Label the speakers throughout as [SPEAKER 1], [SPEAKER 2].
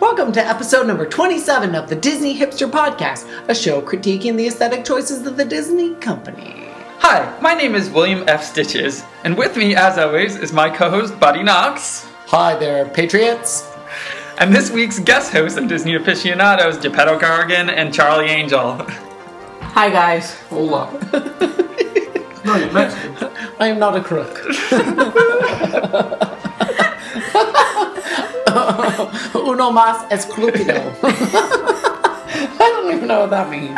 [SPEAKER 1] Welcome to episode number 27 of the Disney Hipster Podcast, a show critiquing the aesthetic choices of the Disney company.
[SPEAKER 2] Hi, my name is William F. Stitches, and with me, as always, is my co host, Buddy Knox.
[SPEAKER 3] Hi there, Patriots.
[SPEAKER 2] And this week's guest hosts of Disney aficionados, Geppetto Gargan and Charlie Angel.
[SPEAKER 1] Hi, guys.
[SPEAKER 3] Hola.
[SPEAKER 4] No, you're Mexican.
[SPEAKER 3] I am not a crook.
[SPEAKER 1] Uno más esclupido.
[SPEAKER 3] I don't even know what that means.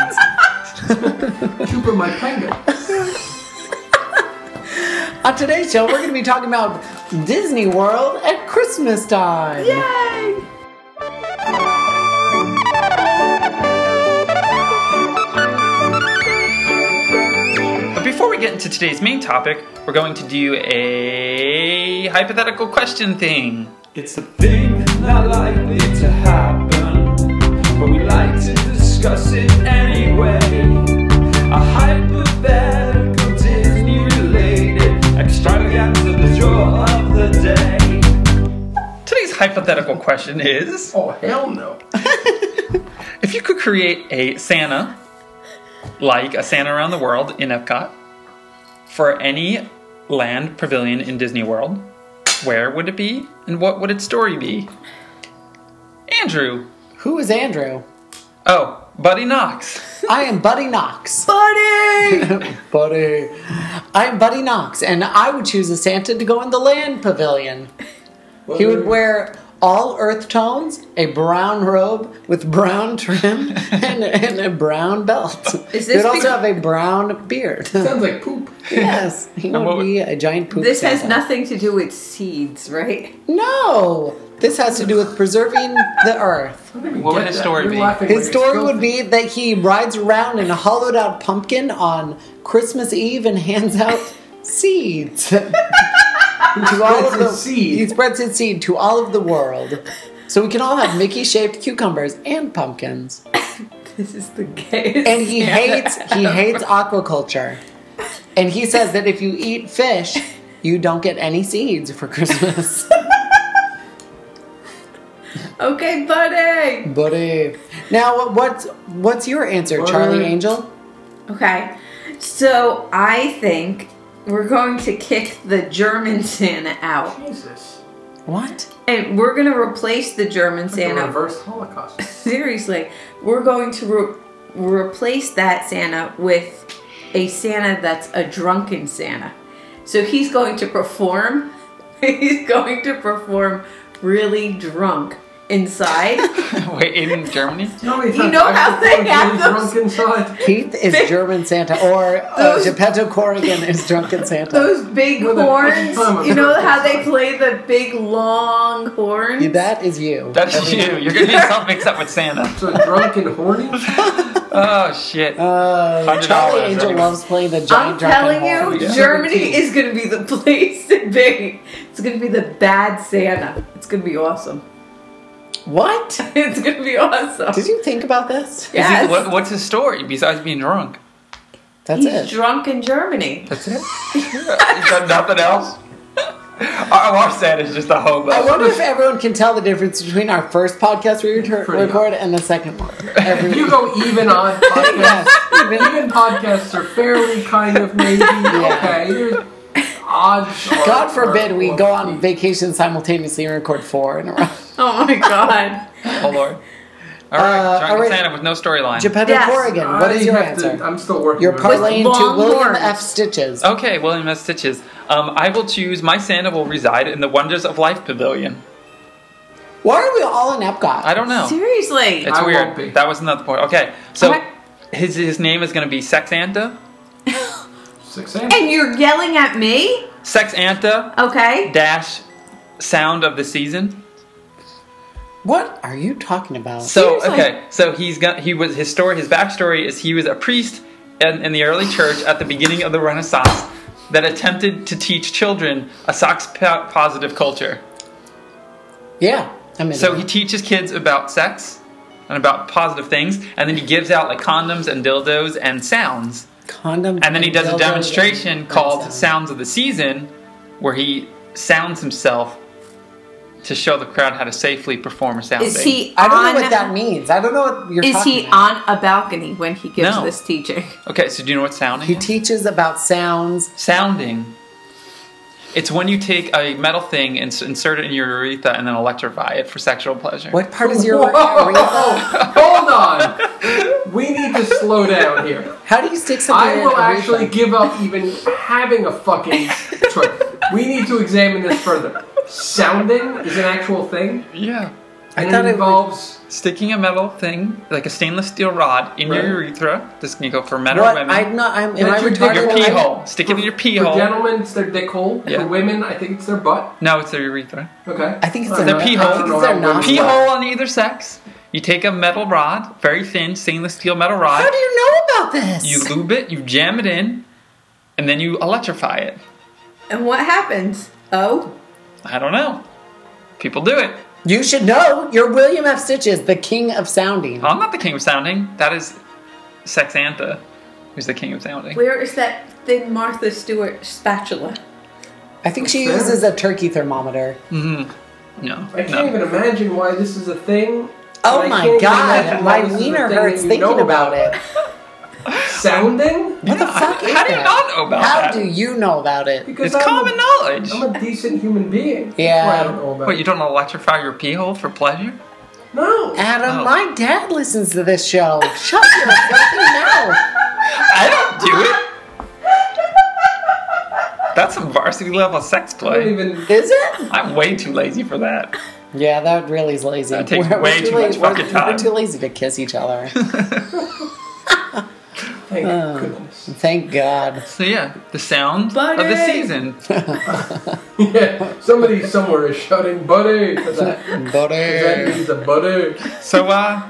[SPEAKER 4] Chupa my panga.
[SPEAKER 1] On today's show, we're going to be talking about Disney World at Christmas time.
[SPEAKER 2] Yay! But before we get into today's main topic, we're going to do a hypothetical question thing.
[SPEAKER 5] It's a thing not likely to happen, but we like to discuss it anyway. A hypothetical Disney related extravaganza, the jaw of the day.
[SPEAKER 2] Today's hypothetical question is
[SPEAKER 4] Oh, hell no.
[SPEAKER 2] if you could create a Santa, like a Santa around the world in Epcot, for any land pavilion in Disney World, where would it be and what would its story be? Andrew.
[SPEAKER 1] Who is Andrew?
[SPEAKER 2] Oh, Buddy Knox.
[SPEAKER 1] I am Buddy Knox.
[SPEAKER 3] Buddy.
[SPEAKER 1] I am Buddy Knox, and I would choose a Santa to go in the land pavilion. He would wear all earth tones, a brown robe with brown trim, and, and a brown belt.
[SPEAKER 6] Is this
[SPEAKER 1] He would also
[SPEAKER 6] because-
[SPEAKER 1] have a brown beard.
[SPEAKER 4] Sounds like poop.
[SPEAKER 1] yes, he
[SPEAKER 2] what
[SPEAKER 1] would
[SPEAKER 2] would-
[SPEAKER 1] be a giant poop.
[SPEAKER 6] This has
[SPEAKER 1] Santa.
[SPEAKER 6] nothing to do with seeds, right?
[SPEAKER 1] No, this has to do with preserving the earth.
[SPEAKER 2] What would his story be?
[SPEAKER 1] His story would be that he rides around in a hollowed out pumpkin on Christmas Eve and hands out seeds. to all
[SPEAKER 4] spreads his seed.
[SPEAKER 1] He spreads his seed to all of the world. So we can all have Mickey shaped cucumbers and pumpkins.
[SPEAKER 6] This is the case.
[SPEAKER 1] And he hates he hates aquaculture. And he says that if you eat fish, you don't get any seeds for Christmas.
[SPEAKER 6] Okay, buddy.
[SPEAKER 1] Buddy. Now, what- what's what's your answer, Charlie
[SPEAKER 4] Buddy.
[SPEAKER 1] Angel?
[SPEAKER 6] Okay, so I think we're going to kick the German Santa out,
[SPEAKER 4] Jesus.
[SPEAKER 1] What?
[SPEAKER 6] and we're going to replace the German
[SPEAKER 4] The
[SPEAKER 6] Santa.
[SPEAKER 4] reverse Holocaust.
[SPEAKER 6] Seriously, we're going to re- replace that Santa with a Santa that's a drunken Santa. So he's going to perform. He's going to perform really drunk inside.
[SPEAKER 2] Wait, in Germany?
[SPEAKER 4] No, he's
[SPEAKER 6] You
[SPEAKER 4] not
[SPEAKER 6] know how they
[SPEAKER 4] drunk,
[SPEAKER 6] have
[SPEAKER 4] he's
[SPEAKER 6] those-
[SPEAKER 4] drunk inside.
[SPEAKER 1] Keith is German Santa, or uh,
[SPEAKER 6] Those-
[SPEAKER 1] Geppetto Corrigan is drunken Santa.
[SPEAKER 6] those big
[SPEAKER 4] Well, then,
[SPEAKER 6] horns.
[SPEAKER 4] that's fine.
[SPEAKER 6] You know how they play the big long horns?
[SPEAKER 1] That is you.
[SPEAKER 2] That's you. You're gonna get something mixed up with Santa.
[SPEAKER 4] So drunk and horny?
[SPEAKER 2] Oh shit.
[SPEAKER 1] Uh,
[SPEAKER 2] Hundred
[SPEAKER 1] Charlie
[SPEAKER 2] dollars,
[SPEAKER 1] Angel
[SPEAKER 2] right?
[SPEAKER 1] loves playing the
[SPEAKER 6] I'm
[SPEAKER 1] giant
[SPEAKER 6] telling
[SPEAKER 1] drunken horn.
[SPEAKER 6] you,
[SPEAKER 2] Yeah.
[SPEAKER 6] Germany
[SPEAKER 4] Guaranteed.
[SPEAKER 6] is going to be the place to be. It's going to be the bad Santa. It's going to be awesome.
[SPEAKER 1] What?
[SPEAKER 6] It's going to be awesome.
[SPEAKER 1] Did you think about this?
[SPEAKER 2] Is
[SPEAKER 6] yes.
[SPEAKER 2] he, what, what's his story besides being drunk?
[SPEAKER 1] That's
[SPEAKER 6] He's
[SPEAKER 1] it.
[SPEAKER 6] drunk in Germany.
[SPEAKER 2] That's it. He's done nothing else. Our, our Santa is just a
[SPEAKER 1] I
[SPEAKER 2] hobo.
[SPEAKER 1] wonder if everyone can tell the difference between our first podcast we retur-
[SPEAKER 4] Pretty
[SPEAKER 1] record and the second one. Every
[SPEAKER 4] You go even odd podcasts. even podcasts are fairly kind of maybe. Okay. You're odds are-
[SPEAKER 1] God forbid we go on vacation simultaneously and record four in a row.
[SPEAKER 6] Oh my god.
[SPEAKER 2] Oh lord. All right,
[SPEAKER 1] Uh,
[SPEAKER 2] drunk
[SPEAKER 1] all right.
[SPEAKER 2] Santa with no storyline.
[SPEAKER 1] Geppetto
[SPEAKER 6] Yes.
[SPEAKER 1] Corrigan, what is
[SPEAKER 4] I
[SPEAKER 1] your
[SPEAKER 4] have to-
[SPEAKER 1] answer?
[SPEAKER 4] I'm Oh. still working.
[SPEAKER 1] You're
[SPEAKER 4] on it.
[SPEAKER 1] parlaying to
[SPEAKER 6] long
[SPEAKER 1] William
[SPEAKER 6] horns.
[SPEAKER 1] F. Stitches.
[SPEAKER 2] Okay, William S. Stitches. Um, I will choose. My Santa will reside in the Wonders of Life Pavilion.
[SPEAKER 1] Why are we all in Epcot?
[SPEAKER 2] I don't know.
[SPEAKER 6] Seriously.
[SPEAKER 2] It's
[SPEAKER 4] I
[SPEAKER 2] weird.
[SPEAKER 4] won't be.
[SPEAKER 2] That was another point. Okay, so
[SPEAKER 6] Okay.
[SPEAKER 2] his his name is going to be Sex Anta.
[SPEAKER 4] Six and
[SPEAKER 6] And you're yelling at me?
[SPEAKER 2] Sex Anta
[SPEAKER 6] Okay.
[SPEAKER 2] dash sound of the season.
[SPEAKER 1] What are you talking about?
[SPEAKER 2] So
[SPEAKER 6] Seriously?
[SPEAKER 2] okay, so he's got he was his story. His backstory is he was a priest in, in the early church at the beginning of the Renaissance that attempted to teach children a sex po- positive culture.
[SPEAKER 1] yeah, I'm in.
[SPEAKER 2] So
[SPEAKER 1] it.
[SPEAKER 2] he teaches kids about sex and about positive things, and then he gives out like condoms and dildos and sounds.
[SPEAKER 1] Condom
[SPEAKER 2] And then he does a
[SPEAKER 1] dildos
[SPEAKER 2] demonstration
[SPEAKER 1] and
[SPEAKER 2] called
[SPEAKER 1] sound.
[SPEAKER 2] Sounds of the Season, where he sounds himself to show the crowd how to safely perform a sound
[SPEAKER 6] Is
[SPEAKER 2] bath.
[SPEAKER 6] he
[SPEAKER 1] I don't know
[SPEAKER 6] on-
[SPEAKER 1] what that means. I don't know what you're
[SPEAKER 6] Is
[SPEAKER 1] talking
[SPEAKER 6] he
[SPEAKER 1] about.
[SPEAKER 6] on a balcony when he gives
[SPEAKER 2] No.
[SPEAKER 6] this teaching?
[SPEAKER 2] Okay, so do you know what sounding
[SPEAKER 1] He
[SPEAKER 2] is?
[SPEAKER 1] teaches about sounds.
[SPEAKER 2] Sounding. It's when you take a metal thing and s- insert it in your urethra and then electrify it for sexual pleasure.
[SPEAKER 1] What part is your urethra?
[SPEAKER 4] Whoa, hold on. We need to slow down here.
[SPEAKER 1] How do you stick something in
[SPEAKER 4] I
[SPEAKER 1] your
[SPEAKER 4] will
[SPEAKER 1] urethra?
[SPEAKER 4] actually give up even having a fucking choice. We need to examine this further. Sounding is an actual thing.
[SPEAKER 2] Yeah.
[SPEAKER 1] I
[SPEAKER 4] and
[SPEAKER 1] thought
[SPEAKER 4] it
[SPEAKER 1] it was
[SPEAKER 4] involves
[SPEAKER 2] Sticking a metal thing, like a stainless steel rod, in
[SPEAKER 4] Right.
[SPEAKER 2] your urethra. This can go for men or
[SPEAKER 1] what?
[SPEAKER 2] women.
[SPEAKER 1] I'm not. I'm. Am
[SPEAKER 4] Did
[SPEAKER 1] I
[SPEAKER 4] you dig
[SPEAKER 1] retarded?
[SPEAKER 2] your
[SPEAKER 4] I-
[SPEAKER 2] pee
[SPEAKER 1] I-
[SPEAKER 2] hole. Stick it in your pee
[SPEAKER 4] for
[SPEAKER 2] hole.
[SPEAKER 4] gentlemen, it's their dick hole.
[SPEAKER 2] Yeah.
[SPEAKER 4] For women, I think it's their butt.
[SPEAKER 2] No, it's their urethra.
[SPEAKER 4] Okay.
[SPEAKER 1] I think it's
[SPEAKER 4] Alright.
[SPEAKER 1] their
[SPEAKER 2] pee
[SPEAKER 4] I
[SPEAKER 2] hole.
[SPEAKER 4] don't know
[SPEAKER 1] It's their
[SPEAKER 4] how women
[SPEAKER 1] nostril.
[SPEAKER 2] Pee
[SPEAKER 4] work.
[SPEAKER 2] hole on either sex. You take a metal rod, very thin, stainless steel metal rod.
[SPEAKER 1] How do you know about this?
[SPEAKER 2] You lube it, you jam it in, and then you electrify it.
[SPEAKER 6] And what happens? Oh,
[SPEAKER 2] I don't know. People do it.
[SPEAKER 1] You should know. You're William F. Stitches, the king of sounding.
[SPEAKER 2] I'm not the king of sounding. That is Sexanta, who's the king of sounding.
[SPEAKER 6] where is that thin Martha Stewart spatula?
[SPEAKER 1] I think she
[SPEAKER 4] Fair.
[SPEAKER 1] uses a turkey thermometer.
[SPEAKER 2] No,
[SPEAKER 4] I can't
[SPEAKER 2] no.
[SPEAKER 4] even imagine why this is a thing.
[SPEAKER 1] Oh
[SPEAKER 4] and I
[SPEAKER 1] my
[SPEAKER 4] can't even
[SPEAKER 1] god,
[SPEAKER 4] imagine
[SPEAKER 1] my
[SPEAKER 4] why this is a
[SPEAKER 1] wiener
[SPEAKER 4] thing that
[SPEAKER 1] hurts
[SPEAKER 4] you
[SPEAKER 1] thinking
[SPEAKER 4] know
[SPEAKER 1] about it.
[SPEAKER 4] Sounding?
[SPEAKER 1] What the fuck is
[SPEAKER 2] How do you
[SPEAKER 1] that?
[SPEAKER 2] not know about
[SPEAKER 1] How
[SPEAKER 2] that?
[SPEAKER 1] do you know about it?
[SPEAKER 4] Because
[SPEAKER 2] It's
[SPEAKER 4] I'm a-
[SPEAKER 2] common knowledge.
[SPEAKER 4] I'm a decent human being. That's
[SPEAKER 1] Yeah.
[SPEAKER 4] why I don't know about
[SPEAKER 2] What, you
[SPEAKER 4] it.
[SPEAKER 2] don't electrify your pee hole for pleasure?
[SPEAKER 4] No.
[SPEAKER 1] Adam,
[SPEAKER 2] Oh.
[SPEAKER 1] my dad listens to this show. Shut your fucking mouth.
[SPEAKER 2] I don't do it. That's some varsity level sex
[SPEAKER 4] I don't
[SPEAKER 2] play.
[SPEAKER 4] even.
[SPEAKER 1] Is it?
[SPEAKER 2] I'm way too lazy for that.
[SPEAKER 1] Yeah, that really is lazy.
[SPEAKER 2] That takes way too
[SPEAKER 1] la-
[SPEAKER 2] much
[SPEAKER 1] we're-
[SPEAKER 2] fucking
[SPEAKER 1] We're
[SPEAKER 2] time.
[SPEAKER 1] too lazy to kiss each other.
[SPEAKER 4] Thank goodness.
[SPEAKER 1] Thank God.
[SPEAKER 2] So yeah, the sound of
[SPEAKER 6] Buddy.
[SPEAKER 2] the season.
[SPEAKER 4] Yeah, somebody somewhere is shouting, buddy! 'cause
[SPEAKER 1] uh,
[SPEAKER 4] that, that
[SPEAKER 1] Buddy.
[SPEAKER 4] means a buddy.
[SPEAKER 2] So uh,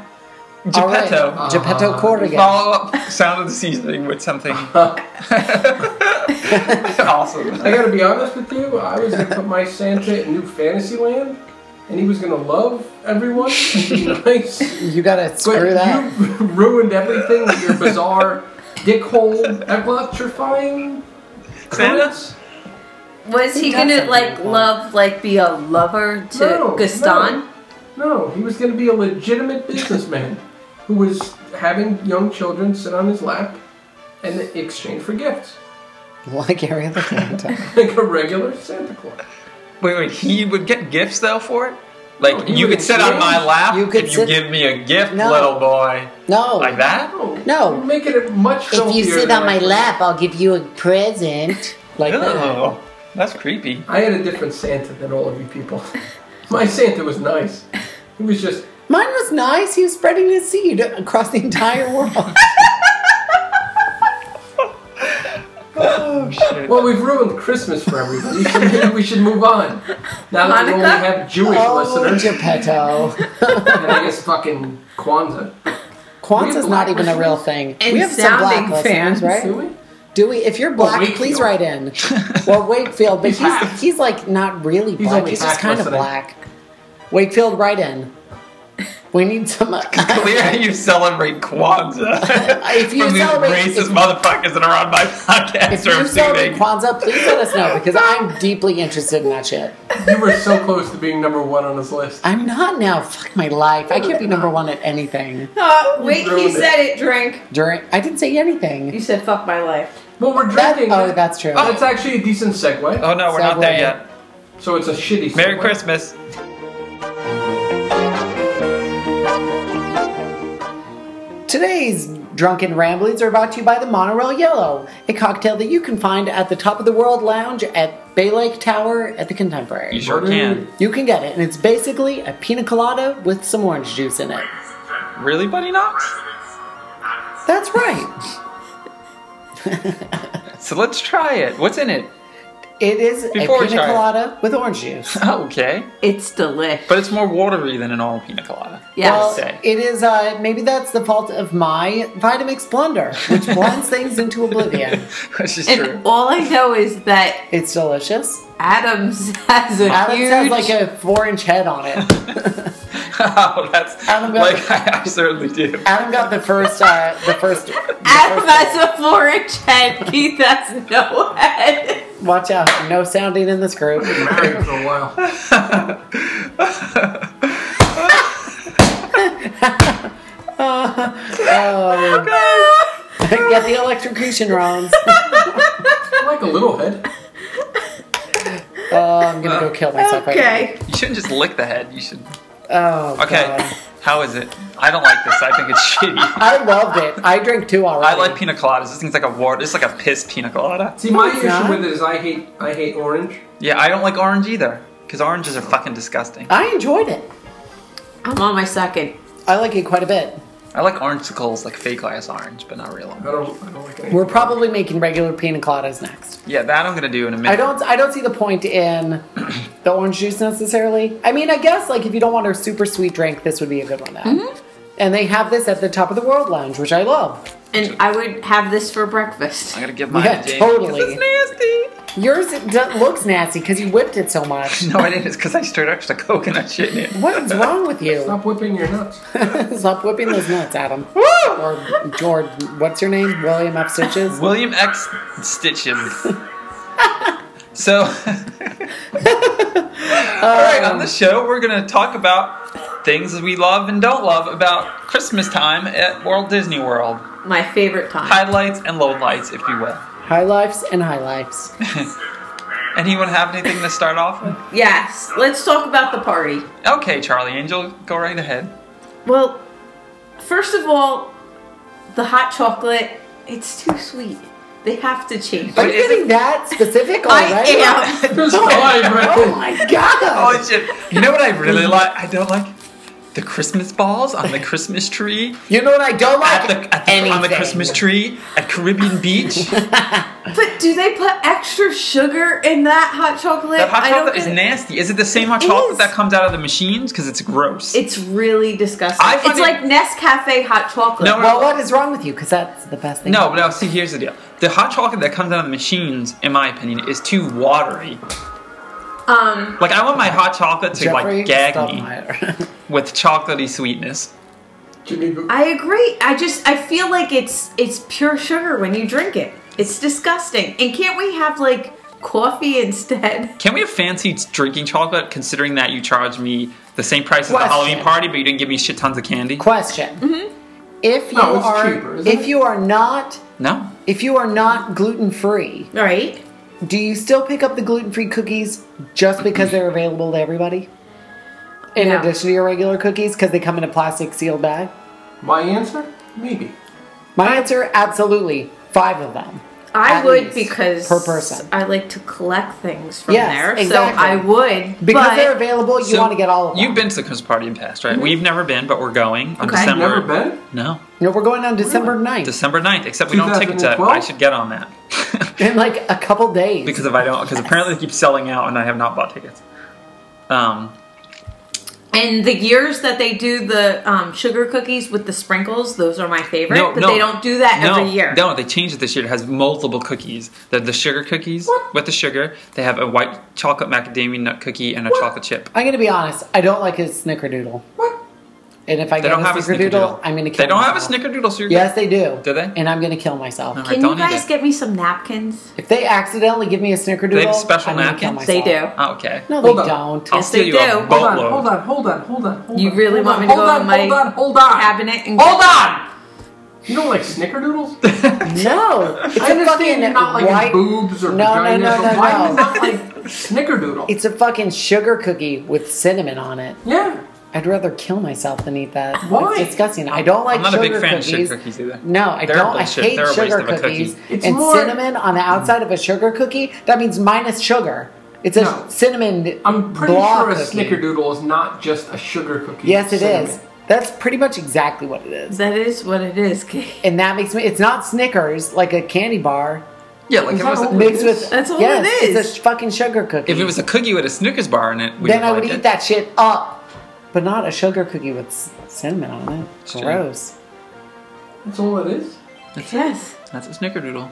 [SPEAKER 1] All right, Oh,
[SPEAKER 2] Geppetto. Uh,
[SPEAKER 1] Geppetto Corrigan.
[SPEAKER 2] Follow up sound of the seasoning with something awesome.
[SPEAKER 4] I gotta be honest with you, I was gonna put my Santa in New Fantasyland, and he was gonna love everyone and be nice.
[SPEAKER 1] You gotta
[SPEAKER 4] But
[SPEAKER 1] screw that.
[SPEAKER 4] you ruined everything with your bizarre dickhole electrifying
[SPEAKER 2] Santa?
[SPEAKER 4] comments.
[SPEAKER 6] Was he
[SPEAKER 1] That's
[SPEAKER 6] gonna
[SPEAKER 1] something
[SPEAKER 6] like
[SPEAKER 1] fun.
[SPEAKER 6] love, like be a lover to
[SPEAKER 4] No,
[SPEAKER 6] Gaston?
[SPEAKER 4] No, he was gonna be a legitimate businessman who was having young children sit on his lap and exchange for gifts.
[SPEAKER 1] Like every other Santa.
[SPEAKER 4] Like a regular Santa Claus.
[SPEAKER 2] Wait, wait. He would get gifts though for it. Like
[SPEAKER 1] Oh,
[SPEAKER 4] No, he
[SPEAKER 2] you
[SPEAKER 4] would
[SPEAKER 2] could sit on my
[SPEAKER 4] exchange.
[SPEAKER 2] lap
[SPEAKER 1] You could
[SPEAKER 2] if
[SPEAKER 1] sit-
[SPEAKER 2] you give me a gift,
[SPEAKER 1] No.
[SPEAKER 2] little boy.
[SPEAKER 1] No.
[SPEAKER 2] Like that?
[SPEAKER 4] No.
[SPEAKER 1] No.
[SPEAKER 4] You're making it much
[SPEAKER 1] If you
[SPEAKER 4] filthier
[SPEAKER 1] sit
[SPEAKER 4] than
[SPEAKER 1] on my
[SPEAKER 4] actually-
[SPEAKER 1] lap, I'll give you a present. Like that.
[SPEAKER 2] Oh, that's creepy.
[SPEAKER 4] I had a different Santa than all of you people. My Santa was nice. He was just
[SPEAKER 1] Mine was nice. He was spreading his seed across the entire world.
[SPEAKER 2] Oh shit.
[SPEAKER 4] well. We've ruined Christmas for everybody. We should, maybe we should move on. Now that we only
[SPEAKER 6] Hanukkah?
[SPEAKER 4] have Jewish
[SPEAKER 1] oh,
[SPEAKER 4] listeners,
[SPEAKER 1] Geppetto.
[SPEAKER 4] and I guess fucking Kwanzaa.
[SPEAKER 1] Kwanzaa's not even a real thing.
[SPEAKER 6] And
[SPEAKER 1] we have some black
[SPEAKER 6] sounding
[SPEAKER 1] listeners,
[SPEAKER 6] fans.
[SPEAKER 4] Do
[SPEAKER 1] right?
[SPEAKER 4] we?
[SPEAKER 1] Do we? If you're black,
[SPEAKER 4] Wakefield.
[SPEAKER 1] please write in. Well, Wakefield, but
[SPEAKER 4] He's half.
[SPEAKER 1] he's he's like not really
[SPEAKER 4] He's
[SPEAKER 1] black.
[SPEAKER 4] only
[SPEAKER 1] He's just
[SPEAKER 4] half
[SPEAKER 1] kind of
[SPEAKER 4] listening.
[SPEAKER 1] black. Wakefield, write in. We need some.
[SPEAKER 2] Clear how you celebrate Kwanzaa
[SPEAKER 1] If you
[SPEAKER 2] from
[SPEAKER 1] celebrate-
[SPEAKER 2] these racist
[SPEAKER 1] if-
[SPEAKER 2] motherfuckers that are on my
[SPEAKER 1] If
[SPEAKER 2] podcast. or
[SPEAKER 1] you celebrate
[SPEAKER 2] something.
[SPEAKER 1] Kwanzaa, please let us know because I'm deeply interested in that shit.
[SPEAKER 4] You were so close to being number one on his list.
[SPEAKER 1] I'm not now. Fuck my life. I can't be number one at anything.
[SPEAKER 6] Oh, wait,
[SPEAKER 4] ruined
[SPEAKER 6] he
[SPEAKER 4] it.
[SPEAKER 6] said it. Drink.
[SPEAKER 1] During I didn't say anything.
[SPEAKER 6] You said fuck my life.
[SPEAKER 4] Well, we're
[SPEAKER 1] That-
[SPEAKER 4] drinking.
[SPEAKER 1] oh, that's true.
[SPEAKER 4] That's actually a decent segue.
[SPEAKER 2] Oh no, we're not there yet.
[SPEAKER 4] So it's a shitty.
[SPEAKER 2] Merry
[SPEAKER 4] segue.
[SPEAKER 2] Christmas.
[SPEAKER 1] Today's drunken ramblings are brought to you by the Monorail Yellow, a cocktail that you can find at the Top of the World Lounge at Bay Lake Tower at the
[SPEAKER 2] You
[SPEAKER 1] Contemporary.
[SPEAKER 2] sure can.
[SPEAKER 1] You can get it, and it's basically a pina colada with some orange juice in it.
[SPEAKER 2] Really, Buddy Knox?
[SPEAKER 1] That's right.
[SPEAKER 2] So let's try it. What's in it?
[SPEAKER 1] It is
[SPEAKER 2] Before
[SPEAKER 1] a
[SPEAKER 2] we
[SPEAKER 1] pina
[SPEAKER 2] try it.
[SPEAKER 1] colada with orange juice.
[SPEAKER 2] Okay.
[SPEAKER 6] It's delish.
[SPEAKER 2] But it's more watery than a normal pina colada.
[SPEAKER 6] yes.
[SPEAKER 1] Well,
[SPEAKER 2] say.
[SPEAKER 1] it is. Uh, maybe that's the fault of my Vitamix blender, which blends things into oblivion.
[SPEAKER 2] Which is
[SPEAKER 6] and
[SPEAKER 2] true.
[SPEAKER 6] all I know is that
[SPEAKER 1] It's delicious.
[SPEAKER 6] Adams has a
[SPEAKER 1] Adams
[SPEAKER 6] huge.
[SPEAKER 1] has like a four-inch head on it.
[SPEAKER 2] oh, that's
[SPEAKER 1] Adam got-
[SPEAKER 2] like I, certainly do.
[SPEAKER 1] Adam got the first. Uh, the first.
[SPEAKER 6] Adam has a four inch head. Keith has no head.
[SPEAKER 1] Watch out! No sounding in this group.
[SPEAKER 4] Married for a while.
[SPEAKER 1] yeah, Uh, um, the electrocution rounds.
[SPEAKER 4] I like a little head.
[SPEAKER 1] Oh, I'm gonna go kill myself. right
[SPEAKER 6] Okay.
[SPEAKER 2] You shouldn't just lick the head. You should.
[SPEAKER 1] now. Oh.
[SPEAKER 2] Okay.
[SPEAKER 1] God.
[SPEAKER 2] How is it? I don't like this. I think it's shitty.
[SPEAKER 1] I loved it. I drank two already.
[SPEAKER 2] I like pina coladas. This thing's like a water. It's like a piss pina colada.
[SPEAKER 4] See, my
[SPEAKER 1] it's
[SPEAKER 4] issue
[SPEAKER 1] not.
[SPEAKER 4] with it is I hate I hate orange.
[SPEAKER 2] Yeah, I don't like orange either. Because oranges are fucking disgusting.
[SPEAKER 1] I enjoyed it.
[SPEAKER 6] I'm on my second.
[SPEAKER 1] I like it quite a bit.
[SPEAKER 2] I like orangecicles, like fake glass orange, but not real
[SPEAKER 4] I
[SPEAKER 2] orange.
[SPEAKER 4] don't I don't like it.
[SPEAKER 1] We're probably making regular pina coladas next.
[SPEAKER 2] Yeah, that I'm gonna do in a minute.
[SPEAKER 1] I don't. I don't see the point in the orange juice necessarily. I mean, I guess like if you don't want a super sweet drink, this would be a good one. Then. And they have this at the top of the World Lounge, which I love.
[SPEAKER 6] And I would have this for breakfast.
[SPEAKER 2] I'm gonna give mine
[SPEAKER 1] yeah,
[SPEAKER 2] to Jamie.
[SPEAKER 1] totally.
[SPEAKER 2] Nasty.
[SPEAKER 1] Yours d- looks nasty because you whipped it so much.
[SPEAKER 2] No, I didn't. It's because I stirred extra coconut shit in it.
[SPEAKER 1] What is wrong with you?
[SPEAKER 4] Stop whipping your nuts.
[SPEAKER 1] Stop whipping those nuts, Adam. Or George, what's your name? William F. Stitches.
[SPEAKER 2] William X Stitches. so, all right, on the show, we're going to talk about things that we love and don't love about Christmas time at Walt Disney World.
[SPEAKER 6] My favorite time.
[SPEAKER 2] Highlights and lowlights, if you will.
[SPEAKER 1] High lifes and high lifes.
[SPEAKER 2] Anyone have anything to start off with?
[SPEAKER 6] Yes. Let's talk about the party.
[SPEAKER 2] Okay, Charlie Angel, go right ahead.
[SPEAKER 6] Well, first of all, the hot chocolate, it's too sweet. They have to change
[SPEAKER 1] Are
[SPEAKER 6] it.
[SPEAKER 1] you getting that specific
[SPEAKER 6] I
[SPEAKER 1] already?
[SPEAKER 6] am.
[SPEAKER 4] Just lie,
[SPEAKER 1] Oh
[SPEAKER 4] Brandon.
[SPEAKER 1] my god!
[SPEAKER 2] Oh shit! You know what I
[SPEAKER 6] Mm-hmm.
[SPEAKER 2] really like? I don't like the Christmas balls on the Christmas tree
[SPEAKER 1] You know what I don't like?
[SPEAKER 2] at the, at the on the
[SPEAKER 1] Anything.
[SPEAKER 2] Christmas tree at Caribbean Beach.
[SPEAKER 6] But do they put extra sugar in that hot chocolate?
[SPEAKER 2] That hot
[SPEAKER 6] I don't
[SPEAKER 2] chocolate is
[SPEAKER 6] get it.
[SPEAKER 2] nasty. Is it the same hot
[SPEAKER 6] It
[SPEAKER 2] chocolate
[SPEAKER 6] is.
[SPEAKER 2] that comes out of the machines? Because it's gross.
[SPEAKER 6] It's really disgusting.
[SPEAKER 2] I find
[SPEAKER 6] it's
[SPEAKER 2] it-
[SPEAKER 6] like Nescafe hot chocolate.
[SPEAKER 2] No,
[SPEAKER 1] Well, what is wrong with you? Because that's the best thing.
[SPEAKER 2] no, but no. See, here's the deal: the hot chocolate that comes out of the machines, in my opinion, is too watery.
[SPEAKER 6] Um,
[SPEAKER 2] Like I want my hot chocolate to
[SPEAKER 1] Jeffrey,
[SPEAKER 2] like gag
[SPEAKER 1] stop
[SPEAKER 2] me
[SPEAKER 1] my-
[SPEAKER 2] with chocolatey sweetness.
[SPEAKER 4] Jimmy Boo-
[SPEAKER 6] I agree. I just I feel like it's it's pure sugar when you drink it. It's disgusting. And can't we have like coffee instead?
[SPEAKER 2] Can we have fancy drinking chocolate? Considering that you charged me the same price as
[SPEAKER 1] Question.
[SPEAKER 2] the Halloween party, but you didn't give me shit tons of candy.
[SPEAKER 1] Question.
[SPEAKER 6] Mm-hmm.
[SPEAKER 1] If you
[SPEAKER 4] No, it's
[SPEAKER 1] are
[SPEAKER 4] cheaper, isn't
[SPEAKER 1] if
[SPEAKER 4] it?
[SPEAKER 1] you are not
[SPEAKER 2] No,
[SPEAKER 1] if you are not gluten free,
[SPEAKER 6] Right?
[SPEAKER 1] do you still pick up the gluten free cookies just because they're available to everybody? In
[SPEAKER 6] No.
[SPEAKER 1] addition to your regular cookies, because they come in a plastic sealed bag.
[SPEAKER 4] My answer? Maybe.
[SPEAKER 1] My answer: absolutely, five of them.
[SPEAKER 6] I
[SPEAKER 1] At
[SPEAKER 6] would
[SPEAKER 1] least,
[SPEAKER 6] because
[SPEAKER 1] per person.
[SPEAKER 6] I like to collect things from
[SPEAKER 1] Yes,
[SPEAKER 6] there. So
[SPEAKER 1] exactly.
[SPEAKER 6] I would
[SPEAKER 1] Because
[SPEAKER 6] but
[SPEAKER 1] they're available, you
[SPEAKER 2] So,
[SPEAKER 1] want to get all of them.
[SPEAKER 2] You've been to the Christmas party in the past, right? We've never been, but we're going on
[SPEAKER 6] Okay.
[SPEAKER 2] December.
[SPEAKER 4] Never been?
[SPEAKER 2] No,
[SPEAKER 1] No, we're going on December 9th.
[SPEAKER 2] December 9th, Except we don't have tickets. yet.
[SPEAKER 4] 2012?
[SPEAKER 2] I should get on that.
[SPEAKER 1] in like a couple days.
[SPEAKER 2] because if I don't, because apparently they keep selling out, and I have not bought tickets. Um,
[SPEAKER 6] And the years that they do the um, sugar cookies with the sprinkles, those are my favorite.
[SPEAKER 2] no,
[SPEAKER 6] but
[SPEAKER 2] no,
[SPEAKER 6] they don't do that
[SPEAKER 2] no,
[SPEAKER 6] every year.
[SPEAKER 2] No, they changed it this year. It has multiple cookies. The, the sugar cookies with the sugar. They have a white chocolate macadamia nut cookie and a chocolate chip.
[SPEAKER 1] I'm gonna be honest, I don't like his snickerdoodle.
[SPEAKER 4] What?
[SPEAKER 1] And if I get
[SPEAKER 2] They don't
[SPEAKER 1] a
[SPEAKER 2] have a
[SPEAKER 1] snickerdoodle,
[SPEAKER 2] snickerdoodle.
[SPEAKER 1] I'm gonna kill
[SPEAKER 2] They don't have a
[SPEAKER 1] myself.
[SPEAKER 2] snickerdoodle sugar.
[SPEAKER 1] Yes, they do.
[SPEAKER 2] Do they?
[SPEAKER 1] And I'm gonna kill myself.
[SPEAKER 2] All right,
[SPEAKER 6] Can you
[SPEAKER 2] don't need
[SPEAKER 6] guys
[SPEAKER 2] it.
[SPEAKER 6] get me some napkins?
[SPEAKER 1] If they accidentally give me a snickerdoodle,
[SPEAKER 2] They have special
[SPEAKER 1] I'm gonna kill
[SPEAKER 2] napkins?
[SPEAKER 6] They
[SPEAKER 1] myself.
[SPEAKER 6] do.
[SPEAKER 2] Oh, okay.
[SPEAKER 1] No,
[SPEAKER 4] Hold
[SPEAKER 1] they
[SPEAKER 4] on.
[SPEAKER 1] don't.
[SPEAKER 2] I'll
[SPEAKER 6] Yes,
[SPEAKER 2] steal
[SPEAKER 6] they
[SPEAKER 2] you a
[SPEAKER 6] do.
[SPEAKER 4] Hold on,
[SPEAKER 2] boatload.
[SPEAKER 4] hold on, hold on, hold on, hold
[SPEAKER 6] You
[SPEAKER 4] on.
[SPEAKER 6] really
[SPEAKER 4] hold
[SPEAKER 6] want
[SPEAKER 4] on,
[SPEAKER 6] me to go
[SPEAKER 4] hold on,
[SPEAKER 6] in my
[SPEAKER 4] hold on, hold on.
[SPEAKER 6] Cabinet and
[SPEAKER 4] Hold on! You don't like snickerdoodles?
[SPEAKER 1] No, it's
[SPEAKER 4] I
[SPEAKER 1] a
[SPEAKER 4] understand
[SPEAKER 1] fucking
[SPEAKER 4] you're not like
[SPEAKER 1] white.
[SPEAKER 4] boobs or
[SPEAKER 1] No, no,
[SPEAKER 4] vaginas,
[SPEAKER 1] no,
[SPEAKER 4] but
[SPEAKER 1] no,
[SPEAKER 4] why
[SPEAKER 1] no.
[SPEAKER 4] do you not like snickerdoodle?
[SPEAKER 1] It's a fucking sugar cookie with cinnamon on it.
[SPEAKER 4] yeah.
[SPEAKER 1] I'd rather kill myself than eat that.
[SPEAKER 4] Why?
[SPEAKER 1] It's disgusting. I don't like
[SPEAKER 2] I'm not a
[SPEAKER 1] sugar
[SPEAKER 2] big fan of
[SPEAKER 1] cookies.
[SPEAKER 2] sugar cookies either.
[SPEAKER 1] No, I
[SPEAKER 2] They're
[SPEAKER 1] don't.
[SPEAKER 2] bullshit.
[SPEAKER 1] I hate
[SPEAKER 2] They're a waste
[SPEAKER 1] sugar
[SPEAKER 2] of a cookie.
[SPEAKER 1] cookies.
[SPEAKER 4] It's
[SPEAKER 1] and
[SPEAKER 4] more-
[SPEAKER 1] cinnamon on the outside of a sugar cookie, that means minus sugar. It's a
[SPEAKER 4] No.
[SPEAKER 1] cinnamon.
[SPEAKER 4] I'm pretty
[SPEAKER 1] blob
[SPEAKER 4] sure a
[SPEAKER 1] cookie.
[SPEAKER 4] snickerdoodle is not just a sugar cookie.
[SPEAKER 1] Yes, it is.
[SPEAKER 4] Cinnamon.
[SPEAKER 1] That's pretty much exactly what it is.
[SPEAKER 6] That is what it is, Kate.
[SPEAKER 1] And that makes me, it's not Snickers, like a candy bar.
[SPEAKER 2] Yeah, like if it,
[SPEAKER 4] that
[SPEAKER 2] was
[SPEAKER 4] all
[SPEAKER 2] a,
[SPEAKER 4] it
[SPEAKER 1] Mixed
[SPEAKER 4] is?
[SPEAKER 1] with.
[SPEAKER 6] That's all
[SPEAKER 1] yes,
[SPEAKER 6] it is.
[SPEAKER 1] It's a fucking sugar cookie.
[SPEAKER 2] if it was a cookie with a Snickers bar in it, we
[SPEAKER 1] then I
[SPEAKER 2] like
[SPEAKER 1] would
[SPEAKER 2] it.
[SPEAKER 1] eat that shit up. But not a sugar cookie with c- cinnamon on it.
[SPEAKER 2] Sure.
[SPEAKER 1] Gross.
[SPEAKER 4] That's all it is?
[SPEAKER 6] Yes.
[SPEAKER 2] That's a snickerdoodle.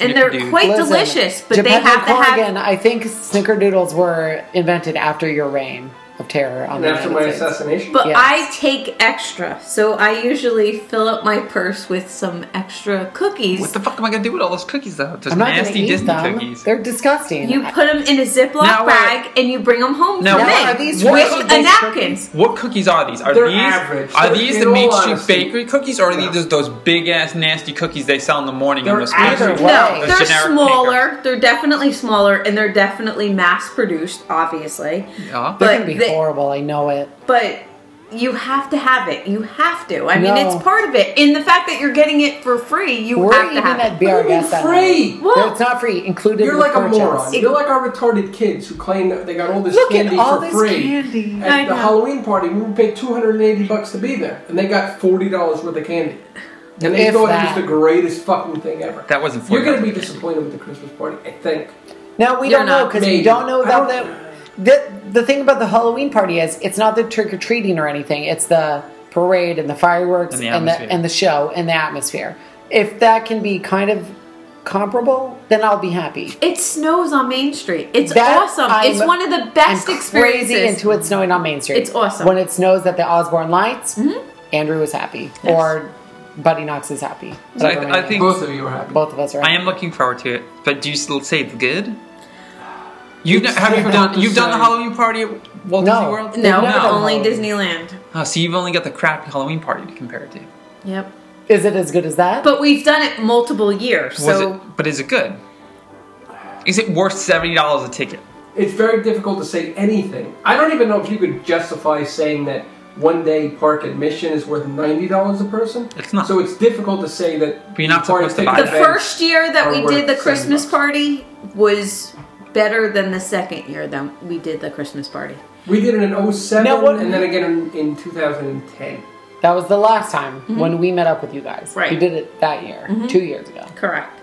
[SPEAKER 6] And they're
[SPEAKER 2] Snickerdoodle.
[SPEAKER 6] quite
[SPEAKER 1] Listen,
[SPEAKER 6] delicious, but they
[SPEAKER 1] Geppetto
[SPEAKER 6] have to have
[SPEAKER 1] Corrigan, I think snickerdoodles were invented after your reign. of terror on
[SPEAKER 4] And
[SPEAKER 1] the
[SPEAKER 4] after my
[SPEAKER 1] United States.
[SPEAKER 4] assassination,
[SPEAKER 6] But
[SPEAKER 1] Yes.
[SPEAKER 6] I take extra, so I usually fill up my purse with some extra cookies.
[SPEAKER 2] What the fuck am I gonna do with all those cookies though? Those
[SPEAKER 1] I'm not going to
[SPEAKER 2] nasty
[SPEAKER 1] eat
[SPEAKER 2] Disney
[SPEAKER 1] them.
[SPEAKER 2] cookies.
[SPEAKER 1] They're disgusting.
[SPEAKER 6] you put them in a Ziploc
[SPEAKER 2] Now, uh,
[SPEAKER 6] bag and you bring them home
[SPEAKER 2] now,
[SPEAKER 6] to
[SPEAKER 2] what
[SPEAKER 6] me
[SPEAKER 2] are
[SPEAKER 1] these
[SPEAKER 6] with
[SPEAKER 1] cookies?
[SPEAKER 6] a napkin.
[SPEAKER 2] What cookies are these? Are
[SPEAKER 4] They're
[SPEAKER 2] these
[SPEAKER 4] average.
[SPEAKER 2] are
[SPEAKER 4] They're-
[SPEAKER 2] these
[SPEAKER 4] in
[SPEAKER 2] the
[SPEAKER 4] all
[SPEAKER 2] Main Street
[SPEAKER 4] honesty-
[SPEAKER 2] Bakery cookies, or are
[SPEAKER 4] No.
[SPEAKER 2] these just those big ass nasty cookies they sell in the morning on
[SPEAKER 4] They're
[SPEAKER 2] the
[SPEAKER 4] average.
[SPEAKER 2] street?
[SPEAKER 1] Wow.
[SPEAKER 6] No,
[SPEAKER 2] Those
[SPEAKER 6] they're
[SPEAKER 2] generic
[SPEAKER 6] smaller. They're definitely smaller, and they're definitely mass produced, obviously.
[SPEAKER 2] Yeah.
[SPEAKER 1] They're
[SPEAKER 6] but
[SPEAKER 1] going to be
[SPEAKER 6] they-
[SPEAKER 1] horrible. I know it.
[SPEAKER 6] But you have to have it. You have to. I mean,
[SPEAKER 1] No.
[SPEAKER 6] it's part of it. And the fact that you're getting it for free, you
[SPEAKER 1] We're
[SPEAKER 6] have to
[SPEAKER 1] even
[SPEAKER 6] have it.
[SPEAKER 1] at Be Our
[SPEAKER 4] What do you mean
[SPEAKER 1] Guest that
[SPEAKER 4] free?
[SPEAKER 1] night.
[SPEAKER 6] What?
[SPEAKER 1] No, it's not free. Included
[SPEAKER 4] you're
[SPEAKER 1] with
[SPEAKER 4] like a
[SPEAKER 1] purchase.
[SPEAKER 4] moron. You're like our retarded kids who claim that they got all this
[SPEAKER 1] Look
[SPEAKER 4] candy
[SPEAKER 1] at all
[SPEAKER 4] for
[SPEAKER 1] this
[SPEAKER 4] free.
[SPEAKER 1] candy.
[SPEAKER 4] At
[SPEAKER 6] I
[SPEAKER 4] the
[SPEAKER 6] know.
[SPEAKER 4] Halloween party, we would pay 280 bucks to be there, and they got $40 worth of candy. And they
[SPEAKER 1] If
[SPEAKER 4] thought
[SPEAKER 1] that.
[SPEAKER 4] it was the greatest fucking thing ever.
[SPEAKER 2] That wasn't for
[SPEAKER 4] You're
[SPEAKER 2] you.
[SPEAKER 4] gonna be disappointed with the Christmas party, I think.
[SPEAKER 1] No, we
[SPEAKER 6] You're
[SPEAKER 1] don't know
[SPEAKER 6] not.
[SPEAKER 1] because we
[SPEAKER 4] Maybe.
[SPEAKER 1] don't know
[SPEAKER 4] I
[SPEAKER 1] about
[SPEAKER 4] don't-
[SPEAKER 1] the, the. The thing about the Halloween party is it's not the trick or treating or anything. It's the parade and the fireworks
[SPEAKER 2] And the
[SPEAKER 1] and the
[SPEAKER 2] atmosphere.
[SPEAKER 1] and the show and the atmosphere. If that can be kind of comparable, then I'll be happy.
[SPEAKER 6] It snows on Main Street. It's
[SPEAKER 1] That
[SPEAKER 6] awesome.
[SPEAKER 1] I'm-
[SPEAKER 6] it's one of the best
[SPEAKER 1] I'm
[SPEAKER 6] experiences.
[SPEAKER 1] Crazy into it snowing on Main Street.
[SPEAKER 6] It's awesome.
[SPEAKER 1] When it snows at the Osborne Lights, Andrew was happy,
[SPEAKER 6] Yes.
[SPEAKER 1] or Buddy Knox is happy.
[SPEAKER 2] So I-
[SPEAKER 1] Whatever
[SPEAKER 2] I
[SPEAKER 1] my
[SPEAKER 2] think-
[SPEAKER 1] name
[SPEAKER 4] Both of you are happy.
[SPEAKER 1] is. both of us are.
[SPEAKER 2] I am looking forward to it, but do you still say it's good? You have have you done you've done the Halloween party at Walt
[SPEAKER 1] No.
[SPEAKER 2] Disney World?
[SPEAKER 1] They've
[SPEAKER 6] no,
[SPEAKER 1] never done
[SPEAKER 6] only
[SPEAKER 1] Halloween.
[SPEAKER 6] Disneyland.
[SPEAKER 2] Oh, so you've only got the crappy Halloween party to compare it to.
[SPEAKER 6] Yep.
[SPEAKER 1] Is it as good as that?
[SPEAKER 6] But we've done it multiple years,
[SPEAKER 2] Was
[SPEAKER 6] so
[SPEAKER 2] it? But is it good? Is it worth seventy dollars a ticket?
[SPEAKER 4] It's very difficult to say anything. I don't even know if you could justify saying that one day park admission is worth $90 a person.
[SPEAKER 2] It's not.
[SPEAKER 4] So it's difficult to say that.
[SPEAKER 2] But you're not
[SPEAKER 4] the party
[SPEAKER 2] supposed to
[SPEAKER 4] ticket
[SPEAKER 2] buy
[SPEAKER 6] the
[SPEAKER 2] that.
[SPEAKER 4] event-
[SPEAKER 6] first year that
[SPEAKER 4] Are
[SPEAKER 6] we
[SPEAKER 4] worth
[SPEAKER 6] did the
[SPEAKER 4] seven
[SPEAKER 6] Christmas
[SPEAKER 4] bucks.
[SPEAKER 6] party was better than the second year that we did the Christmas party.
[SPEAKER 4] We did it in 07
[SPEAKER 1] Now what-
[SPEAKER 4] and then again in, in 2010.
[SPEAKER 1] That was the last time when we met up with you guys.
[SPEAKER 6] Right.
[SPEAKER 1] We did it that year, two years ago.
[SPEAKER 6] Correct.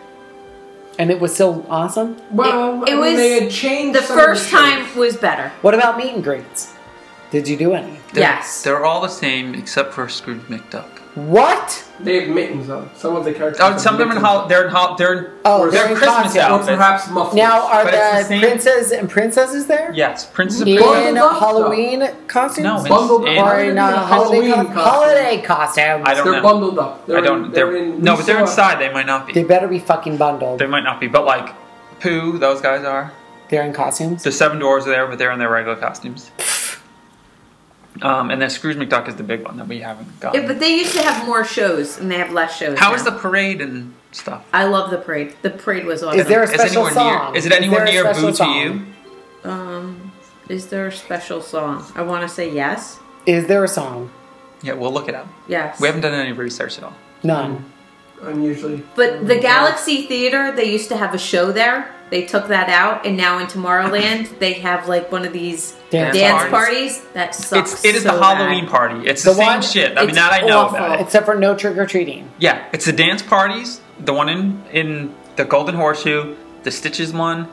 [SPEAKER 1] And it was still awesome.
[SPEAKER 4] Well,
[SPEAKER 6] it
[SPEAKER 4] I mean,
[SPEAKER 6] was
[SPEAKER 4] they had changed
[SPEAKER 6] The
[SPEAKER 4] some of
[SPEAKER 6] first
[SPEAKER 4] shows.
[SPEAKER 6] time was better.
[SPEAKER 1] What about meet and greets? Did you do any?
[SPEAKER 2] They're-
[SPEAKER 6] yes.
[SPEAKER 2] They're all the same except for Scrooge McDuck.
[SPEAKER 1] What?
[SPEAKER 4] They have mittens on. Some of the characters.
[SPEAKER 2] Oh,
[SPEAKER 4] have
[SPEAKER 2] some of them are in
[SPEAKER 4] mittens
[SPEAKER 2] hol- they're in hol- they're in,
[SPEAKER 1] Oh,
[SPEAKER 2] they're
[SPEAKER 1] they're in
[SPEAKER 2] Christmas
[SPEAKER 1] costume.
[SPEAKER 4] Or
[SPEAKER 2] outfits.
[SPEAKER 4] perhaps mufflers.
[SPEAKER 1] Now are
[SPEAKER 2] But
[SPEAKER 1] the,
[SPEAKER 2] it's the same-
[SPEAKER 1] princes and princesses there?
[SPEAKER 2] yes, Princess of
[SPEAKER 1] In
[SPEAKER 2] Princess.
[SPEAKER 4] Bundled up,
[SPEAKER 1] Halloween costumes?
[SPEAKER 2] No, it's-
[SPEAKER 4] bundled
[SPEAKER 2] in-
[SPEAKER 4] up
[SPEAKER 1] or in uh, holiday,
[SPEAKER 4] Halloween
[SPEAKER 1] costumes?
[SPEAKER 4] costume.
[SPEAKER 1] holiday costumes?
[SPEAKER 2] I don't
[SPEAKER 4] They're
[SPEAKER 2] know.
[SPEAKER 4] bundled up. They're
[SPEAKER 2] I don't.
[SPEAKER 4] In,
[SPEAKER 2] They're,
[SPEAKER 4] they're in.
[SPEAKER 2] no,
[SPEAKER 4] we
[SPEAKER 2] but they're
[SPEAKER 4] saw-
[SPEAKER 2] inside. They might not be.
[SPEAKER 1] They better be fucking bundled.
[SPEAKER 2] They might not be. But like, Pooh, those guys are.
[SPEAKER 1] They're in costumes.
[SPEAKER 2] The Seven Dwarfs are there, but they're in their regular costumes. Um, and then Scrooge McDuck is the big one that we haven't gotten.
[SPEAKER 6] Yeah, but they used to have more shows and they have less shows.
[SPEAKER 2] How
[SPEAKER 6] now.
[SPEAKER 2] is the parade and stuff?
[SPEAKER 6] I love the parade. The parade was awesome.
[SPEAKER 1] Is there a
[SPEAKER 2] Is
[SPEAKER 1] special
[SPEAKER 2] anywhere
[SPEAKER 1] song?
[SPEAKER 2] near? Is it anywhere
[SPEAKER 1] there a
[SPEAKER 2] near
[SPEAKER 1] special
[SPEAKER 2] Boo to
[SPEAKER 1] song?
[SPEAKER 2] You?
[SPEAKER 6] um is there a special song? I want to say yes.
[SPEAKER 1] Is there a song?
[SPEAKER 2] Yeah, we'll look it up.
[SPEAKER 6] Yes.
[SPEAKER 2] We haven't done any research at all.
[SPEAKER 1] None.
[SPEAKER 4] Unusually.
[SPEAKER 6] But the Galaxy Theater, they used to have a show there. They took that out, and now in Tomorrowland, they have like one of these
[SPEAKER 1] Dance
[SPEAKER 6] dance,
[SPEAKER 2] parties.
[SPEAKER 6] parties. that sucks.
[SPEAKER 2] it's it is
[SPEAKER 6] so
[SPEAKER 2] the Halloween
[SPEAKER 6] bad.
[SPEAKER 2] party. It's
[SPEAKER 1] The
[SPEAKER 2] the, same
[SPEAKER 1] one-
[SPEAKER 2] shit. I mean,
[SPEAKER 6] it's
[SPEAKER 2] that I know
[SPEAKER 6] awful.
[SPEAKER 2] about.
[SPEAKER 1] Except for no trick or treating.
[SPEAKER 2] Yeah, it's the dance parties. The one in in the Golden Horseshoe, the Stitches one,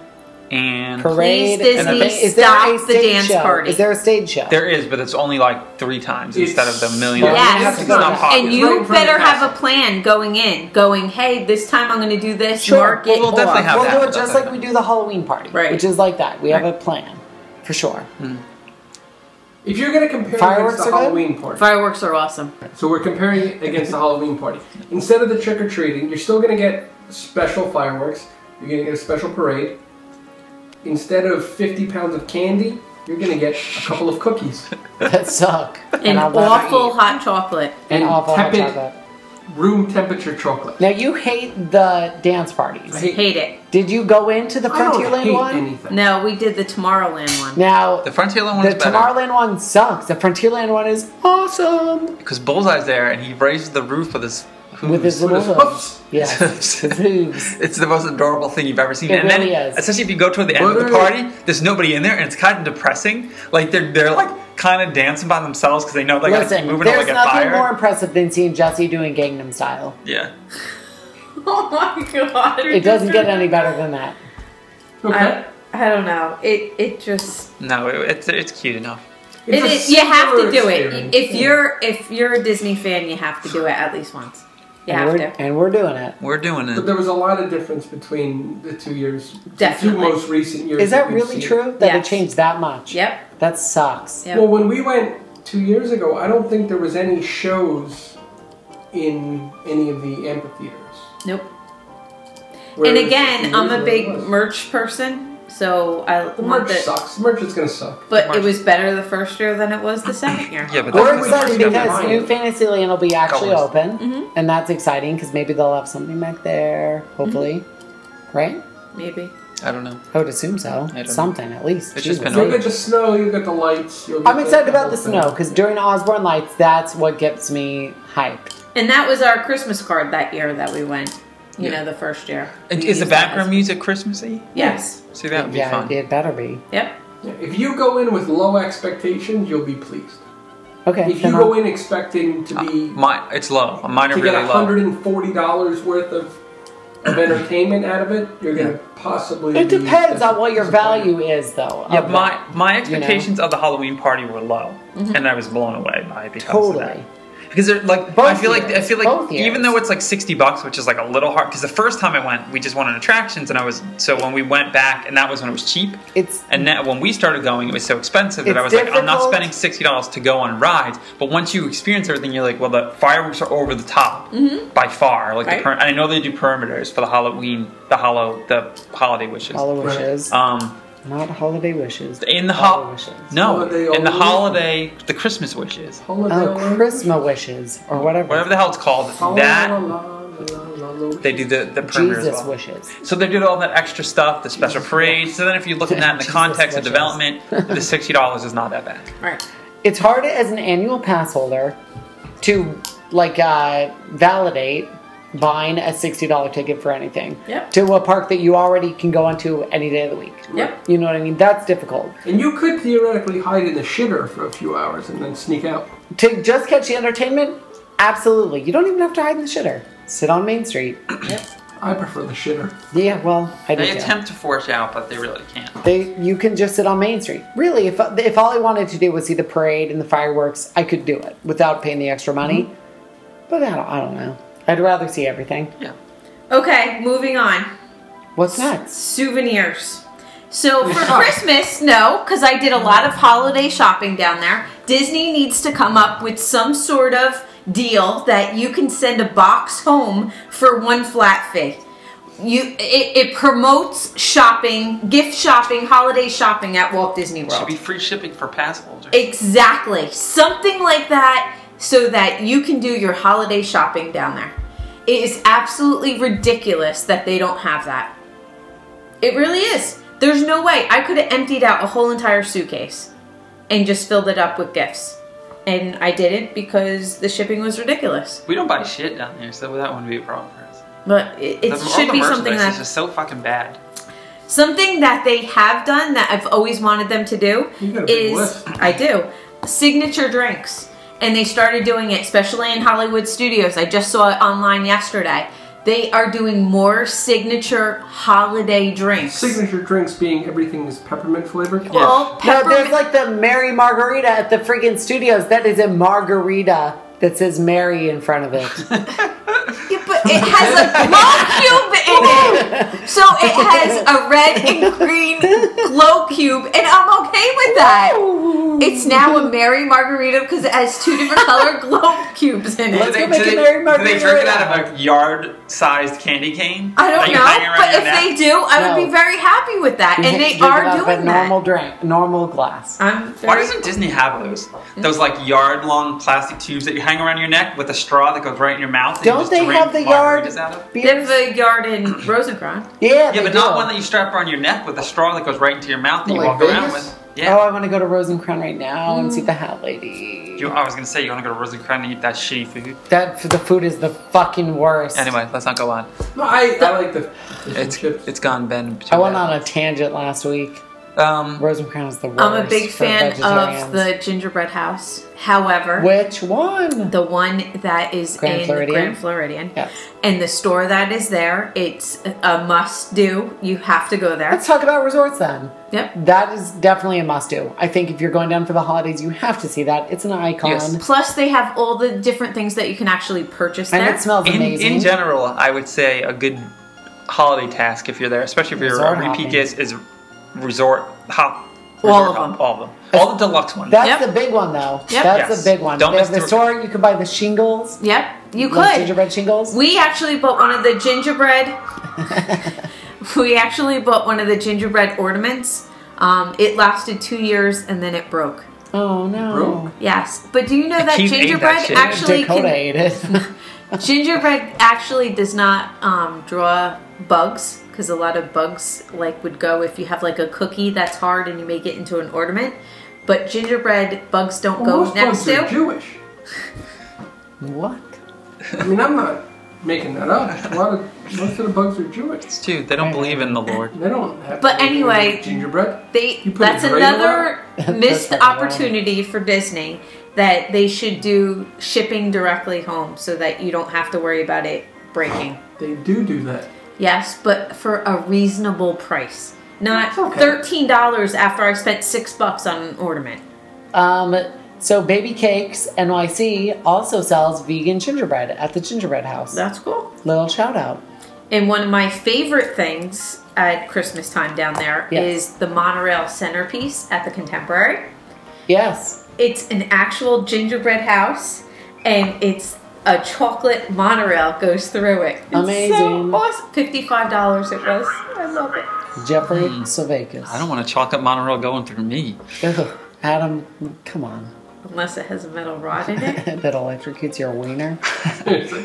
[SPEAKER 2] and
[SPEAKER 1] Parade.
[SPEAKER 6] Please,
[SPEAKER 1] and the
[SPEAKER 2] Disney,
[SPEAKER 1] thing- is there a
[SPEAKER 6] stop the
[SPEAKER 1] stage
[SPEAKER 6] dance
[SPEAKER 1] show?
[SPEAKER 6] party.
[SPEAKER 1] Is there a stage show?
[SPEAKER 2] there is, but it's only like three times
[SPEAKER 4] It's-
[SPEAKER 2] instead of the million.
[SPEAKER 4] Yeah,
[SPEAKER 6] Yes.
[SPEAKER 2] it's not popular.
[SPEAKER 6] And you
[SPEAKER 4] Right from
[SPEAKER 6] better
[SPEAKER 4] the
[SPEAKER 6] have a
[SPEAKER 4] castle.
[SPEAKER 6] plan going in, going, hey, this time I'm going to do this,
[SPEAKER 1] Sure.
[SPEAKER 6] mark it.
[SPEAKER 2] We'll definitely
[SPEAKER 6] off."
[SPEAKER 2] have-
[SPEAKER 1] We'll
[SPEAKER 2] that,
[SPEAKER 1] do
[SPEAKER 2] but
[SPEAKER 1] it
[SPEAKER 2] that's
[SPEAKER 1] just like
[SPEAKER 2] okay.
[SPEAKER 1] we do the Halloween party,
[SPEAKER 6] Right.
[SPEAKER 1] which is like that. We have
[SPEAKER 2] Right.
[SPEAKER 1] a plan, for sure.
[SPEAKER 4] If you're going to compare
[SPEAKER 1] Fireworks
[SPEAKER 4] against the
[SPEAKER 1] are good?
[SPEAKER 4] Halloween party,
[SPEAKER 6] Fireworks are awesome.
[SPEAKER 4] so we're comparing it against the Halloween party. Instead of the trick or treating, you're still going to get special fireworks. You're going to get a special parade. Instead of 50 pounds of candy, you're going to get a couple of cookies.
[SPEAKER 1] That suck.
[SPEAKER 6] And
[SPEAKER 1] I'll let her
[SPEAKER 6] awful
[SPEAKER 1] eat.
[SPEAKER 6] hot chocolate.
[SPEAKER 1] and awful hot
[SPEAKER 4] tepid
[SPEAKER 1] chocolate.
[SPEAKER 4] room temperature chocolate.
[SPEAKER 1] Now you hate the dance
[SPEAKER 4] I
[SPEAKER 1] parties.
[SPEAKER 4] hate,
[SPEAKER 6] Hate it.
[SPEAKER 1] Did you go into the
[SPEAKER 4] I don't
[SPEAKER 1] Frontierland
[SPEAKER 4] hate
[SPEAKER 1] one?
[SPEAKER 4] anything.
[SPEAKER 6] No, we did the Tomorrowland one.
[SPEAKER 1] Now
[SPEAKER 2] The Frontierland one
[SPEAKER 1] the
[SPEAKER 2] is better
[SPEAKER 1] Tomorrowland one sucks. The Frontierland one is awesome
[SPEAKER 2] because Bullseye's there, and he raises the roof with his hooves.
[SPEAKER 1] with his little
[SPEAKER 4] his
[SPEAKER 1] hooves.
[SPEAKER 4] hooves.
[SPEAKER 1] Yes, his hooves.
[SPEAKER 2] It's the most adorable thing you've ever seen.
[SPEAKER 1] It
[SPEAKER 2] and
[SPEAKER 1] really
[SPEAKER 2] then,
[SPEAKER 1] is.
[SPEAKER 2] especially if you go toward the end of the
[SPEAKER 4] Literally.
[SPEAKER 2] party, there's nobody in there, and it's kind of depressing. Like they're they're like kind of dancing by themselves because they know they got to keep
[SPEAKER 1] Listen,
[SPEAKER 2] moving or they
[SPEAKER 1] there's
[SPEAKER 2] get
[SPEAKER 1] nothing
[SPEAKER 2] fired.
[SPEAKER 1] more impressive than seeing Jesse doing Gangnam Style.
[SPEAKER 2] yeah,
[SPEAKER 6] Oh my god.
[SPEAKER 1] It doesn't get any better than that.
[SPEAKER 4] Okay.
[SPEAKER 6] I, I don't know. It it just
[SPEAKER 2] no, it, it's it's cute enough.
[SPEAKER 6] it,
[SPEAKER 4] It's a
[SPEAKER 6] is- you have to
[SPEAKER 4] similar
[SPEAKER 6] do
[SPEAKER 4] experience.
[SPEAKER 6] it. If you're if you're a Disney fan, you have to do it at least once. You
[SPEAKER 1] and,
[SPEAKER 6] have
[SPEAKER 1] we're,
[SPEAKER 6] to.
[SPEAKER 1] and we're doing it.
[SPEAKER 2] We're doing
[SPEAKER 4] But there
[SPEAKER 2] it.
[SPEAKER 4] was a lot of difference between the two years,
[SPEAKER 6] Definitely.
[SPEAKER 4] two most recent years.
[SPEAKER 1] Is that
[SPEAKER 4] we've
[SPEAKER 1] really
[SPEAKER 4] seen.
[SPEAKER 1] true that
[SPEAKER 6] Yes.
[SPEAKER 1] it changed that much?
[SPEAKER 6] Yep.
[SPEAKER 1] That sucks.
[SPEAKER 6] Yep.
[SPEAKER 4] Well, when we went two years ago, I don't think there was any shows in any of the amphitheaters.
[SPEAKER 6] nope. And
[SPEAKER 4] Whereas two
[SPEAKER 6] again, I'm
[SPEAKER 4] years
[SPEAKER 6] a
[SPEAKER 4] ago
[SPEAKER 6] big
[SPEAKER 4] it was.
[SPEAKER 6] merch person, so I
[SPEAKER 4] The
[SPEAKER 6] want
[SPEAKER 4] merch
[SPEAKER 6] the.
[SPEAKER 4] sucks. Merch is gonna suck.
[SPEAKER 6] But
[SPEAKER 2] Merch.
[SPEAKER 6] it was better the first year than it was the second year.
[SPEAKER 2] Yeah, but
[SPEAKER 1] We're
[SPEAKER 2] that's
[SPEAKER 1] excited
[SPEAKER 4] Stuff
[SPEAKER 1] because
[SPEAKER 4] behind.
[SPEAKER 1] New Fantasyland will be actually
[SPEAKER 2] Colors.
[SPEAKER 1] open,
[SPEAKER 6] Mm-hmm.
[SPEAKER 1] and that's exciting because maybe they'll have something back there. Hopefully, right?
[SPEAKER 6] Maybe.
[SPEAKER 2] I don't know.
[SPEAKER 1] I would assume so.
[SPEAKER 2] don't know.
[SPEAKER 1] Something at least.
[SPEAKER 2] It's just
[SPEAKER 1] Jesus.
[SPEAKER 2] been
[SPEAKER 4] You'll get the snow. You'll get the lights. You'll get
[SPEAKER 1] I'm excited about
[SPEAKER 4] whole
[SPEAKER 1] the
[SPEAKER 4] thing.
[SPEAKER 1] snow because during Osborne Lights, that's what gets me hyped.
[SPEAKER 6] And that was our Christmas card that year that we went. You
[SPEAKER 2] Yeah.
[SPEAKER 6] know, the first year.
[SPEAKER 2] And
[SPEAKER 6] We
[SPEAKER 2] is the
[SPEAKER 6] used that
[SPEAKER 2] background
[SPEAKER 6] as-
[SPEAKER 2] music Christmassy?
[SPEAKER 6] Yes.
[SPEAKER 2] See, that would be
[SPEAKER 1] yeah,
[SPEAKER 2] fun.
[SPEAKER 1] it better be.
[SPEAKER 6] Yep.
[SPEAKER 4] Yeah, If you go in with low expectations, you'll be pleased.
[SPEAKER 1] Okay.
[SPEAKER 4] If you
[SPEAKER 1] then
[SPEAKER 4] go
[SPEAKER 1] I'll-
[SPEAKER 4] in expecting to be
[SPEAKER 2] Uh, My, it's low. Mine are
[SPEAKER 4] to get
[SPEAKER 2] really low.
[SPEAKER 4] $140 worth of, of entertainment out of it, you're going to possibly.
[SPEAKER 1] it
[SPEAKER 4] be
[SPEAKER 1] depends on what your
[SPEAKER 4] disappointed.
[SPEAKER 1] value is, though.
[SPEAKER 2] Yeah,
[SPEAKER 1] of
[SPEAKER 2] my
[SPEAKER 1] that. Mm-hmm.
[SPEAKER 2] my expectations of the Halloween party were low, and I was blown away by it because of that.
[SPEAKER 1] totally.
[SPEAKER 2] Because they're like,
[SPEAKER 1] Both
[SPEAKER 2] I feel like I
[SPEAKER 1] years,
[SPEAKER 2] feel like
[SPEAKER 1] both
[SPEAKER 2] even
[SPEAKER 1] years.
[SPEAKER 2] though it's like sixty bucks, which is like a little hard. Because the first time I went, we just went on attractions, and I was so when we went back, and that was when it was cheap.
[SPEAKER 1] It's
[SPEAKER 2] And now when we started going, it was so expensive that I was
[SPEAKER 1] It's
[SPEAKER 2] like, I'm not
[SPEAKER 1] difficult.
[SPEAKER 2] spending sixty dollars to go on rides. But once you experience everything, you're like, well, the fireworks are over the top
[SPEAKER 1] Mm-hmm.
[SPEAKER 2] by far. Like, the
[SPEAKER 6] Right.
[SPEAKER 2] per- and I know they do perimeters for the Halloween, the hollow, the holiday wishes.
[SPEAKER 1] hollow
[SPEAKER 4] Right.
[SPEAKER 1] wishes,
[SPEAKER 2] Um,
[SPEAKER 1] not holiday wishes.
[SPEAKER 2] in the
[SPEAKER 1] Hollow
[SPEAKER 2] ho-
[SPEAKER 1] wishes.
[SPEAKER 2] no,
[SPEAKER 4] Holiday
[SPEAKER 2] in the
[SPEAKER 4] only.
[SPEAKER 2] holiday, the Christmas wishes,
[SPEAKER 4] Holiday
[SPEAKER 1] Oh, Christmas wishes or whatever.
[SPEAKER 2] whatever the hell it's called,
[SPEAKER 4] Holiday la,
[SPEAKER 2] that
[SPEAKER 4] la, la, la, la.
[SPEAKER 2] they do the the perimeter as
[SPEAKER 1] Jesus
[SPEAKER 2] well.
[SPEAKER 1] wishes.
[SPEAKER 2] So they did all that extra stuff, the special parade. So then, if you look at that in the
[SPEAKER 1] Jesus
[SPEAKER 2] context of
[SPEAKER 1] wishes.
[SPEAKER 2] development, the sixty dollars is not that bad.
[SPEAKER 6] Right.
[SPEAKER 1] It's hard as an annual pass holder to like uh, validate buying a sixty dollar ticket for anything
[SPEAKER 6] Yep.
[SPEAKER 1] to a park that you already can go onto any day of the week.
[SPEAKER 6] Yep.
[SPEAKER 1] You know what I mean? That's difficult.
[SPEAKER 4] And you could theoretically hide in the shitter for a few hours and then sneak out.
[SPEAKER 1] To just catch the entertainment, absolutely. You don't even have to hide in the shitter. Sit on Main Street.
[SPEAKER 4] I prefer the shitter.
[SPEAKER 1] Yeah, well, I do.
[SPEAKER 2] They
[SPEAKER 1] too.
[SPEAKER 2] attempt to force you out, but they really can't.
[SPEAKER 1] They, you can just sit on Main Street. Really, if if all I wanted to do was see the parade and the fireworks, I could do it without paying the extra money. But I don't, I don't know. I'd rather see everything.
[SPEAKER 2] Yeah.
[SPEAKER 6] Okay, moving on.
[SPEAKER 1] What's next?
[SPEAKER 6] souvenirs. So for Christmas, no, because I did a lot of holiday shopping down there. Disney needs to come up with some sort of deal that you can send a box home for one flat fee. You, it, it promotes shopping, gift shopping, holiday shopping at Walt Disney World.
[SPEAKER 2] Should be free shipping for pass holders.
[SPEAKER 6] Exactly. Something like that so that you can do your holiday shopping down there. It is absolutely ridiculous that they don't have that. It really is. There's no way. I could have emptied out a whole entire suitcase and just filled it up with gifts. And I didn't because the shipping was ridiculous.
[SPEAKER 2] We don't buy shit down there, so that wouldn't be a problem for us.
[SPEAKER 6] But it, it
[SPEAKER 2] The- all
[SPEAKER 6] should
[SPEAKER 2] the
[SPEAKER 6] be something
[SPEAKER 2] merchandise
[SPEAKER 6] that
[SPEAKER 2] is just so fucking bad.
[SPEAKER 6] Something that they have done that I've always wanted them to do
[SPEAKER 4] You got a big
[SPEAKER 6] is
[SPEAKER 4] list.
[SPEAKER 6] I do signature drinks, and they started doing it, especially in Hollywood studios. I just saw it online yesterday. They are doing more signature holiday drinks.
[SPEAKER 4] Signature drinks being everything is peppermint flavored.
[SPEAKER 1] No,
[SPEAKER 6] Well, peppermint-
[SPEAKER 1] there's like the Mary Margarita at the freaking studios. That is a margarita that says Mary in front of it.
[SPEAKER 6] Yeah, but it has a glow cube in it, so it has a red and green glow cube, and I'm okay with that. It's now a Mary Margarita because it has two different color glow cubes in it.
[SPEAKER 1] Let's go make a Mary
[SPEAKER 2] do they
[SPEAKER 1] Margarita.
[SPEAKER 2] drink it out of a yard-sized candy cane?
[SPEAKER 6] I
[SPEAKER 2] that
[SPEAKER 6] don't
[SPEAKER 2] you
[SPEAKER 6] know,
[SPEAKER 2] hang around
[SPEAKER 6] but
[SPEAKER 2] your
[SPEAKER 6] if
[SPEAKER 2] neck?
[SPEAKER 6] they do, I would
[SPEAKER 1] No.
[SPEAKER 6] be very happy with that, and they
[SPEAKER 1] Drink it
[SPEAKER 6] are
[SPEAKER 1] out of
[SPEAKER 6] doing
[SPEAKER 1] a normal
[SPEAKER 6] that. Um,
[SPEAKER 1] drink, normal glass.
[SPEAKER 6] I'm
[SPEAKER 2] Why
[SPEAKER 6] very,
[SPEAKER 2] doesn't Disney have those? Those like yard-long plastic tubes that you hang around your neck with a straw that goes right in your mouth. and you
[SPEAKER 1] Don't
[SPEAKER 2] just
[SPEAKER 1] they
[SPEAKER 2] drink
[SPEAKER 1] have the yard?
[SPEAKER 2] margaritas out of?
[SPEAKER 6] they have
[SPEAKER 1] beers?
[SPEAKER 6] the yard in Rosencrantz.
[SPEAKER 1] Yeah,
[SPEAKER 2] Yeah,
[SPEAKER 1] they
[SPEAKER 2] but not
[SPEAKER 1] do.
[SPEAKER 2] one that you strap around your neck with a straw that goes right into your mouth that you
[SPEAKER 4] Like
[SPEAKER 2] walk around
[SPEAKER 4] Vegas?
[SPEAKER 2] with. Yeah.
[SPEAKER 1] Oh, I want to go to Rosencrown right now and
[SPEAKER 6] Mm.
[SPEAKER 1] see the Hat Lady.
[SPEAKER 2] You, I was gonna say you want to go to Rosencrantz and eat that shitty food.
[SPEAKER 1] That the food is the fucking worst.
[SPEAKER 2] Anyway, let's not go on.
[SPEAKER 4] No, I, I like the fish and
[SPEAKER 2] It's
[SPEAKER 4] chips.
[SPEAKER 2] it's gone, Ben.
[SPEAKER 1] I went on a tangent last week.
[SPEAKER 2] Um,
[SPEAKER 1] Rosencrown is the worst.
[SPEAKER 6] I'm a big
[SPEAKER 1] for
[SPEAKER 6] fan of
[SPEAKER 1] vegetarians.
[SPEAKER 6] the gingerbread house. However,
[SPEAKER 1] Which one?
[SPEAKER 6] the one that is
[SPEAKER 1] Grand
[SPEAKER 6] in
[SPEAKER 1] Floridian?
[SPEAKER 6] Grand Floridian
[SPEAKER 1] Yes.
[SPEAKER 6] and the store that is there, it's a must do. You have to go there.
[SPEAKER 1] Let's talk about resorts then.
[SPEAKER 6] yep.
[SPEAKER 1] That is definitely a must do. I think if you're going down for the holidays, you have to see that. It's an icon.
[SPEAKER 2] Yes.
[SPEAKER 6] Plus, they have all the different things that you can actually purchase
[SPEAKER 1] And
[SPEAKER 6] there.
[SPEAKER 1] it smells
[SPEAKER 2] in,
[SPEAKER 1] amazing.
[SPEAKER 2] in general, I would say a good holiday task if you're there, especially if you're
[SPEAKER 1] Resort
[SPEAKER 2] a repeat
[SPEAKER 1] hopping.
[SPEAKER 2] guest, is resort hop.
[SPEAKER 6] All
[SPEAKER 2] resort
[SPEAKER 6] of
[SPEAKER 2] hop,
[SPEAKER 6] them.
[SPEAKER 2] All of them. All the deluxe ones.
[SPEAKER 1] That's
[SPEAKER 6] Yep.
[SPEAKER 1] the big one, though.
[SPEAKER 6] Yep.
[SPEAKER 1] That's
[SPEAKER 2] Yes.
[SPEAKER 1] the big one.
[SPEAKER 2] Don't
[SPEAKER 1] they
[SPEAKER 2] miss
[SPEAKER 1] have the
[SPEAKER 2] the-
[SPEAKER 1] store. You can buy the shingles.
[SPEAKER 6] yep. You
[SPEAKER 1] the
[SPEAKER 6] could.
[SPEAKER 1] gingerbread shingles.
[SPEAKER 6] We actually bought one of the gingerbread. we actually bought one of the gingerbread ornaments. Um, it lasted two years and then it broke.
[SPEAKER 1] oh no.
[SPEAKER 4] Broke?
[SPEAKER 6] Yes, but do you know that
[SPEAKER 2] Keith ate that
[SPEAKER 6] gingerbread
[SPEAKER 2] shit.
[SPEAKER 6] actually
[SPEAKER 1] Dakota
[SPEAKER 6] can,
[SPEAKER 1] ate it.
[SPEAKER 6] gingerbread actually does not um, draw bugs because a lot of bugs like would go if you have like a cookie that's hard and you make it into an ornament. But gingerbread bugs don't
[SPEAKER 4] Well,
[SPEAKER 6] go
[SPEAKER 4] most
[SPEAKER 6] next
[SPEAKER 4] bugs are
[SPEAKER 6] to.
[SPEAKER 4] Jewish.
[SPEAKER 1] what?
[SPEAKER 4] I mean, I'm not making that up. A lot of most of the bugs are Jewish.
[SPEAKER 2] It's true. They don't believe in the Lord.
[SPEAKER 4] They don't have.
[SPEAKER 6] But
[SPEAKER 4] to make
[SPEAKER 6] anyway-
[SPEAKER 4] gingerbread.
[SPEAKER 6] They
[SPEAKER 4] You put
[SPEAKER 6] that's
[SPEAKER 4] a grater
[SPEAKER 6] another missed
[SPEAKER 1] fucking wrong.
[SPEAKER 6] opportunity for Disney that they should do shipping directly home so that you don't have to worry about it breaking.
[SPEAKER 4] They do do that.
[SPEAKER 6] Yes, but for a reasonable price. Not
[SPEAKER 4] It's okay.
[SPEAKER 6] thirteen dollars after I spent six bucks on an ornament.
[SPEAKER 1] Um, so Baby Cakes NYC also sells vegan gingerbread at the Gingerbread House.
[SPEAKER 6] That's cool.
[SPEAKER 1] Little shout out.
[SPEAKER 6] And one of my favorite things at Christmas time down there is
[SPEAKER 1] Yes.
[SPEAKER 6] the monorail centerpiece at the Contemporary.
[SPEAKER 1] Yes.
[SPEAKER 6] It's an actual gingerbread house, and it's a chocolate monorail goes through it. It's so
[SPEAKER 1] Amazing.
[SPEAKER 6] awesome. Fifty-five dollars it was. I love it.
[SPEAKER 1] Jeffrey Sovakis.
[SPEAKER 2] Hmm. I don't want a chocolate monorail going through me.
[SPEAKER 1] Ugh, Adam, come on.
[SPEAKER 6] Unless it has a metal rod in it.
[SPEAKER 1] that electrocutes your wiener.
[SPEAKER 4] we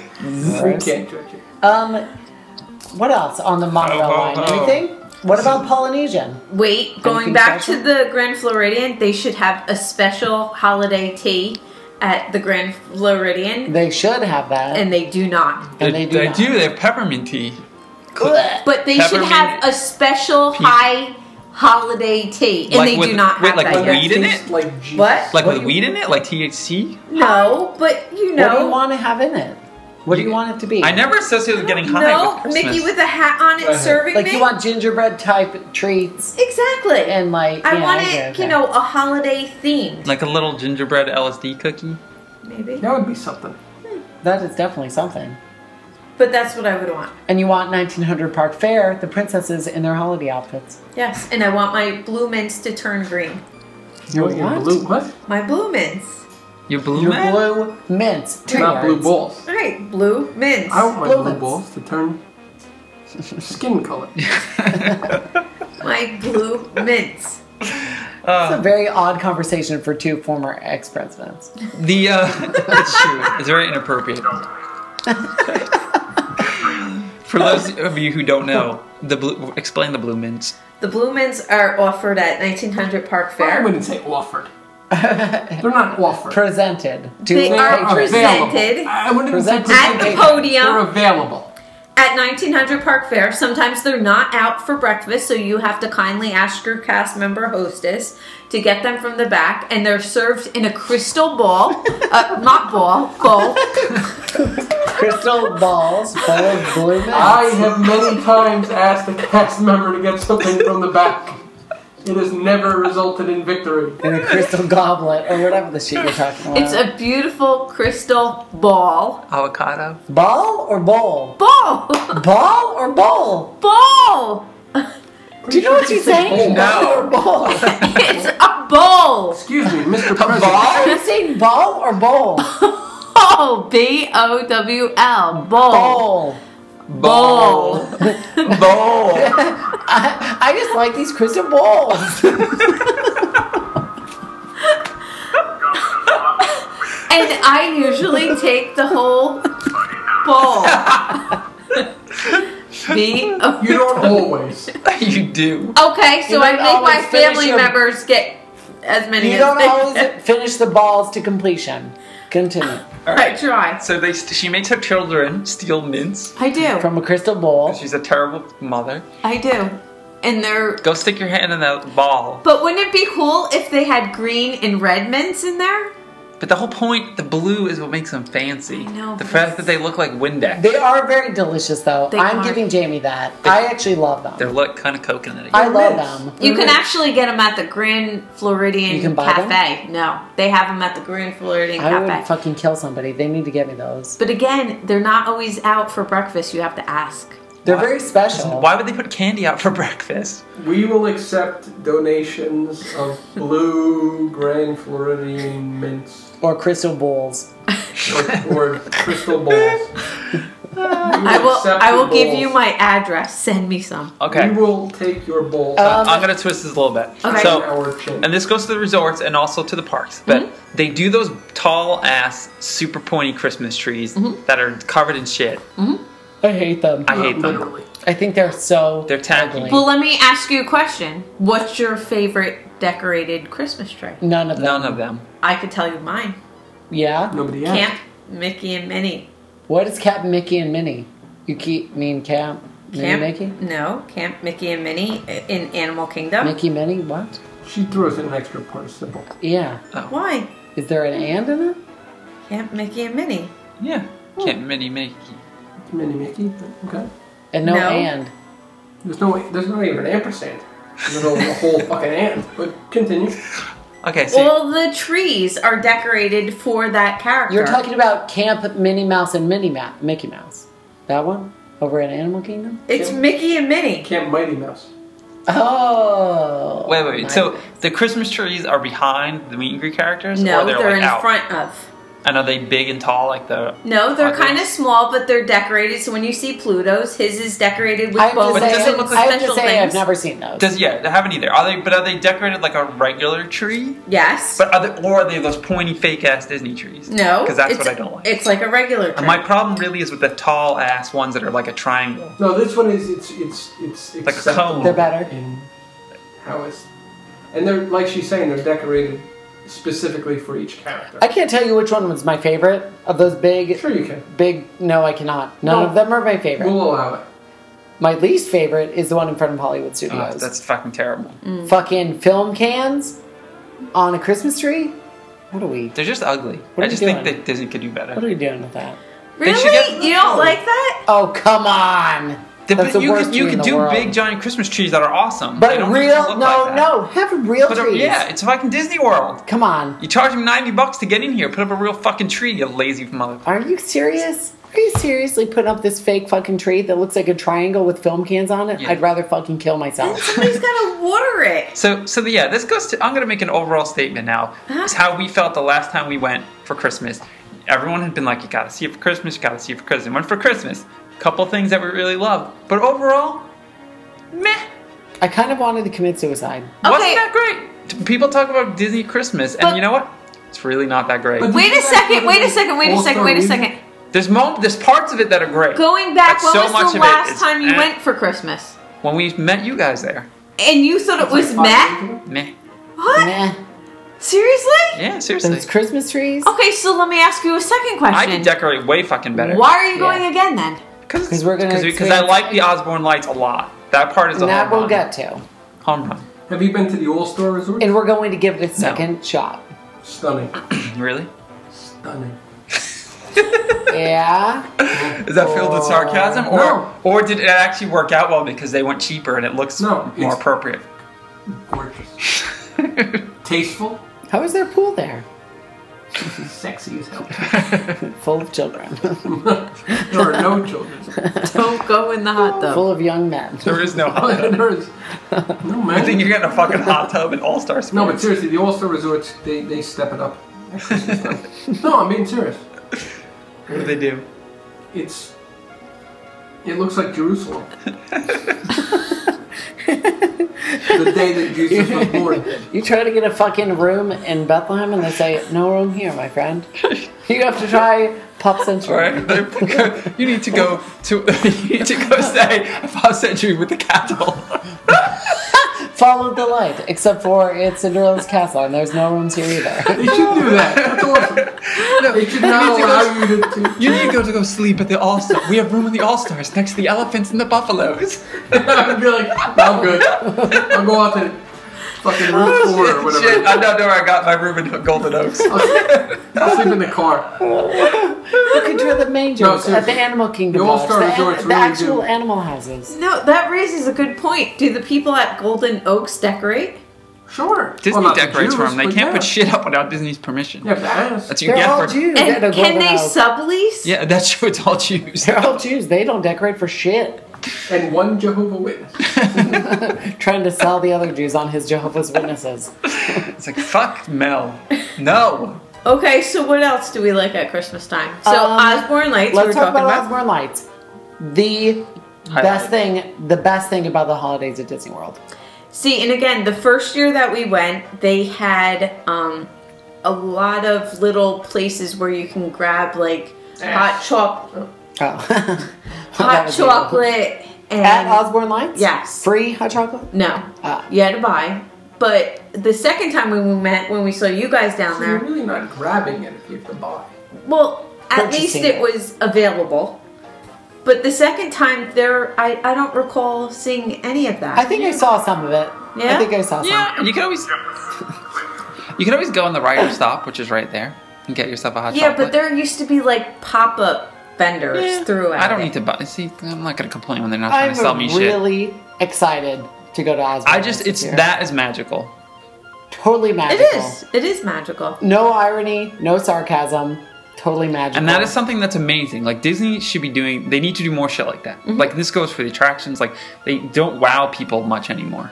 [SPEAKER 4] can't judge it.
[SPEAKER 1] Um, what else on the monorail
[SPEAKER 2] Ho, ho,
[SPEAKER 1] line?
[SPEAKER 2] ho.
[SPEAKER 1] Anything? What about Polynesian?
[SPEAKER 6] Wait, going
[SPEAKER 1] Anything
[SPEAKER 6] back
[SPEAKER 1] special?
[SPEAKER 6] to the Grand Floridian, they should have a special holiday tea at the Grand Floridian,
[SPEAKER 1] They should have that.
[SPEAKER 6] and they do not.
[SPEAKER 1] And they do
[SPEAKER 2] They
[SPEAKER 1] not.
[SPEAKER 2] do. They have peppermint tea. Cl-
[SPEAKER 6] But they should
[SPEAKER 2] Peppermint
[SPEAKER 6] have a special
[SPEAKER 2] peach.
[SPEAKER 6] high holiday tea, and
[SPEAKER 2] Like
[SPEAKER 6] they
[SPEAKER 2] with-
[SPEAKER 6] do not
[SPEAKER 2] wait,
[SPEAKER 6] have
[SPEAKER 2] like
[SPEAKER 6] that.
[SPEAKER 2] with
[SPEAKER 6] here.
[SPEAKER 2] weed in
[SPEAKER 4] Tastes
[SPEAKER 2] it?
[SPEAKER 4] Like Jesus.
[SPEAKER 2] like
[SPEAKER 6] What?
[SPEAKER 1] What
[SPEAKER 2] with
[SPEAKER 1] do you-
[SPEAKER 2] weed in it, like THC.
[SPEAKER 6] No, but you
[SPEAKER 1] What do you
[SPEAKER 6] know,
[SPEAKER 1] want to have in it? What do you
[SPEAKER 2] You-
[SPEAKER 1] want it to be?
[SPEAKER 2] I never associated with getting high
[SPEAKER 6] no
[SPEAKER 2] with Christmas.
[SPEAKER 6] Mickey with a hat on
[SPEAKER 4] Go
[SPEAKER 6] it
[SPEAKER 4] ahead.
[SPEAKER 6] serving
[SPEAKER 1] Like
[SPEAKER 6] me.
[SPEAKER 1] you want gingerbread type treats
[SPEAKER 6] exactly.
[SPEAKER 1] and like
[SPEAKER 6] I
[SPEAKER 1] yeah,
[SPEAKER 6] want
[SPEAKER 1] get
[SPEAKER 6] it, you
[SPEAKER 1] that.
[SPEAKER 6] know, a holiday themed.
[SPEAKER 2] like a little gingerbread LSD cookie.
[SPEAKER 6] Maybe,
[SPEAKER 4] That would be something.
[SPEAKER 1] That is definitely something.
[SPEAKER 6] but that's what I would want.
[SPEAKER 1] And you want 1900 Park Fair, the princesses in their holiday outfits.
[SPEAKER 6] Yes, and I want my blue mints to turn green.
[SPEAKER 4] You want your
[SPEAKER 1] What?
[SPEAKER 4] blue? What?
[SPEAKER 6] My blue mints.
[SPEAKER 2] Your blue
[SPEAKER 1] Your
[SPEAKER 2] man?
[SPEAKER 1] blue mints. two
[SPEAKER 4] Not blue
[SPEAKER 1] yards.
[SPEAKER 4] balls.
[SPEAKER 6] All right, blue mints.
[SPEAKER 4] I want my
[SPEAKER 1] Blue
[SPEAKER 4] blue
[SPEAKER 1] ones.
[SPEAKER 4] balls to turn skin color.
[SPEAKER 6] My blue mints.
[SPEAKER 1] It's a very odd conversation for two former ex presidents.
[SPEAKER 2] The uh, it's true. It's very inappropriate. For those of you who don't know, the blue, explain the blue mints.
[SPEAKER 6] The blue mints are offered at 1900 Park
[SPEAKER 4] I
[SPEAKER 6] Fair.
[SPEAKER 4] wouldn't say offered. They're not offered.
[SPEAKER 1] Presented to
[SPEAKER 6] They are
[SPEAKER 1] patrons.
[SPEAKER 6] present- presented.
[SPEAKER 4] Available. I wouldn't
[SPEAKER 1] Presented.
[SPEAKER 4] say
[SPEAKER 6] At the
[SPEAKER 4] presented. They're
[SPEAKER 6] podium
[SPEAKER 4] available.
[SPEAKER 6] at 1900 Park Fair. Sometimes they're not out for breakfast, so you have to kindly ask your cast member hostess to get them from the back, and they're served in a crystal ball, uh, not ball, bowl.
[SPEAKER 1] crystal balls full of blue mints.
[SPEAKER 4] I have many times asked a cast member to get something from the back. It has never resulted in victory.
[SPEAKER 1] in a crystal goblet or whatever the shit you're talking about.
[SPEAKER 6] It's a beautiful crystal ball.
[SPEAKER 2] Avocado.
[SPEAKER 1] ball or bowl?
[SPEAKER 6] Ball!
[SPEAKER 1] Ball or bowl?
[SPEAKER 6] Ball!
[SPEAKER 1] Do you know what you're saying? Ball or bowl?
[SPEAKER 6] It's a bowl!
[SPEAKER 4] Excuse me, Mr. President.
[SPEAKER 1] Are you saying ball or bowl?
[SPEAKER 6] Bowl! Oh, B O W L. Bowl.
[SPEAKER 1] Bowl.
[SPEAKER 6] Bowl.
[SPEAKER 2] Bowl.
[SPEAKER 1] I, I just like these crystal balls.
[SPEAKER 6] And I usually take the whole bowl. B O-
[SPEAKER 4] You don't always.
[SPEAKER 2] you do.
[SPEAKER 6] Okay, so
[SPEAKER 1] You
[SPEAKER 6] I
[SPEAKER 1] don't
[SPEAKER 6] make my
[SPEAKER 1] always finish
[SPEAKER 6] family
[SPEAKER 1] your-
[SPEAKER 6] members get as many
[SPEAKER 1] You
[SPEAKER 6] as
[SPEAKER 1] don't
[SPEAKER 6] they
[SPEAKER 1] always finish the balls to completion. Continue.
[SPEAKER 2] All
[SPEAKER 6] I
[SPEAKER 2] right.
[SPEAKER 6] try.
[SPEAKER 2] So they st- she makes her children steal mints.
[SPEAKER 6] I do.
[SPEAKER 1] From a crystal bowl.
[SPEAKER 2] She's a terrible mother.
[SPEAKER 6] I do. and they're.
[SPEAKER 2] Go stick your hand in that ball.
[SPEAKER 6] But wouldn't it be cool if they had green and red mints in there?
[SPEAKER 2] But the whole point, the blue is what makes them fancy.
[SPEAKER 6] I know,
[SPEAKER 2] The
[SPEAKER 6] but
[SPEAKER 2] fact that they look like Windex.
[SPEAKER 1] They are very delicious, though.
[SPEAKER 6] They
[SPEAKER 1] I'm
[SPEAKER 6] are.
[SPEAKER 1] giving Jamie that. I actually love them.
[SPEAKER 2] They are look kind of coconut.
[SPEAKER 1] I love
[SPEAKER 4] mints.
[SPEAKER 1] them.
[SPEAKER 6] You can actually get them at the Grand Floridian
[SPEAKER 1] Mm-hmm. You can buy them?
[SPEAKER 6] Cafe. No, they have them at the Grand Floridian
[SPEAKER 1] I would
[SPEAKER 6] Cafe.
[SPEAKER 1] fucking kill somebody. They need to get me those.
[SPEAKER 6] but again, they're not always out for breakfast. You have to ask.
[SPEAKER 1] They're
[SPEAKER 2] Why-
[SPEAKER 1] very special.
[SPEAKER 2] Why would they put candy out for breakfast?
[SPEAKER 4] We will accept donations of blue Grand Floridian mints
[SPEAKER 1] Or crystal bowls.
[SPEAKER 4] or, or crystal balls.
[SPEAKER 6] I will. I will give you my address. Send me some.
[SPEAKER 2] Okay. Uh,
[SPEAKER 4] We will take your bowl
[SPEAKER 1] Um,
[SPEAKER 2] I'm gonna twist this a little bit.
[SPEAKER 6] Oh, Okay.
[SPEAKER 4] on
[SPEAKER 2] So,
[SPEAKER 4] our chin.
[SPEAKER 2] and this goes to the resorts and also to the parks, but
[SPEAKER 6] Mm-hmm.
[SPEAKER 2] they do those tall ass, super pointy Christmas trees
[SPEAKER 6] Mm-hmm.
[SPEAKER 2] that are covered in shit.
[SPEAKER 1] Mm-hmm. I hate them.
[SPEAKER 2] I hate them.
[SPEAKER 4] Literally.
[SPEAKER 1] I think they're so.
[SPEAKER 2] They're tacky.
[SPEAKER 1] ugly.
[SPEAKER 6] Well, let me ask you a question. What's your favorite decorated Christmas tree?
[SPEAKER 1] None of them.
[SPEAKER 2] None of them.
[SPEAKER 6] I could tell you mine.
[SPEAKER 1] Yeah.
[SPEAKER 4] Nobody asked.
[SPEAKER 6] Camp Mickey and Minnie.
[SPEAKER 1] What is Cap Mickey and Minnie? You keep mean Cap Minnie
[SPEAKER 6] Camp
[SPEAKER 1] Mickey?
[SPEAKER 6] No, Camp Mickey and Minnie i- in Animal Kingdom.
[SPEAKER 1] Mickey Minnie? What?
[SPEAKER 4] She throws in an extra participle.
[SPEAKER 1] Yeah.
[SPEAKER 6] Why?
[SPEAKER 1] Is there an and in it?
[SPEAKER 6] Camp Mickey and Minnie.
[SPEAKER 2] Yeah. Can't mini Mickey.
[SPEAKER 4] Mini Mickey. Okay.
[SPEAKER 1] And Uh, no,
[SPEAKER 6] No.
[SPEAKER 1] and.
[SPEAKER 4] There's no. There's not even an ampersand. There's no a whole fucking and. But continue.
[SPEAKER 2] Okay, so
[SPEAKER 6] All the trees are decorated for that character.
[SPEAKER 1] You're talking about Camp Minnie Mouse and Minnie Ma- Mickey Mouse. That one? Over in Animal Kingdom?
[SPEAKER 6] It's Mickey and Minnie.
[SPEAKER 4] Camp Mighty Mouse.
[SPEAKER 1] Oh.
[SPEAKER 2] wait, wait.
[SPEAKER 1] My-
[SPEAKER 2] wait. So the Christmas trees are behind the meet and greet characters,
[SPEAKER 6] No,
[SPEAKER 2] or
[SPEAKER 6] they're,
[SPEAKER 2] they're, like
[SPEAKER 6] in
[SPEAKER 2] out.
[SPEAKER 6] front of.
[SPEAKER 2] And are they big and tall like the?
[SPEAKER 6] No, they're
[SPEAKER 2] Are they?
[SPEAKER 6] kind of small, but they're decorated. So when you see Pluto's, his is decorated with
[SPEAKER 1] I have to
[SPEAKER 6] bows
[SPEAKER 1] say,
[SPEAKER 2] But does it
[SPEAKER 6] and
[SPEAKER 2] look like-
[SPEAKER 1] I have to
[SPEAKER 6] special
[SPEAKER 1] say I've
[SPEAKER 6] things.
[SPEAKER 1] never seen those.
[SPEAKER 2] Does yeah? I haven't either. Are they? But are they decorated like a regular tree?
[SPEAKER 6] yes.
[SPEAKER 2] But are they, or are they those pointy fake ass Disney trees?
[SPEAKER 6] no.
[SPEAKER 2] because that's
[SPEAKER 6] it's-
[SPEAKER 2] what I don't like.
[SPEAKER 6] It's like a regular tree.
[SPEAKER 2] And my problem really is with the tall ass ones that are like a triangle.
[SPEAKER 4] No, this one is it's it's it's
[SPEAKER 2] a
[SPEAKER 4] acceptable
[SPEAKER 2] cone.
[SPEAKER 1] They're better.
[SPEAKER 4] in how it's and they're like she's saying they're decorated specifically for each character.
[SPEAKER 1] I can't tell you which one was my favorite of those big,
[SPEAKER 4] sure you can.
[SPEAKER 1] big. No, I cannot. None
[SPEAKER 4] No.
[SPEAKER 1] of them are my favorite.
[SPEAKER 4] We'll allow it.
[SPEAKER 1] my least favorite is the one in front of Hollywood
[SPEAKER 2] Ugh,
[SPEAKER 1] Studios.
[SPEAKER 2] Ah, Uh, that's fucking terrible.
[SPEAKER 6] Mm.
[SPEAKER 1] Fucking film cans on a Christmas tree. What are we?
[SPEAKER 2] They're just ugly.
[SPEAKER 1] What are
[SPEAKER 2] I just
[SPEAKER 1] you
[SPEAKER 2] think
[SPEAKER 1] doing?
[SPEAKER 2] that Disney could do better.
[SPEAKER 1] What are we doing with that?
[SPEAKER 6] really?
[SPEAKER 2] should get-
[SPEAKER 6] you don't like that?
[SPEAKER 1] Oh come on!
[SPEAKER 2] The-
[SPEAKER 1] that's the
[SPEAKER 2] but you
[SPEAKER 1] worst
[SPEAKER 2] could, you
[SPEAKER 1] tree in
[SPEAKER 2] could
[SPEAKER 1] the
[SPEAKER 2] do
[SPEAKER 1] world.
[SPEAKER 2] big giant Christmas trees that are awesome. They
[SPEAKER 1] But
[SPEAKER 2] don't need to
[SPEAKER 1] real?
[SPEAKER 2] look
[SPEAKER 1] No,
[SPEAKER 2] like that.
[SPEAKER 1] no. Have real
[SPEAKER 2] But uh,
[SPEAKER 1] trees.
[SPEAKER 2] yeah, it's fucking Disney World.
[SPEAKER 1] Come on.
[SPEAKER 2] You charge them ninety bucks to get in here. Put up a real fucking tree, you lazy mother.
[SPEAKER 1] Are you serious? Are you seriously putting up this fake fucking tree that looks like a triangle with film cans on it?
[SPEAKER 2] Yeah.
[SPEAKER 1] I'd rather fucking kill myself.
[SPEAKER 6] Somebody's got to water it.
[SPEAKER 2] So, so yeah, this goes to. I'm gonna make an overall statement now.
[SPEAKER 6] Uh-huh.
[SPEAKER 2] It's how we felt the last time we went for Christmas. Everyone had been like, "You gotta see it for Christmas. You gotta see it for Christmas." Went for Christmas. Couple things that we really loved, but overall, meh.
[SPEAKER 1] I kind of wanted to commit suicide.
[SPEAKER 6] Okay.
[SPEAKER 2] Wasn't that great? People talk about Disney Christmas, and
[SPEAKER 6] But-
[SPEAKER 2] you know what? It's really not that great.
[SPEAKER 4] But-
[SPEAKER 6] Wait a second, wait a second, wait a
[SPEAKER 4] All
[SPEAKER 6] second, wait a
[SPEAKER 4] three.
[SPEAKER 6] second.
[SPEAKER 2] there's mo- there's parts of it that are great.
[SPEAKER 6] Going back,
[SPEAKER 2] But
[SPEAKER 6] when
[SPEAKER 2] so much
[SPEAKER 6] was
[SPEAKER 2] of it
[SPEAKER 6] the last
[SPEAKER 2] is-
[SPEAKER 6] time you
[SPEAKER 2] eh.
[SPEAKER 6] went for Christmas?
[SPEAKER 2] When we met you guys there,
[SPEAKER 6] And you thought it was meh?
[SPEAKER 2] meh.
[SPEAKER 6] What?
[SPEAKER 1] Meh.
[SPEAKER 6] Seriously?
[SPEAKER 2] Yeah, seriously.
[SPEAKER 1] Those Christmas trees.
[SPEAKER 6] Okay, so let me ask you a second
[SPEAKER 2] I
[SPEAKER 6] question.
[SPEAKER 2] could decorate way fucking better.
[SPEAKER 6] Why are you going
[SPEAKER 1] Yeah.
[SPEAKER 6] again then?
[SPEAKER 2] Because
[SPEAKER 1] 'Cause we're gonna
[SPEAKER 2] because I
[SPEAKER 1] experience-
[SPEAKER 2] like the Osborne lights a lot. That part is a
[SPEAKER 1] And that
[SPEAKER 2] home
[SPEAKER 1] we'll
[SPEAKER 2] run.
[SPEAKER 1] get to.
[SPEAKER 2] home run.
[SPEAKER 4] Have you been to the All Star Resort?
[SPEAKER 1] And we're going to give it a second shot.
[SPEAKER 4] Stunning.
[SPEAKER 2] Really?
[SPEAKER 4] Stunning.
[SPEAKER 1] Yeah.
[SPEAKER 2] Is that filled with sarcasm, or
[SPEAKER 4] No.
[SPEAKER 2] or did it actually work out well because they went cheaper and it looks
[SPEAKER 4] No,
[SPEAKER 2] more
[SPEAKER 4] it's-
[SPEAKER 2] appropriate?
[SPEAKER 4] Gorgeous. Tasteful.
[SPEAKER 1] How is there a pool there?
[SPEAKER 4] Sexy as hell.
[SPEAKER 1] Full of children.
[SPEAKER 4] There are no children.
[SPEAKER 6] Don't go in the hot tub.
[SPEAKER 1] Full of young men.
[SPEAKER 2] there is no hot tub.
[SPEAKER 4] there is no
[SPEAKER 2] I think
[SPEAKER 4] man.
[SPEAKER 2] you're getting a fucking hot tub in All Star Sports.
[SPEAKER 4] No, but seriously, the All Star Resorts they, they step it up. no, I'm being serious.
[SPEAKER 2] what do they do?
[SPEAKER 4] It's it looks like Jerusalem. the day that Jesus was born.
[SPEAKER 1] You try to get a fucking room in Bethlehem and they say, no room here, my friend. You have to try Pop
[SPEAKER 2] All
[SPEAKER 1] Century.
[SPEAKER 2] right, They're- you need to go to you need to go stay a five century with the cattle.
[SPEAKER 1] Follow the light, except for it's Cinderella's castle and there's no rooms here either.
[SPEAKER 4] They should do that. That's awesome.
[SPEAKER 2] no.
[SPEAKER 4] They should not
[SPEAKER 2] You need to go-
[SPEAKER 4] allow you to. to
[SPEAKER 2] You need to go to go sleep at the All Star. We have room in the All Stars next to the elephants and the buffaloes.
[SPEAKER 4] I would be like, "No, I'm good. I'll go out to fucking room four
[SPEAKER 2] Oh,
[SPEAKER 4] or whatever. Oh,
[SPEAKER 2] Shit, I don't know where I got my room in Golden Oaks.
[SPEAKER 4] I'll sleep in the car.
[SPEAKER 1] You could do the manger
[SPEAKER 4] No,
[SPEAKER 1] at
[SPEAKER 4] seriously.
[SPEAKER 1] the Animal Kingdom.
[SPEAKER 4] The All
[SPEAKER 1] Lodge,
[SPEAKER 4] Star
[SPEAKER 1] the,
[SPEAKER 4] Resort's
[SPEAKER 1] the
[SPEAKER 4] really
[SPEAKER 1] actual
[SPEAKER 4] do.
[SPEAKER 1] animal houses.
[SPEAKER 6] No, that raises a good point. Do the people at Golden Oaks decorate?
[SPEAKER 4] Sure.
[SPEAKER 2] Disney
[SPEAKER 4] Well, not the
[SPEAKER 2] decorates for
[SPEAKER 4] Jews,
[SPEAKER 2] them. They
[SPEAKER 4] but
[SPEAKER 2] can't
[SPEAKER 4] yeah.
[SPEAKER 2] put shit up without Disney's permission.
[SPEAKER 4] Yeah, that's-
[SPEAKER 2] That's what you
[SPEAKER 1] They're all
[SPEAKER 2] get for.
[SPEAKER 1] Jews. at a
[SPEAKER 6] And
[SPEAKER 1] Golden
[SPEAKER 6] can they
[SPEAKER 1] House.
[SPEAKER 6] sublease?
[SPEAKER 2] Yeah, that's true. It's all Jews.
[SPEAKER 1] They're all Jews. They don't decorate for shit.
[SPEAKER 4] and one Jehovah Witness.
[SPEAKER 1] Trying to sell the other Jews on his Jehovah's Witnesses.
[SPEAKER 2] It's like fuck Mel. No.
[SPEAKER 6] Okay, so what else do we like at Christmas time? So
[SPEAKER 1] Um,
[SPEAKER 6] Osborne Lights, we were
[SPEAKER 1] Let's talk
[SPEAKER 6] talking
[SPEAKER 1] about
[SPEAKER 6] about.
[SPEAKER 1] Osborne Lights. The best thing, the best thing about the holidays at Disney World.
[SPEAKER 6] See, and again, the first year that we went, they had um, a lot of little places where you can grab like hot chocolate,
[SPEAKER 1] Oh, That
[SPEAKER 6] hot
[SPEAKER 1] was the-
[SPEAKER 6] chocolate, and
[SPEAKER 1] at Osborne Lights.
[SPEAKER 6] Yes.
[SPEAKER 1] free hot chocolate.
[SPEAKER 6] no,
[SPEAKER 1] Ah.
[SPEAKER 6] you had to buy. But the second time when we met, when we saw you guys down there,
[SPEAKER 4] You're really not grabbing it if you have to buy.
[SPEAKER 6] well, at least
[SPEAKER 1] Purchasing
[SPEAKER 6] it
[SPEAKER 1] it.
[SPEAKER 6] was available. But the second time there, I, I don't recall seeing any of that.
[SPEAKER 1] I think I saw some of it.
[SPEAKER 6] Yeah?
[SPEAKER 1] I think I saw some.
[SPEAKER 2] Yeah, you can always you can always go on the rider stop, which is right there, and get yourself a hot
[SPEAKER 6] yeah,
[SPEAKER 2] chocolate.
[SPEAKER 6] but there used to be like pop up vendors
[SPEAKER 2] Yeah,
[SPEAKER 6] throughout.
[SPEAKER 2] I don't
[SPEAKER 6] it.
[SPEAKER 2] need to buy. See, I'm not gonna complain when they're not trying
[SPEAKER 1] I'm
[SPEAKER 2] to sell me shit.
[SPEAKER 1] really excited to go to Osborne.
[SPEAKER 2] I just
[SPEAKER 1] Lights
[SPEAKER 2] it's
[SPEAKER 1] this year.
[SPEAKER 2] that is magical.
[SPEAKER 1] totally
[SPEAKER 6] It
[SPEAKER 1] magical.
[SPEAKER 6] is. It is magical.
[SPEAKER 1] No irony, no sarcasm, totally magical.
[SPEAKER 2] And that is something that's amazing. Like Disney should be doing. They need to do more shit like that.
[SPEAKER 1] Mm-hmm.
[SPEAKER 2] Like this goes for the attractions. Like they don't wow people much anymore.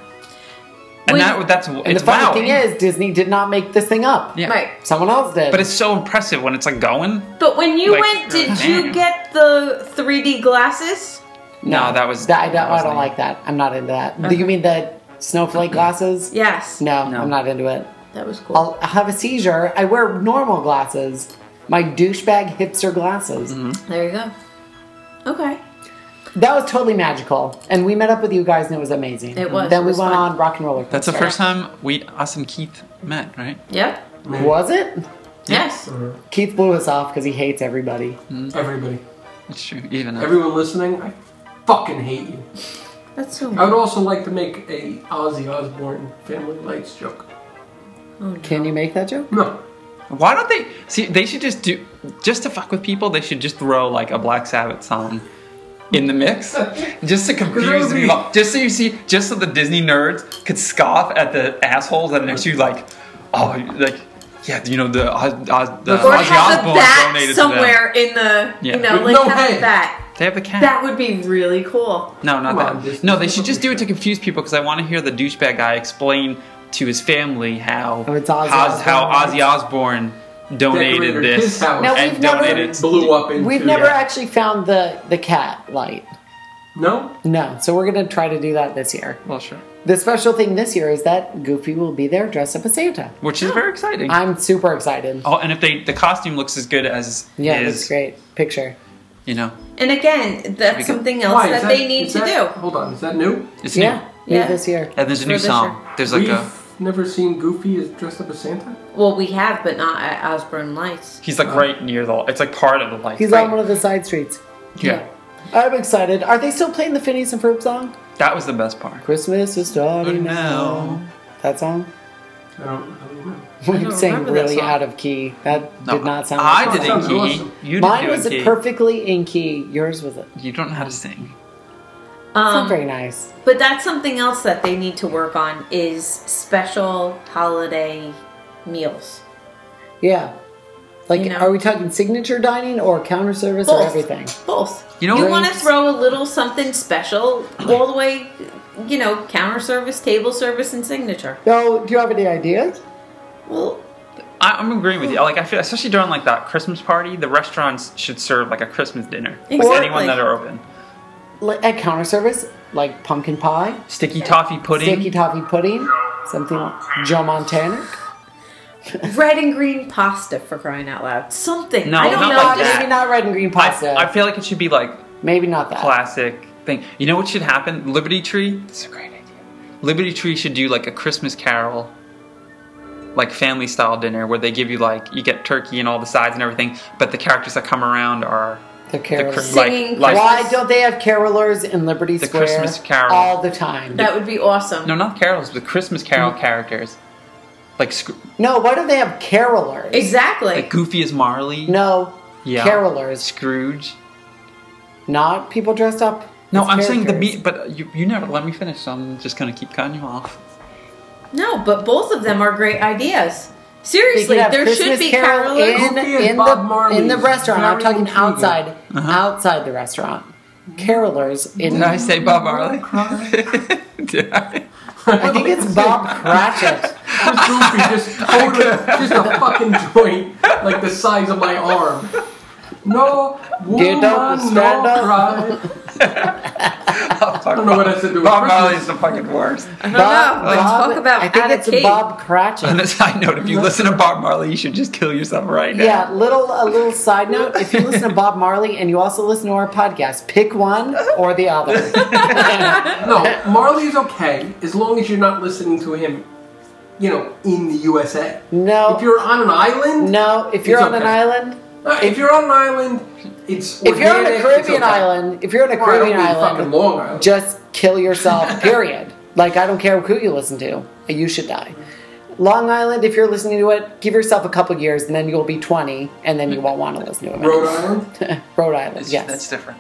[SPEAKER 2] And
[SPEAKER 6] Well,
[SPEAKER 2] that that's
[SPEAKER 1] And
[SPEAKER 2] it's
[SPEAKER 1] the funny
[SPEAKER 2] wow.
[SPEAKER 1] thing is, Disney did not make this thing up.
[SPEAKER 2] yeah.
[SPEAKER 6] Right.
[SPEAKER 1] Someone else did.
[SPEAKER 2] But it's so impressive when it's like going.
[SPEAKER 6] But when you
[SPEAKER 2] Like,
[SPEAKER 6] went, did
[SPEAKER 2] uh,
[SPEAKER 6] you
[SPEAKER 2] damn.
[SPEAKER 6] get the 3D glasses?
[SPEAKER 2] No, that was-
[SPEAKER 1] That, I don't.
[SPEAKER 2] that was
[SPEAKER 1] I don't
[SPEAKER 2] the-
[SPEAKER 1] like that. I'm not into that. Do you mean the snowflake glasses?
[SPEAKER 6] Yes.
[SPEAKER 1] No,
[SPEAKER 2] No.
[SPEAKER 1] I'm not into it.
[SPEAKER 6] That was cool.
[SPEAKER 1] I'll, I'll have a seizure. I wear normal glasses. My douchebag hipster glasses.
[SPEAKER 6] there you go. Okay.
[SPEAKER 1] That was totally magical. And we met up with you guys, and it was amazing.
[SPEAKER 6] It was.
[SPEAKER 1] Then
[SPEAKER 6] It
[SPEAKER 1] we
[SPEAKER 6] was
[SPEAKER 1] went
[SPEAKER 6] fun.
[SPEAKER 1] on rock and roller.
[SPEAKER 2] That's the
[SPEAKER 1] coaster.
[SPEAKER 2] first time we us and Keith met, right?
[SPEAKER 6] Yep.
[SPEAKER 1] Was it?
[SPEAKER 6] Yes.
[SPEAKER 1] Keith blew us off because he hates everybody.
[SPEAKER 4] Everybody,
[SPEAKER 2] That's true. Even us.
[SPEAKER 4] everyone listening, I fucking hate you.
[SPEAKER 6] That's so
[SPEAKER 4] I
[SPEAKER 2] Oh,
[SPEAKER 6] nice.
[SPEAKER 4] would also like to make a Ozzy Osbourne Family Lights joke.
[SPEAKER 1] Can you make that joke?
[SPEAKER 4] No,
[SPEAKER 2] Why don't they see? They should just do just to fuck with people. They should just throw like a Black Sabbath song in the mix, just to confuse
[SPEAKER 4] would
[SPEAKER 2] me.
[SPEAKER 4] be-
[SPEAKER 2] Just so you see, just so the Disney nerds could scoff at the assholes that are next to you, like, oh, like, yeah, you know the Oz, Oz, the
[SPEAKER 6] Or
[SPEAKER 2] Ozzy
[SPEAKER 6] have a
[SPEAKER 2] Osbourne
[SPEAKER 6] bat
[SPEAKER 2] donated to them.
[SPEAKER 6] somewhere in the,
[SPEAKER 2] Yeah.
[SPEAKER 6] you know,
[SPEAKER 4] With
[SPEAKER 6] like
[SPEAKER 4] no
[SPEAKER 6] have a
[SPEAKER 4] head.
[SPEAKER 6] bat.
[SPEAKER 2] They have the cat.
[SPEAKER 6] That would be really cool.
[SPEAKER 2] No, not
[SPEAKER 4] Come
[SPEAKER 2] that.
[SPEAKER 4] on, just-
[SPEAKER 2] no, they should just do it to confuse people because I want to hear the douchebag guy explain to his family how
[SPEAKER 1] Oh, it's Ozzy
[SPEAKER 2] Oz- how
[SPEAKER 1] Osbourne.
[SPEAKER 2] Ozzy Osbourne donated
[SPEAKER 4] Decorated
[SPEAKER 2] this
[SPEAKER 4] his house.
[SPEAKER 1] Now,
[SPEAKER 2] and
[SPEAKER 1] we've never-
[SPEAKER 2] donated.
[SPEAKER 4] blew up into.
[SPEAKER 1] We've never
[SPEAKER 2] yeah.
[SPEAKER 1] actually found the the cat light.
[SPEAKER 4] No,
[SPEAKER 1] No, so we're gonna try to do that this year.
[SPEAKER 2] Well, sure.
[SPEAKER 1] The special thing this year is that Goofy will be there dressed up as Santa.
[SPEAKER 2] which is very exciting.
[SPEAKER 1] I'm super excited.
[SPEAKER 2] oh, and if they the costume looks as good as
[SPEAKER 1] Yeah,
[SPEAKER 2] his,
[SPEAKER 1] that's great picture.
[SPEAKER 2] You know,
[SPEAKER 6] And again, that's
[SPEAKER 2] Because-
[SPEAKER 6] something else
[SPEAKER 4] Why, is
[SPEAKER 6] that, they need
[SPEAKER 4] is
[SPEAKER 6] to
[SPEAKER 4] that-
[SPEAKER 6] do.
[SPEAKER 4] Hold on, is that new?
[SPEAKER 2] it's
[SPEAKER 1] Yeah,
[SPEAKER 6] new.
[SPEAKER 1] yeah,
[SPEAKER 6] Yeah.
[SPEAKER 1] this year.
[SPEAKER 2] new. And there's a
[SPEAKER 6] For
[SPEAKER 2] new
[SPEAKER 6] this
[SPEAKER 2] song.
[SPEAKER 6] year.
[SPEAKER 2] There's like
[SPEAKER 4] We've
[SPEAKER 2] a
[SPEAKER 4] never seen Goofy as dressed up as Santa.
[SPEAKER 6] Well, we have, but not at Osborne Lights.
[SPEAKER 2] he's like right near the. It's like part of the like.
[SPEAKER 1] He's
[SPEAKER 2] right-
[SPEAKER 1] on one of the side streets.
[SPEAKER 2] yeah.
[SPEAKER 1] I'm excited. Are they still playing the Phineas and Ferb song?
[SPEAKER 2] That was the best part.
[SPEAKER 1] Christmas is starting
[SPEAKER 2] But
[SPEAKER 1] now.
[SPEAKER 2] now-
[SPEAKER 1] That song?
[SPEAKER 4] I don't, I don't know.
[SPEAKER 1] We sang
[SPEAKER 6] remember that
[SPEAKER 1] really
[SPEAKER 6] song.
[SPEAKER 1] out of key. That did not sound.
[SPEAKER 2] I
[SPEAKER 1] like
[SPEAKER 2] did
[SPEAKER 1] that.
[SPEAKER 2] in
[SPEAKER 4] sounds
[SPEAKER 2] key.
[SPEAKER 4] awesome.
[SPEAKER 2] You
[SPEAKER 1] Mine
[SPEAKER 2] did
[SPEAKER 1] was
[SPEAKER 2] in key.
[SPEAKER 1] perfectly in key. Yours was it.
[SPEAKER 2] You don't know how to sing.
[SPEAKER 1] Sound
[SPEAKER 6] Um,
[SPEAKER 1] very nice.
[SPEAKER 6] But that's something else that they need to work on is special holiday meals.
[SPEAKER 1] Yeah. Like,
[SPEAKER 6] You know.
[SPEAKER 1] are we talking signature dining or counter service or
[SPEAKER 6] Both.
[SPEAKER 1] everything?
[SPEAKER 6] Both.
[SPEAKER 2] You know
[SPEAKER 6] you
[SPEAKER 2] what-
[SPEAKER 6] want to throw a little something special all the way, you know, counter service, table service, and signature.
[SPEAKER 1] So, do you have any ideas?
[SPEAKER 6] Well,
[SPEAKER 2] I, I'm agreeing with you. Like I feel, especially during like that Christmas party, the restaurants should serve like a Christmas dinner. With
[SPEAKER 6] Exactly.
[SPEAKER 2] anyone that are open,
[SPEAKER 1] Like, at counter service, like pumpkin pie,
[SPEAKER 2] sticky toffee pudding.
[SPEAKER 1] sticky toffee pudding, something like Joe Montana.
[SPEAKER 6] red and green pasta for crying out loud. Something.
[SPEAKER 2] No,
[SPEAKER 6] I don't
[SPEAKER 2] not
[SPEAKER 6] know.
[SPEAKER 2] like
[SPEAKER 6] just-
[SPEAKER 2] that.
[SPEAKER 1] Maybe not red and green pasta.
[SPEAKER 2] I, I feel like it should be like
[SPEAKER 1] Maybe not that.
[SPEAKER 2] classic thing. You know what should happen? Liberty Tree. That's a great idea. Liberty Tree should do like a Christmas Carol like family style dinner where they give you like you get turkey and all the sides and everything, but the characters that come around are
[SPEAKER 1] The
[SPEAKER 2] the
[SPEAKER 1] carolers.
[SPEAKER 2] cr-
[SPEAKER 6] Singing
[SPEAKER 2] like, like
[SPEAKER 1] Why don't they have carolers in Liberty
[SPEAKER 2] The
[SPEAKER 1] Square
[SPEAKER 2] Christmas carol.
[SPEAKER 1] all the time?
[SPEAKER 6] That would be awesome.
[SPEAKER 2] no, not carols, but Christmas Carol
[SPEAKER 1] Hmm.
[SPEAKER 2] characters, like sc-
[SPEAKER 1] No, why don't they have carolers?
[SPEAKER 6] Exactly.
[SPEAKER 2] like Goofy as Marley,
[SPEAKER 1] No,
[SPEAKER 2] Yeah.
[SPEAKER 1] carolers,
[SPEAKER 2] Scrooge.
[SPEAKER 1] not people dressed up.
[SPEAKER 2] No,
[SPEAKER 1] as
[SPEAKER 2] I'm saying the
[SPEAKER 1] characters.
[SPEAKER 2] meat, but you, you never let me finish, so I'm just gonna keep cutting you off.
[SPEAKER 6] No, but both of them are great ideas.
[SPEAKER 1] They could
[SPEAKER 6] Seriously,
[SPEAKER 1] have
[SPEAKER 6] there should
[SPEAKER 1] Christmas
[SPEAKER 6] be
[SPEAKER 1] carol
[SPEAKER 6] carolers.
[SPEAKER 1] in,
[SPEAKER 4] Goofy and
[SPEAKER 1] in
[SPEAKER 4] Bob
[SPEAKER 1] the,
[SPEAKER 4] Marley
[SPEAKER 1] in the
[SPEAKER 4] is
[SPEAKER 1] restaurant. I'm
[SPEAKER 4] very
[SPEAKER 1] talking
[SPEAKER 4] intriguing.
[SPEAKER 1] outside,
[SPEAKER 2] Uh-huh.
[SPEAKER 1] outside the restaurant. Carolers in.
[SPEAKER 2] Did I say Bob Marley? Did I?
[SPEAKER 1] I think it's Bob Cratchit.
[SPEAKER 4] This goofy just totally, just a fucking joint like the size of my arm. No, woman,
[SPEAKER 1] Get up and stand
[SPEAKER 4] no
[SPEAKER 1] up.
[SPEAKER 4] cry.
[SPEAKER 2] I
[SPEAKER 4] don't know what has to do with
[SPEAKER 2] Bob
[SPEAKER 4] Christmas.
[SPEAKER 2] Marley is the fucking worst.
[SPEAKER 6] I don't know. Like, talk about
[SPEAKER 1] I think
[SPEAKER 6] out of
[SPEAKER 1] it's
[SPEAKER 6] cake.
[SPEAKER 1] Bob
[SPEAKER 2] On
[SPEAKER 1] Cratchit.
[SPEAKER 2] a side note, if you listen to Bob Marley, you should just kill yourself right now.
[SPEAKER 1] Yeah, little a little side note. If you listen to Bob Marley and you also listen to our podcast, pick one or the other.
[SPEAKER 4] No, Marley's okay as long as you're not listening to him, you know, in the USA.
[SPEAKER 1] No,
[SPEAKER 4] If you're on an island,
[SPEAKER 1] no. If you're
[SPEAKER 4] It's
[SPEAKER 1] on an
[SPEAKER 4] okay.
[SPEAKER 1] island,
[SPEAKER 4] uh, if you're on an island, it's
[SPEAKER 1] if you're on
[SPEAKER 4] organic,
[SPEAKER 1] a
[SPEAKER 4] it's
[SPEAKER 1] Caribbean
[SPEAKER 4] okay.
[SPEAKER 1] island, if you're on a
[SPEAKER 4] Well, I don't
[SPEAKER 1] Caribbean
[SPEAKER 4] mean fucking
[SPEAKER 1] island,
[SPEAKER 4] Long Island.
[SPEAKER 1] just kill yourself. Period. like I don't care who you listen to, you should die. Long Island, if you're listening to it, give yourself a couple years, and then you'll be 20, and then you won't want to listen to it.
[SPEAKER 4] Rhode Island,
[SPEAKER 1] Rhode Island,
[SPEAKER 2] That's-
[SPEAKER 1] yes.
[SPEAKER 2] That's different.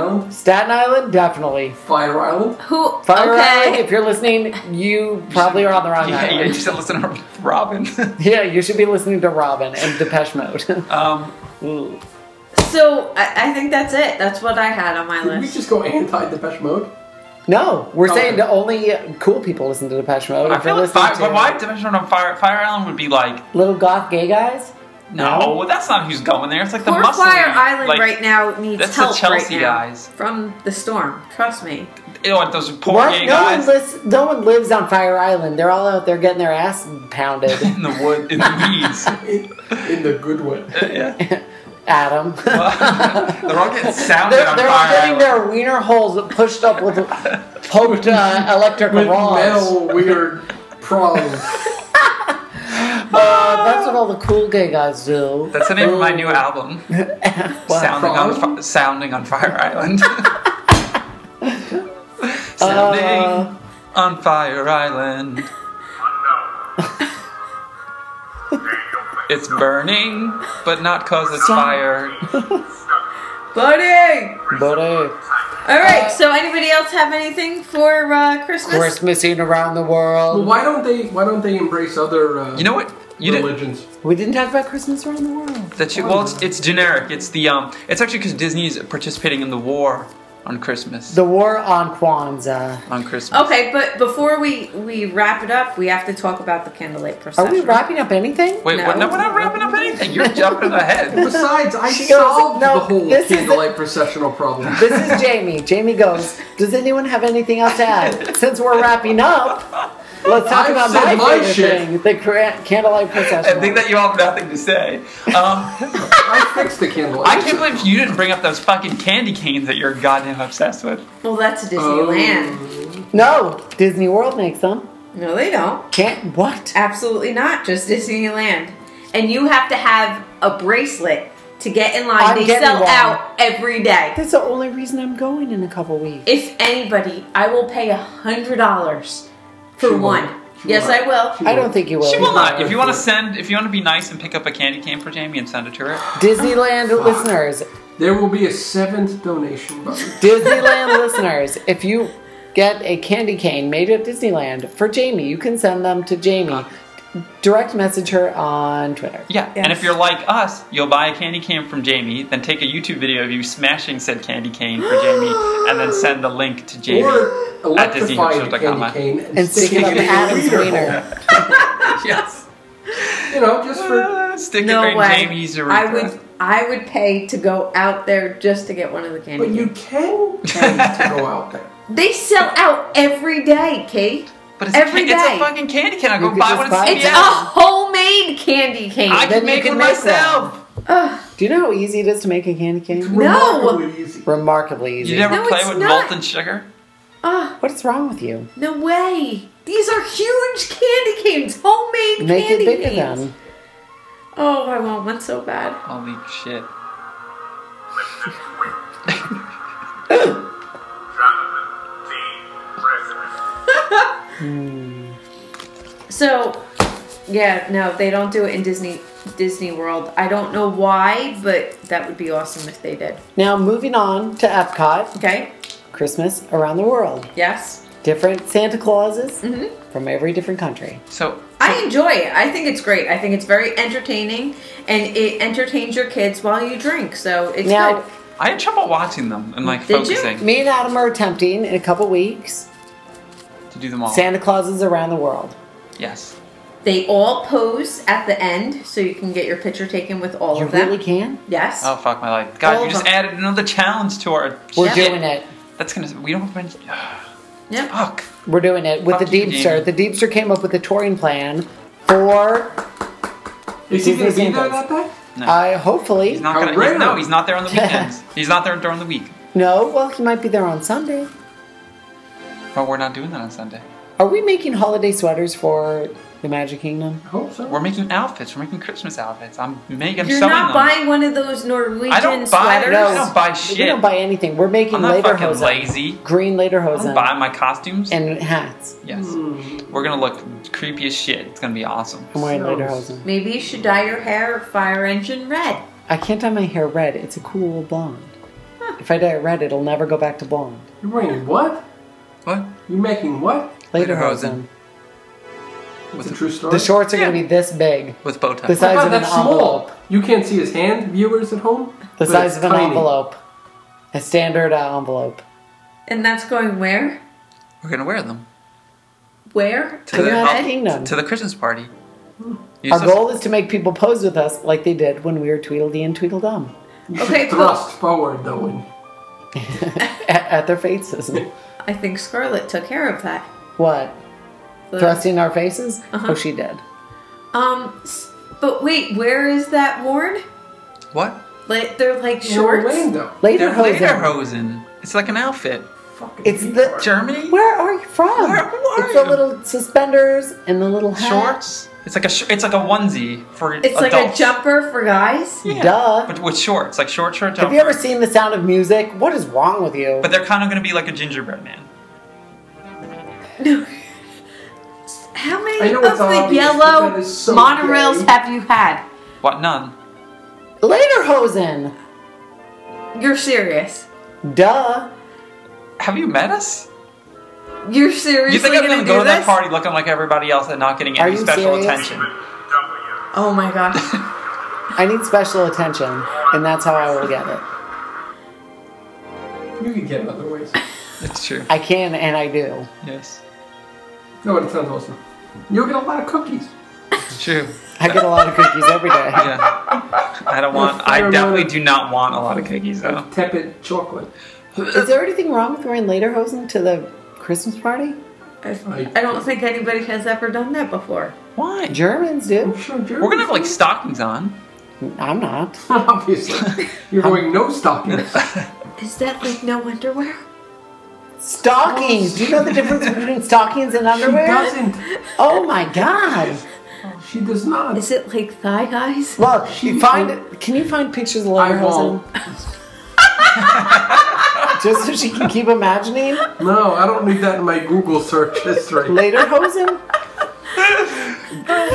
[SPEAKER 2] Um,
[SPEAKER 4] Island,
[SPEAKER 1] Staten Island, definitely.
[SPEAKER 4] Fire Island.
[SPEAKER 6] Who?
[SPEAKER 1] Fire Island,
[SPEAKER 6] okay.
[SPEAKER 1] if you're listening, you probably are on the wrong
[SPEAKER 2] yeah, yeah, you
[SPEAKER 1] island.
[SPEAKER 2] should listen to Robin.
[SPEAKER 1] Yeah. you should be listening to Robin and Depeche Mode.
[SPEAKER 2] um,
[SPEAKER 6] So I, I think that's it. That's what I had on my
[SPEAKER 4] Did we
[SPEAKER 6] list.
[SPEAKER 4] just go anti-Depeche Mode?
[SPEAKER 1] no, we're
[SPEAKER 4] Okay.
[SPEAKER 1] saying that only cool people listen to Depeche Mode.
[SPEAKER 2] I
[SPEAKER 1] If you're
[SPEAKER 2] feel like
[SPEAKER 1] listening
[SPEAKER 2] Fire,
[SPEAKER 1] to
[SPEAKER 2] but why Dimension on Fire, Fire Island would be like,
[SPEAKER 1] little goth gay guys,
[SPEAKER 2] no, that's not who's going there. It's like the
[SPEAKER 6] Poor
[SPEAKER 2] muscle.
[SPEAKER 6] Fire
[SPEAKER 2] man.
[SPEAKER 6] Island
[SPEAKER 2] like,
[SPEAKER 6] right now needs
[SPEAKER 2] that's the
[SPEAKER 6] help
[SPEAKER 2] Chelsea
[SPEAKER 6] right now
[SPEAKER 2] guys.
[SPEAKER 6] from the storm. Trust me.
[SPEAKER 2] You know, like those poor
[SPEAKER 1] What?
[SPEAKER 2] gay
[SPEAKER 1] no
[SPEAKER 2] guys
[SPEAKER 1] One lives, no one lives on Fire Island. They're all out there getting their ass pounded.
[SPEAKER 2] in the wood, in the weeds.
[SPEAKER 4] In, in the good way.
[SPEAKER 2] yeah.
[SPEAKER 1] Adam. they're
[SPEAKER 2] They're all getting sounded
[SPEAKER 1] they're
[SPEAKER 2] on
[SPEAKER 1] all
[SPEAKER 2] Fire
[SPEAKER 1] getting
[SPEAKER 2] Island.
[SPEAKER 1] their wiener holes pushed up with poked uh, electric
[SPEAKER 4] With
[SPEAKER 1] rods.
[SPEAKER 4] metal weird prongs.
[SPEAKER 1] Uh, that's what all the cool gay guys do.
[SPEAKER 2] That's the name of my new
[SPEAKER 1] Oh.
[SPEAKER 2] album. sounding on
[SPEAKER 4] Prong?
[SPEAKER 2] fi- sounding on Fire Island. sounding
[SPEAKER 1] Uh.
[SPEAKER 2] on Fire Island. it's burning, but not cause it's fire.
[SPEAKER 6] Buddy!
[SPEAKER 1] But uh, hey,
[SPEAKER 6] Alright, so anybody else have anything for uh, Christmas?
[SPEAKER 1] Christmasing around the
[SPEAKER 4] Well,
[SPEAKER 1] world.
[SPEAKER 4] why don't they? Why don't they embrace other? Uh,
[SPEAKER 2] You know what? You did
[SPEAKER 4] religions.
[SPEAKER 1] We didn't talk about Christmas around the world.
[SPEAKER 2] that. You, well, it's, it's generic. It's the um. It's actually because Disney's participating in the war on Christmas.
[SPEAKER 1] The war on Kwanzaa.
[SPEAKER 2] on Christmas.
[SPEAKER 6] Okay, but before we, we wrap it up, we have to talk about the candlelight procession.
[SPEAKER 1] Are we wrapping up anything?
[SPEAKER 2] Wait, what,
[SPEAKER 6] No.
[SPEAKER 2] no, we're not wrapping up anything. You're jumping ahead.
[SPEAKER 4] Besides, I
[SPEAKER 1] She goes,
[SPEAKER 4] solved
[SPEAKER 1] "No,
[SPEAKER 4] the whole
[SPEAKER 1] this is the-
[SPEAKER 4] candlelight processional problem.
[SPEAKER 1] This is Jamie. Jamie goes, Does anyone have anything else to add? Since we're wrapping up, let's talk
[SPEAKER 4] I've
[SPEAKER 1] about my,
[SPEAKER 4] said my
[SPEAKER 1] favorite
[SPEAKER 4] shit.
[SPEAKER 1] thing the cra- candlelight procession.
[SPEAKER 2] I think that you all have nothing to say. Um,
[SPEAKER 4] I fixed the candlelight.
[SPEAKER 2] I can't believe you didn't bring up those fucking candy canes that you're goddamn obsessed with.
[SPEAKER 6] Well, that's
[SPEAKER 4] Oh.
[SPEAKER 6] Disneyland.
[SPEAKER 1] no, Disney World makes them.
[SPEAKER 6] No, they don't.
[SPEAKER 1] Can't, what?
[SPEAKER 6] Absolutely not. Just Disneyland. And you have to have a bracelet to get in line.
[SPEAKER 1] I'm
[SPEAKER 6] they
[SPEAKER 1] getting
[SPEAKER 6] sell
[SPEAKER 1] one.
[SPEAKER 6] out every day.
[SPEAKER 1] That's the only reason I'm going in a couple weeks.
[SPEAKER 6] If anybody, I will pay a hundred dollars for
[SPEAKER 4] She
[SPEAKER 6] one.
[SPEAKER 4] won't. She
[SPEAKER 6] Yes,
[SPEAKER 4] won't.
[SPEAKER 6] I will.
[SPEAKER 4] She
[SPEAKER 1] I don't think you will.
[SPEAKER 2] She will not. If you want to send, if you want to be nice and pick up a candy cane for Jamie and send it to her,
[SPEAKER 1] Disneyland listeners,
[SPEAKER 4] There will be a seventh donation button.
[SPEAKER 1] Disneyland listeners, if you get a candy cane made at Disneyland for Jamie, you can send them to Jamie. Direct message her on Twitter.
[SPEAKER 2] yeah. And
[SPEAKER 6] Yes.
[SPEAKER 2] if you're like us, you'll buy a candy cane from Jamie, then take a YouTube video of you smashing said candy cane for Jamie, and then send the link to Jamie.
[SPEAKER 4] Or electrify the
[SPEAKER 2] DisneyHipsters.com.
[SPEAKER 4] candy cane and,
[SPEAKER 1] And stick it up
[SPEAKER 4] in
[SPEAKER 1] Adam's
[SPEAKER 4] your
[SPEAKER 1] wiener.
[SPEAKER 2] yes.
[SPEAKER 4] hole. You know, just for
[SPEAKER 2] Uh, stick
[SPEAKER 6] No
[SPEAKER 2] it right in
[SPEAKER 6] way.
[SPEAKER 2] Jamie's
[SPEAKER 6] I
[SPEAKER 2] urethra.
[SPEAKER 6] would. I would pay to go out there just to get one of the candy.
[SPEAKER 4] but you
[SPEAKER 6] canes.
[SPEAKER 4] can pay to go out there.
[SPEAKER 6] they sell out every day, Kate.
[SPEAKER 2] But it's,
[SPEAKER 6] Every
[SPEAKER 2] a, ca-
[SPEAKER 6] day.
[SPEAKER 2] it's a fucking candy cane. I go
[SPEAKER 1] could
[SPEAKER 2] buy
[SPEAKER 1] just
[SPEAKER 2] one
[SPEAKER 1] buy
[SPEAKER 2] at
[SPEAKER 1] it.
[SPEAKER 6] It's
[SPEAKER 2] CVS.
[SPEAKER 6] a homemade candy cane.
[SPEAKER 2] I
[SPEAKER 1] Then
[SPEAKER 2] can
[SPEAKER 1] you
[SPEAKER 2] make
[SPEAKER 1] can
[SPEAKER 2] one
[SPEAKER 1] make one.
[SPEAKER 2] myself.
[SPEAKER 6] Ugh.
[SPEAKER 1] Do you know how easy it is to make a candy cane?
[SPEAKER 6] No.
[SPEAKER 4] Remarkably easy.
[SPEAKER 1] Remarkably easy.
[SPEAKER 2] You never
[SPEAKER 6] No,
[SPEAKER 2] play
[SPEAKER 6] it's
[SPEAKER 2] with
[SPEAKER 6] not.
[SPEAKER 2] molten sugar?
[SPEAKER 6] Ugh.
[SPEAKER 1] What's wrong with you?
[SPEAKER 6] no way. These are huge candy canes, homemade
[SPEAKER 1] Make
[SPEAKER 6] candy
[SPEAKER 1] it bigger
[SPEAKER 6] canes.
[SPEAKER 1] then.
[SPEAKER 6] Oh, I want one so bad.
[SPEAKER 2] Holy shit.
[SPEAKER 7] Jonathan T. President.
[SPEAKER 6] So, yeah, no, they don't do it in Disney Disney World. I don't know why, but that would be awesome if they did.
[SPEAKER 1] Now moving on to Epcot,
[SPEAKER 6] Okay?
[SPEAKER 1] Christmas around the world.
[SPEAKER 6] Yes.
[SPEAKER 1] Different Santa Clauses
[SPEAKER 6] Mm-hmm.
[SPEAKER 1] from every different country.
[SPEAKER 2] So
[SPEAKER 6] I enjoy it. I think it's great. I think it's very entertaining and it entertains your kids while you drink. So, it's
[SPEAKER 1] Now-
[SPEAKER 6] good.
[SPEAKER 2] I had trouble watching them and like
[SPEAKER 6] Did you?
[SPEAKER 2] focusing
[SPEAKER 1] Me and Adam are attempting in a couple weeks
[SPEAKER 2] to do
[SPEAKER 6] Oh.
[SPEAKER 2] them all.
[SPEAKER 1] Santa Clauses around the world.
[SPEAKER 2] Yes.
[SPEAKER 6] They all pose at the end so you can get your picture taken with all
[SPEAKER 1] You
[SPEAKER 6] of them.
[SPEAKER 1] really can.
[SPEAKER 6] Yes.
[SPEAKER 2] Oh fuck my life. God,
[SPEAKER 1] All
[SPEAKER 2] you just
[SPEAKER 1] the-
[SPEAKER 2] added another challenge to our
[SPEAKER 1] We're
[SPEAKER 6] Yeah.
[SPEAKER 1] doing it.
[SPEAKER 2] That's gonna we don't have
[SPEAKER 6] Yep.
[SPEAKER 2] fuck.
[SPEAKER 1] We're doing it with
[SPEAKER 2] Fuck
[SPEAKER 1] the
[SPEAKER 2] you,
[SPEAKER 1] Deepster.
[SPEAKER 2] Jamie.
[SPEAKER 1] The Deepster came up with a touring plan for
[SPEAKER 4] Is he going to
[SPEAKER 1] Disney
[SPEAKER 4] be there
[SPEAKER 1] Santa
[SPEAKER 4] that day?
[SPEAKER 2] No.
[SPEAKER 1] I hopefully
[SPEAKER 2] He's not gonna
[SPEAKER 4] Outrageous.
[SPEAKER 2] he's, no, he's not there on the weekends. he's not there during the week.
[SPEAKER 1] no. Well, he might be there on Sunday.
[SPEAKER 2] But we're not doing that on Sunday.
[SPEAKER 1] Are we making holiday sweaters for the Magic Kingdom?
[SPEAKER 4] I hope so.
[SPEAKER 2] We're making outfits. We're making Christmas outfits. I'm making.
[SPEAKER 6] You're
[SPEAKER 2] sewing
[SPEAKER 6] not
[SPEAKER 2] them.
[SPEAKER 6] buying one of those Norwegian
[SPEAKER 2] I don't buy.
[SPEAKER 6] sweaters.
[SPEAKER 2] No, I don't buy shit.
[SPEAKER 1] We don't buy anything. We're making
[SPEAKER 2] I'm not fucking
[SPEAKER 1] lederhosen.
[SPEAKER 2] lazy.
[SPEAKER 1] Green
[SPEAKER 2] I
[SPEAKER 1] lederhosen
[SPEAKER 2] don't buy my costumes.
[SPEAKER 1] uh, and hats.
[SPEAKER 2] yes, we're gonna look creepy as shit. It's gonna be awesome.
[SPEAKER 1] I'm wearing
[SPEAKER 4] Sounds-
[SPEAKER 1] lederhosen.
[SPEAKER 6] Maybe you should dye your hair fire engine red.
[SPEAKER 1] I can't dye my hair red. It's a cool blonde. If I dye it red, it'll never go back to blonde.
[SPEAKER 4] You're wearing what?
[SPEAKER 2] What?
[SPEAKER 4] You're making what?
[SPEAKER 1] Lederhosen.
[SPEAKER 2] Lederhosen.
[SPEAKER 4] It's
[SPEAKER 2] With
[SPEAKER 4] a true story. Oh
[SPEAKER 1] The shorts are going to
[SPEAKER 2] Yeah.
[SPEAKER 1] be this big.
[SPEAKER 2] With bow tie.
[SPEAKER 1] The size
[SPEAKER 4] God,
[SPEAKER 1] of an
[SPEAKER 4] that's
[SPEAKER 1] envelope.
[SPEAKER 4] small. You can't see his hand, viewers at home.
[SPEAKER 1] The
[SPEAKER 4] but
[SPEAKER 1] size
[SPEAKER 4] it's
[SPEAKER 1] of an
[SPEAKER 4] tiny.
[SPEAKER 1] envelope. A standard uh, envelope.
[SPEAKER 6] And that's going where?
[SPEAKER 2] we're gonna wear them
[SPEAKER 6] Where?
[SPEAKER 2] To
[SPEAKER 1] the
[SPEAKER 2] the-
[SPEAKER 1] Magic Kingdom.
[SPEAKER 2] to the Christmas party. You
[SPEAKER 1] Our
[SPEAKER 2] just-
[SPEAKER 1] goal is to make people pose with us like they did when we were Tweedledee and Tweedledum
[SPEAKER 4] You
[SPEAKER 6] Okay,
[SPEAKER 4] should
[SPEAKER 6] cool.
[SPEAKER 4] thrust forward though. And
[SPEAKER 1] at, at their faces.
[SPEAKER 6] I think Scarlett took care of that.
[SPEAKER 1] what?
[SPEAKER 6] The-
[SPEAKER 1] Thrusting our faces?
[SPEAKER 2] Uh-huh.
[SPEAKER 1] Oh, she did.
[SPEAKER 6] Um, s- but wait, where is that worn?
[SPEAKER 2] What?
[SPEAKER 6] Like they're like
[SPEAKER 4] You know,
[SPEAKER 6] shorts.
[SPEAKER 4] Orlando.
[SPEAKER 2] They're
[SPEAKER 1] Lederhosen.
[SPEAKER 2] lederhosen. It's like an outfit.
[SPEAKER 4] Fucking
[SPEAKER 1] It's the.
[SPEAKER 2] Germany
[SPEAKER 1] Where are you from?
[SPEAKER 2] Where- where are
[SPEAKER 1] it's the
[SPEAKER 2] you?
[SPEAKER 1] little suspenders and the little hat.
[SPEAKER 2] shorts. It's like a sh- it's like a onesie for
[SPEAKER 6] It's
[SPEAKER 2] adults.
[SPEAKER 6] like a jumper for guys.
[SPEAKER 2] Yeah.
[SPEAKER 1] Duh.
[SPEAKER 2] But with shorts, like short short.
[SPEAKER 1] Have you ever seen The Sound of Music? What is wrong with you?
[SPEAKER 2] But they're kind of gonna be like a gingerbread man.
[SPEAKER 6] How many
[SPEAKER 4] I know
[SPEAKER 6] of
[SPEAKER 4] it's
[SPEAKER 6] the
[SPEAKER 4] obvious, but that
[SPEAKER 6] yellow
[SPEAKER 4] is so
[SPEAKER 6] monorails
[SPEAKER 4] gay.
[SPEAKER 6] have you had?
[SPEAKER 2] What? None.
[SPEAKER 1] Lederhosen.
[SPEAKER 6] You're serious.
[SPEAKER 1] Duh.
[SPEAKER 2] Have you met us?
[SPEAKER 6] You're seriously
[SPEAKER 2] You think I'm
[SPEAKER 6] gonna
[SPEAKER 2] gonna
[SPEAKER 6] do
[SPEAKER 2] go to that
[SPEAKER 6] this?
[SPEAKER 2] party looking like everybody else and not getting
[SPEAKER 1] Are
[SPEAKER 2] any
[SPEAKER 1] you
[SPEAKER 2] special
[SPEAKER 1] serious?
[SPEAKER 2] attention?
[SPEAKER 7] W.
[SPEAKER 6] Oh my gosh.
[SPEAKER 1] I need special attention, and that's how I will get it.
[SPEAKER 4] You can get it other ways.
[SPEAKER 2] It's true.
[SPEAKER 1] I can and I do.
[SPEAKER 2] Yes.
[SPEAKER 4] No, it sounds awesome. You'll get a lot of cookies.
[SPEAKER 2] It's true.
[SPEAKER 1] I get a lot of cookies every day.
[SPEAKER 2] Yeah. I don't want. I
[SPEAKER 4] Pheromone.
[SPEAKER 2] definitely do not want a lot of cookies though.
[SPEAKER 4] Tepid chocolate.
[SPEAKER 1] Is there anything wrong with wearing lederhosen to the Christmas party?
[SPEAKER 6] I, I don't think anybody has ever done that before.
[SPEAKER 2] Why?
[SPEAKER 1] Germans do.
[SPEAKER 4] I'm sure Jeremy's
[SPEAKER 2] We're gonna have like stockings on.
[SPEAKER 1] I'm not.
[SPEAKER 4] Obviously. You're wearing no stockings.
[SPEAKER 6] Is that like no underwear?
[SPEAKER 1] Stockings. Do you know the difference between stockings and
[SPEAKER 4] She
[SPEAKER 1] underwear?
[SPEAKER 4] doesn't.
[SPEAKER 1] Oh my god.
[SPEAKER 4] She does not.
[SPEAKER 6] Is it like thigh highs?
[SPEAKER 1] Well, you find can you find pictures of
[SPEAKER 4] I
[SPEAKER 1] lederhosen
[SPEAKER 4] won't.
[SPEAKER 1] just so she can keep imagining
[SPEAKER 4] No, I don't need that in my Google search history.
[SPEAKER 1] lederhosen?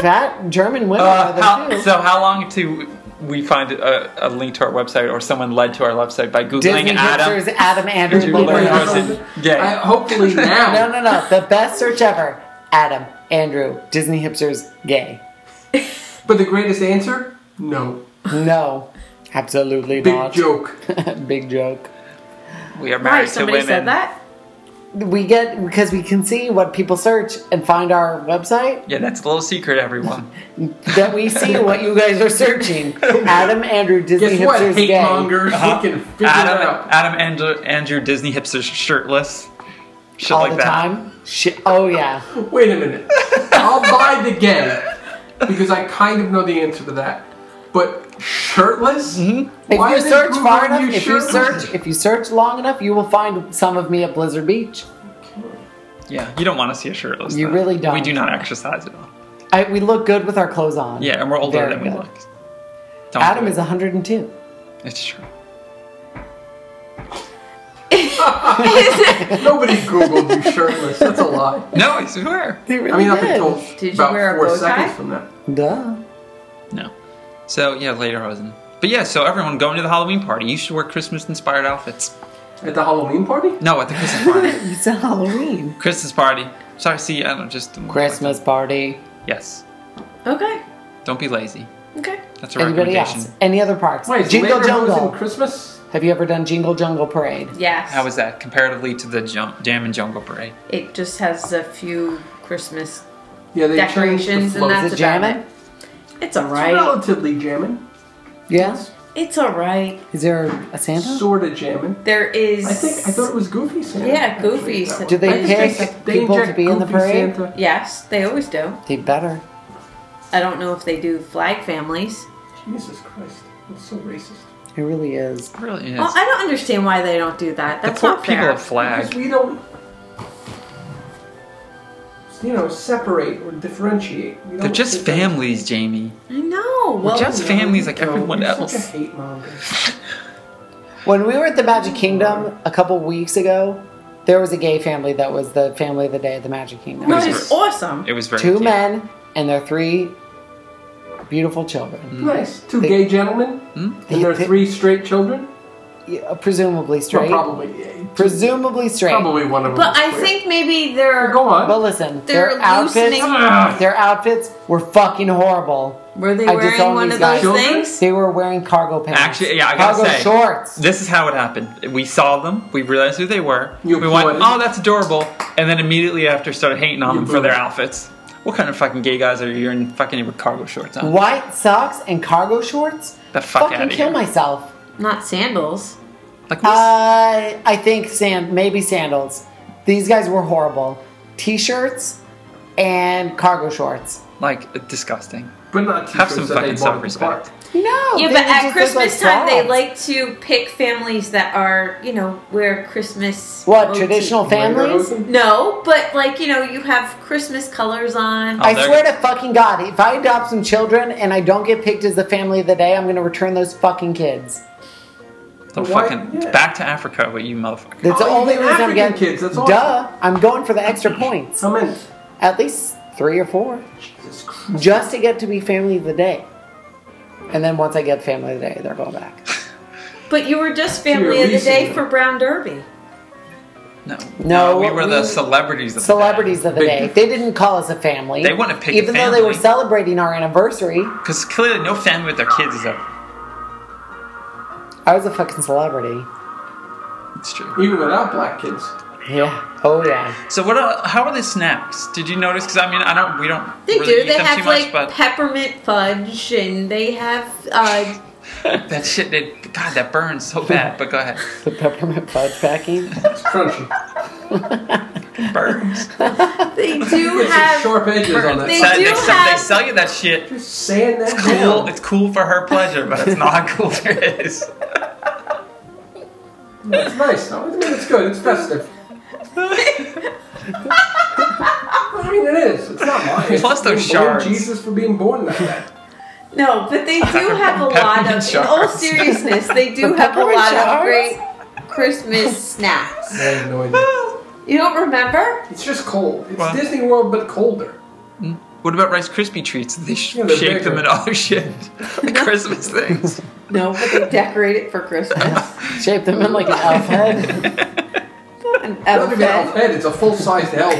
[SPEAKER 1] Fat German women
[SPEAKER 2] Uh,
[SPEAKER 1] are the
[SPEAKER 2] how,
[SPEAKER 1] two.
[SPEAKER 2] so how long to we find a, a link to our website or someone led to our website by googling
[SPEAKER 1] Disney
[SPEAKER 2] Adam?
[SPEAKER 1] pictures Adam Andrew
[SPEAKER 2] Andrew
[SPEAKER 1] lederhosen.
[SPEAKER 2] Lederhosen. Gay.
[SPEAKER 4] I, hopefully now.
[SPEAKER 1] No, no, no. The best search ever. Adam, Andrew, Disney hipsters, gay.
[SPEAKER 4] But the greatest answer? No.
[SPEAKER 1] No, absolutely
[SPEAKER 4] Big
[SPEAKER 1] not.
[SPEAKER 4] joke.
[SPEAKER 1] Big joke.
[SPEAKER 2] We are
[SPEAKER 6] Why
[SPEAKER 2] married to
[SPEAKER 6] somebody
[SPEAKER 2] women.
[SPEAKER 6] said that?
[SPEAKER 1] We get because we can see what people search and find our website
[SPEAKER 2] Yeah, that's a little secret, everyone.
[SPEAKER 1] that we see what you guys are searching. Adam, Andrew, Disney
[SPEAKER 4] Guess what?
[SPEAKER 1] hipsters,
[SPEAKER 4] Hate
[SPEAKER 1] gay. Uh-huh.
[SPEAKER 4] mongers. We can figure it
[SPEAKER 2] Adam,
[SPEAKER 4] out.
[SPEAKER 2] Adam, Andrew, Andrew, Disney hipsters shirtless, shit
[SPEAKER 1] All
[SPEAKER 2] like
[SPEAKER 1] the
[SPEAKER 2] that.
[SPEAKER 1] time. Shit. Oh yeah.
[SPEAKER 4] Wait a minute. I'll buy the gay because I kind of know the answer to that. But shirtless?
[SPEAKER 1] Mm-hmm. If
[SPEAKER 4] Why
[SPEAKER 1] you
[SPEAKER 4] are they
[SPEAKER 1] search far
[SPEAKER 4] Googling
[SPEAKER 1] enough, if you
[SPEAKER 4] shirtless?
[SPEAKER 1] search, if you search long enough, you will find some of me at Blizzard Beach.
[SPEAKER 2] Yeah, you don't want to see a shirtless.
[SPEAKER 1] You
[SPEAKER 2] though.
[SPEAKER 1] really don't.
[SPEAKER 2] We do not exercise at all.
[SPEAKER 1] I, we look good with our clothes on.
[SPEAKER 2] Yeah, and we're older
[SPEAKER 1] Very
[SPEAKER 2] than we
[SPEAKER 1] good.
[SPEAKER 2] look. Don't
[SPEAKER 1] Adam
[SPEAKER 2] do it.
[SPEAKER 1] is 102.
[SPEAKER 2] It's true.
[SPEAKER 4] Nobody Googled you shirtless. That's a lie.
[SPEAKER 2] No, I swear.
[SPEAKER 1] He really
[SPEAKER 4] I mean, up
[SPEAKER 1] did.
[SPEAKER 4] until
[SPEAKER 6] Did you
[SPEAKER 4] about
[SPEAKER 6] wear a
[SPEAKER 4] four
[SPEAKER 6] bow tie?
[SPEAKER 4] seconds from that.
[SPEAKER 1] Duh.
[SPEAKER 2] No. So yeah, later hosen. But yeah, so everyone going to the Halloween party. You should wear Christmas-inspired outfits.
[SPEAKER 4] At the Halloween party?
[SPEAKER 2] No, at the Christmas party.
[SPEAKER 1] It's a Halloween.
[SPEAKER 2] Christmas party. Sorry, see, I don't just
[SPEAKER 1] Christmas party.
[SPEAKER 2] Yes.
[SPEAKER 6] Okay.
[SPEAKER 2] Don't be lazy.
[SPEAKER 6] Okay.
[SPEAKER 2] That's a
[SPEAKER 1] Anybody
[SPEAKER 2] recommendation.
[SPEAKER 1] else? Any other parks?
[SPEAKER 4] Wait,
[SPEAKER 1] Jingle
[SPEAKER 4] later on was
[SPEAKER 1] Jungle.
[SPEAKER 4] in Christmas?
[SPEAKER 1] Have you ever done Jingle Jungle Parade?
[SPEAKER 6] Yes.
[SPEAKER 2] How is that comparatively to the jump, Jam and Jungle Parade?
[SPEAKER 6] it just has a few Christmas
[SPEAKER 4] Yeah, they
[SPEAKER 6] decorations
[SPEAKER 4] changed the
[SPEAKER 6] and
[SPEAKER 4] float.
[SPEAKER 1] Is
[SPEAKER 6] that's
[SPEAKER 1] it
[SPEAKER 6] about
[SPEAKER 1] jamming?
[SPEAKER 6] it. It's alright.
[SPEAKER 4] Relatively jamming.
[SPEAKER 1] Yes.
[SPEAKER 6] It's alright.
[SPEAKER 1] Is there a Santa?
[SPEAKER 4] Sort of jamming.
[SPEAKER 6] There is
[SPEAKER 4] I think I thought it was Goofy Santa.
[SPEAKER 6] Yeah,
[SPEAKER 4] actually,
[SPEAKER 6] Goofy
[SPEAKER 4] that
[SPEAKER 6] Santa.
[SPEAKER 4] one.
[SPEAKER 1] Do they
[SPEAKER 4] I just
[SPEAKER 1] pick
[SPEAKER 4] think they
[SPEAKER 1] people to
[SPEAKER 4] inject
[SPEAKER 1] be in the
[SPEAKER 4] Goofy
[SPEAKER 1] parade?
[SPEAKER 4] Santa.
[SPEAKER 6] Yes, they always do.
[SPEAKER 1] They better.
[SPEAKER 6] I don't know if they do flag families.
[SPEAKER 4] Jesus Christ, that's so racist.
[SPEAKER 1] It really is.
[SPEAKER 2] It really is.
[SPEAKER 6] Well, Oh, I don't understand why they don't do that.
[SPEAKER 2] the
[SPEAKER 6] That's
[SPEAKER 2] poor
[SPEAKER 6] not
[SPEAKER 2] people
[SPEAKER 6] fair.
[SPEAKER 2] of
[SPEAKER 4] Because
[SPEAKER 2] Flag.
[SPEAKER 4] we don't, you know, separate or differentiate. We
[SPEAKER 2] They're
[SPEAKER 4] don't
[SPEAKER 2] just
[SPEAKER 4] differ-
[SPEAKER 2] families, Jamie.
[SPEAKER 6] I know. Well,
[SPEAKER 2] just
[SPEAKER 4] No,
[SPEAKER 2] families like
[SPEAKER 4] no,
[SPEAKER 2] everyone
[SPEAKER 4] you're
[SPEAKER 2] else.
[SPEAKER 4] Such a hate monger.
[SPEAKER 1] When we were at the Magic Kingdom a couple weeks ago, there was a gay family that was the family of the day at the Magic Kingdom.
[SPEAKER 6] that is awesome.
[SPEAKER 2] It was very
[SPEAKER 1] Two
[SPEAKER 2] cute.
[SPEAKER 1] men and their three beautiful children,
[SPEAKER 4] Nice. Two
[SPEAKER 1] Hmm. They-
[SPEAKER 4] gay gentlemen
[SPEAKER 2] Hmm?
[SPEAKER 4] and their
[SPEAKER 1] They-
[SPEAKER 4] three straight children.
[SPEAKER 1] Yeah, presumably
[SPEAKER 4] Well,
[SPEAKER 1] straight.
[SPEAKER 4] probably. yeah,
[SPEAKER 1] Presumably straight.
[SPEAKER 4] Probably one of them.
[SPEAKER 6] But
[SPEAKER 4] is
[SPEAKER 6] I
[SPEAKER 4] queer.
[SPEAKER 6] think maybe they're
[SPEAKER 4] Go on. Ah!
[SPEAKER 1] But listen,
[SPEAKER 6] they're
[SPEAKER 1] their outfits,
[SPEAKER 6] loosening.
[SPEAKER 1] their outfits were fucking horrible.
[SPEAKER 6] Were they
[SPEAKER 1] I
[SPEAKER 6] wearing
[SPEAKER 1] disown
[SPEAKER 6] one
[SPEAKER 1] these
[SPEAKER 6] of those
[SPEAKER 1] guys.
[SPEAKER 6] things?
[SPEAKER 1] They were wearing cargo pants.
[SPEAKER 2] Actually, yeah, I gotta
[SPEAKER 1] cargo
[SPEAKER 2] say,
[SPEAKER 1] shorts.
[SPEAKER 2] This is how it happened. We saw them. We realized who they were.
[SPEAKER 4] You
[SPEAKER 2] we went,
[SPEAKER 4] applauded.
[SPEAKER 2] oh, that's adorable, and then immediately after started hating on
[SPEAKER 4] You
[SPEAKER 2] them for their
[SPEAKER 4] booed.
[SPEAKER 2] outfits. What kind of fucking gay guys are you in fucking with cargo shorts on?
[SPEAKER 1] White socks and cargo shorts.
[SPEAKER 2] The fuck
[SPEAKER 1] fucking
[SPEAKER 2] outta
[SPEAKER 1] kill
[SPEAKER 2] here.
[SPEAKER 1] myself.
[SPEAKER 6] Not sandals.
[SPEAKER 2] Like,
[SPEAKER 1] Uh, I I think sand, maybe sandals. These guys were horrible. T-shirts and cargo shorts.
[SPEAKER 2] like disgusting.
[SPEAKER 4] But not
[SPEAKER 2] Have
[SPEAKER 4] t-shirts
[SPEAKER 2] some
[SPEAKER 4] that they
[SPEAKER 2] fucking
[SPEAKER 4] bought at the
[SPEAKER 2] self-respect.
[SPEAKER 4] park.
[SPEAKER 1] No,
[SPEAKER 6] Yeah,
[SPEAKER 1] they
[SPEAKER 6] but
[SPEAKER 1] just
[SPEAKER 6] at
[SPEAKER 1] look
[SPEAKER 6] Christmas time, they
[SPEAKER 1] frogs.
[SPEAKER 6] like to pick families that are, you know, wear Christmas.
[SPEAKER 1] what
[SPEAKER 6] motif.
[SPEAKER 1] traditional families.
[SPEAKER 6] No, but like you know, you have Christmas colors on.
[SPEAKER 2] Oh,
[SPEAKER 1] I
[SPEAKER 2] there-
[SPEAKER 1] swear to fucking God, if I adopt some children and I don't get picked as the family of the day, I'm going to return those fucking kids.
[SPEAKER 2] The
[SPEAKER 4] Why-
[SPEAKER 2] fucking
[SPEAKER 4] yeah.
[SPEAKER 2] back to Africa with you motherfucker.
[SPEAKER 1] That's the
[SPEAKER 4] Oh, you
[SPEAKER 1] only
[SPEAKER 4] get
[SPEAKER 1] reason I'm
[SPEAKER 4] African
[SPEAKER 1] getting
[SPEAKER 4] kids, that's
[SPEAKER 1] Duh,
[SPEAKER 4] awesome.
[SPEAKER 1] I'm going for the extra points.
[SPEAKER 4] How many?
[SPEAKER 1] At least three or four,
[SPEAKER 4] Jesus Christ.
[SPEAKER 1] just to get to be family of the day. And then once I get family of the day, they're going back.
[SPEAKER 6] But you were just family
[SPEAKER 4] you're
[SPEAKER 6] of the day
[SPEAKER 4] leasing
[SPEAKER 6] for
[SPEAKER 4] them.
[SPEAKER 6] Brown Derby.
[SPEAKER 2] No,
[SPEAKER 1] No,
[SPEAKER 2] we were the
[SPEAKER 1] we-
[SPEAKER 2] celebrities. Of the
[SPEAKER 1] Celebrities of the day. They didn't call us a family.
[SPEAKER 2] They wouldn't pick a
[SPEAKER 1] even though they were
[SPEAKER 2] family.
[SPEAKER 1] celebrating our anniversary.
[SPEAKER 2] because clearly no family with their kids is a.
[SPEAKER 1] I was a fucking celebrity.
[SPEAKER 2] It's true.
[SPEAKER 4] Even without black kids.
[SPEAKER 1] Yeah. Oh yeah.
[SPEAKER 2] So what? Are, how are the snacks? Did you notice? Because I mean, I don't. We don't.
[SPEAKER 6] They
[SPEAKER 2] really
[SPEAKER 6] do.
[SPEAKER 2] Eat
[SPEAKER 6] They
[SPEAKER 2] them
[SPEAKER 6] have
[SPEAKER 2] too
[SPEAKER 6] like
[SPEAKER 2] much,
[SPEAKER 6] peppermint fudge, and they have uh,
[SPEAKER 2] but that shit. Did, God, that burns so bad. But go ahead.
[SPEAKER 1] The peppermint fudge packing.
[SPEAKER 4] It's crunchy.
[SPEAKER 2] Burns.
[SPEAKER 6] they do
[SPEAKER 4] It's got
[SPEAKER 6] have.
[SPEAKER 4] sharp edges on
[SPEAKER 2] Burns.
[SPEAKER 6] They
[SPEAKER 4] it.
[SPEAKER 2] Sell-
[SPEAKER 6] do
[SPEAKER 2] they, sell, they
[SPEAKER 6] have-
[SPEAKER 2] sell you that shit.
[SPEAKER 4] Just saying that.
[SPEAKER 2] Cool.
[SPEAKER 4] down.
[SPEAKER 2] It's cool for her pleasure, but it's not cool for his.
[SPEAKER 4] It's nice though. I mean, it's good. It's festive. I mean, it is. It's not mine.
[SPEAKER 2] Plus those
[SPEAKER 4] Blame
[SPEAKER 2] shards.
[SPEAKER 4] Jesus for being born that way.
[SPEAKER 6] No, but they do have a lot
[SPEAKER 2] Peppermint
[SPEAKER 6] of. In all
[SPEAKER 2] shards.
[SPEAKER 6] seriousness, they do have a
[SPEAKER 1] peppermint
[SPEAKER 6] lot of
[SPEAKER 1] shards?
[SPEAKER 6] great Christmas snacks.
[SPEAKER 4] I have no idea.
[SPEAKER 6] You don't remember?
[SPEAKER 4] It's just cold. It's
[SPEAKER 2] Well-
[SPEAKER 4] Disney World, but colder.
[SPEAKER 2] What about Rice Krispie treats? They sh-
[SPEAKER 4] Yeah, they're
[SPEAKER 2] shake them
[SPEAKER 4] bigger.
[SPEAKER 2] and other shit. Christmas things.
[SPEAKER 6] No, but they decorate it for Christmas.
[SPEAKER 1] Shape them in like an elf head.
[SPEAKER 6] An
[SPEAKER 4] Not even an elf
[SPEAKER 6] elf
[SPEAKER 4] head. It's a full-sized elf.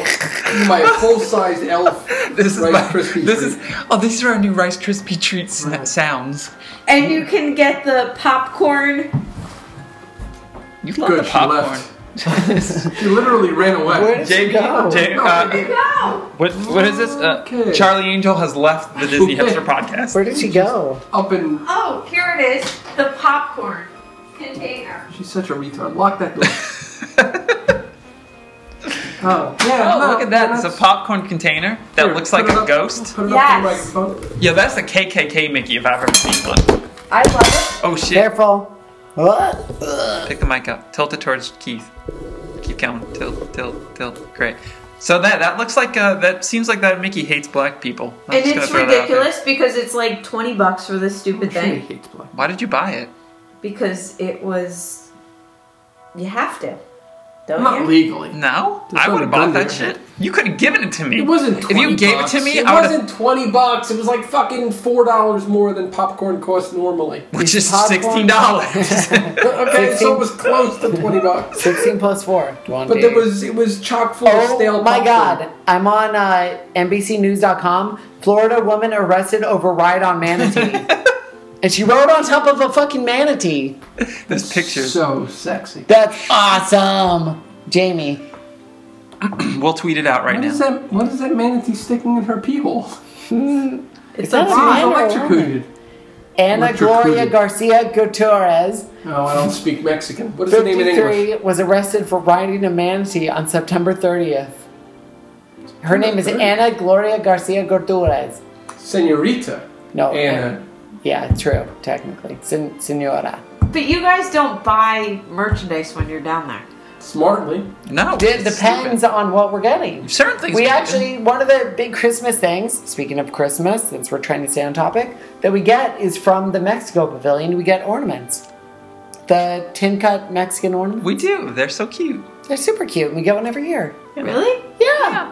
[SPEAKER 4] My full-sized elf.
[SPEAKER 2] This is
[SPEAKER 4] Rice
[SPEAKER 2] my,
[SPEAKER 4] Krispie
[SPEAKER 2] this
[SPEAKER 4] treat.
[SPEAKER 2] is oh these are our new Rice Krispie treats sna- sounds.
[SPEAKER 6] and you can get the popcorn.
[SPEAKER 2] You love
[SPEAKER 4] Good,
[SPEAKER 2] the
[SPEAKER 4] she
[SPEAKER 2] popcorn.
[SPEAKER 4] left. She literally ran
[SPEAKER 1] Where
[SPEAKER 4] away.
[SPEAKER 1] did she go?
[SPEAKER 2] Jamie uh,
[SPEAKER 6] No.
[SPEAKER 2] what, what is this? Uh,
[SPEAKER 4] Okay.
[SPEAKER 2] Charlie Angel has left the Disney
[SPEAKER 4] Okay.
[SPEAKER 2] Hipster podcast.
[SPEAKER 1] Where did she go?
[SPEAKER 4] Up and
[SPEAKER 6] Oh, here it is. The popcorn container.
[SPEAKER 4] she's such a retard. Lock that door. Oh yeah.
[SPEAKER 2] Oh,
[SPEAKER 4] no,
[SPEAKER 2] look at that! It's
[SPEAKER 4] that's-
[SPEAKER 2] a popcorn container that
[SPEAKER 4] Here,
[SPEAKER 2] looks like
[SPEAKER 4] put it
[SPEAKER 2] a
[SPEAKER 4] up-
[SPEAKER 2] ghost.
[SPEAKER 4] Put it
[SPEAKER 6] Yes. Oh,
[SPEAKER 4] up to the microphone.
[SPEAKER 2] Yeah, that's a KKK Mickey if I've ever seen one.
[SPEAKER 6] I love
[SPEAKER 2] Oh shit!
[SPEAKER 1] Careful. Ugh. Ugh.
[SPEAKER 2] Pick the mic up. Tilt it towards Keith. Keep going. Tilt, tilt, tilt. Great. So that that looks like uh, that seems like that Mickey hates black people. I'm
[SPEAKER 6] And
[SPEAKER 2] just gonna
[SPEAKER 6] it's
[SPEAKER 2] throw that out there. Oh,
[SPEAKER 6] ridiculous because it's like 20 bucks for this stupid
[SPEAKER 4] Sure he
[SPEAKER 6] thing
[SPEAKER 4] hates black.
[SPEAKER 2] Why did you buy it?
[SPEAKER 6] because it was. You have to. Don't
[SPEAKER 4] Not
[SPEAKER 6] you?
[SPEAKER 4] legally.
[SPEAKER 2] No,
[SPEAKER 4] Just
[SPEAKER 2] I
[SPEAKER 4] throw
[SPEAKER 2] would have
[SPEAKER 4] the
[SPEAKER 2] bought
[SPEAKER 4] gun
[SPEAKER 2] that
[SPEAKER 4] to your
[SPEAKER 2] shit. You could have given it to me.
[SPEAKER 4] It wasn't. 20
[SPEAKER 2] If you gave it
[SPEAKER 4] bucks.
[SPEAKER 2] to me,
[SPEAKER 4] it
[SPEAKER 2] I would have,
[SPEAKER 4] wasn't twenty bucks. It was like fucking four dollars more than popcorn costs normally.
[SPEAKER 2] which is
[SPEAKER 1] Popcorn.
[SPEAKER 2] sixteen dollars.
[SPEAKER 4] okay, so it was close to twenty bucks.
[SPEAKER 1] 16 plus 4. 20.
[SPEAKER 4] But there was it was chock full of stale.
[SPEAKER 1] Oh my
[SPEAKER 4] popcorn.
[SPEAKER 1] god. I'm on uh, NBCNews.com. Florida woman arrested over ride on manatee. and she rode on top of a fucking manatee.
[SPEAKER 2] There's pictures.
[SPEAKER 4] So sexy.
[SPEAKER 1] That's awesome. Jamie.
[SPEAKER 2] we'll tweet it out right
[SPEAKER 4] What
[SPEAKER 2] now.
[SPEAKER 4] is that? What is that manatee sticking in her pee hole?
[SPEAKER 6] It's
[SPEAKER 1] that
[SPEAKER 6] a
[SPEAKER 1] a man?
[SPEAKER 6] rod.
[SPEAKER 4] She's
[SPEAKER 1] or a
[SPEAKER 4] electrocuted.
[SPEAKER 1] Anna
[SPEAKER 4] Richard
[SPEAKER 1] Gloria
[SPEAKER 4] Krieger.
[SPEAKER 1] Garcia Gutierrez,
[SPEAKER 4] No, I don't speak Mexican. What is the name in English?
[SPEAKER 1] 53, was arrested for riding a manatee on September 30th. Her name is
[SPEAKER 4] 30th?
[SPEAKER 1] Anna Gloria Garcia Gutierrez.
[SPEAKER 4] Senorita
[SPEAKER 1] No,
[SPEAKER 4] Anna.
[SPEAKER 1] Yeah, true, technically. Sen- senora.
[SPEAKER 6] But you guys don't buy merchandise when you're down there.
[SPEAKER 4] Smartly.
[SPEAKER 2] No,
[SPEAKER 1] It
[SPEAKER 2] it's
[SPEAKER 1] depends on what we're getting.
[SPEAKER 2] stupid. Certain things
[SPEAKER 1] We
[SPEAKER 2] get-
[SPEAKER 1] actually, one of the big Christmas things, speaking of Christmas, since we're trying to stay on topic, that we get is from the Mexico Pavilion, we get ornaments. The tin cut Mexican ornaments.
[SPEAKER 2] we do. They're so cute.
[SPEAKER 1] They're super cute. We get one every year.
[SPEAKER 6] Really?
[SPEAKER 1] Yeah.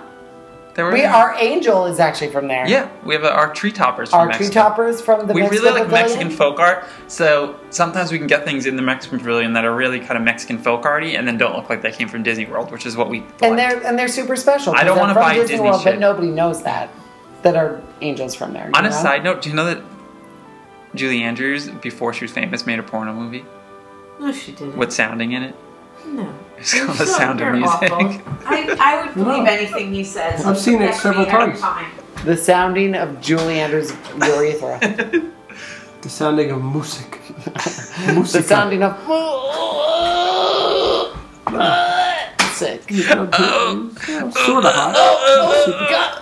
[SPEAKER 2] They were-
[SPEAKER 1] We our angel is actually from there.
[SPEAKER 2] Yeah, we have our tree toppers. From
[SPEAKER 1] Our tree
[SPEAKER 2] Mexico.
[SPEAKER 1] toppers from the
[SPEAKER 2] We
[SPEAKER 1] Mexico
[SPEAKER 2] really like
[SPEAKER 1] Pavilion.
[SPEAKER 2] Mexican folk art, so sometimes we can get things in the Mexican pavilion that are really kind of Mexican folk arty, and then don't look like they came from Disney World, which is what we.
[SPEAKER 1] and
[SPEAKER 2] like.
[SPEAKER 1] they're and they're super special.
[SPEAKER 2] I
[SPEAKER 1] 'cause
[SPEAKER 2] don't
[SPEAKER 1] they're
[SPEAKER 2] wanna
[SPEAKER 1] from
[SPEAKER 2] buy
[SPEAKER 1] Disney
[SPEAKER 2] Disney
[SPEAKER 1] World,
[SPEAKER 2] shit.
[SPEAKER 1] but nobody knows that that are angels from there. you
[SPEAKER 2] On a
[SPEAKER 1] know?
[SPEAKER 2] side note, do you know that Julie Andrews, before she was famous, made a porno movie
[SPEAKER 6] No, she didn't.
[SPEAKER 2] with sounding in it?
[SPEAKER 6] No.
[SPEAKER 2] It's called The Sound of
[SPEAKER 6] You're
[SPEAKER 2] Music.
[SPEAKER 6] awful. I, I would believe
[SPEAKER 4] No.
[SPEAKER 6] anything he says.
[SPEAKER 4] I've seen it
[SPEAKER 6] That's
[SPEAKER 4] several
[SPEAKER 6] me every
[SPEAKER 4] times.
[SPEAKER 6] time.
[SPEAKER 1] the sounding of Julie Andrews' urethra,
[SPEAKER 4] The sounding of music.
[SPEAKER 1] the sounding of sick.
[SPEAKER 4] Sort of hot.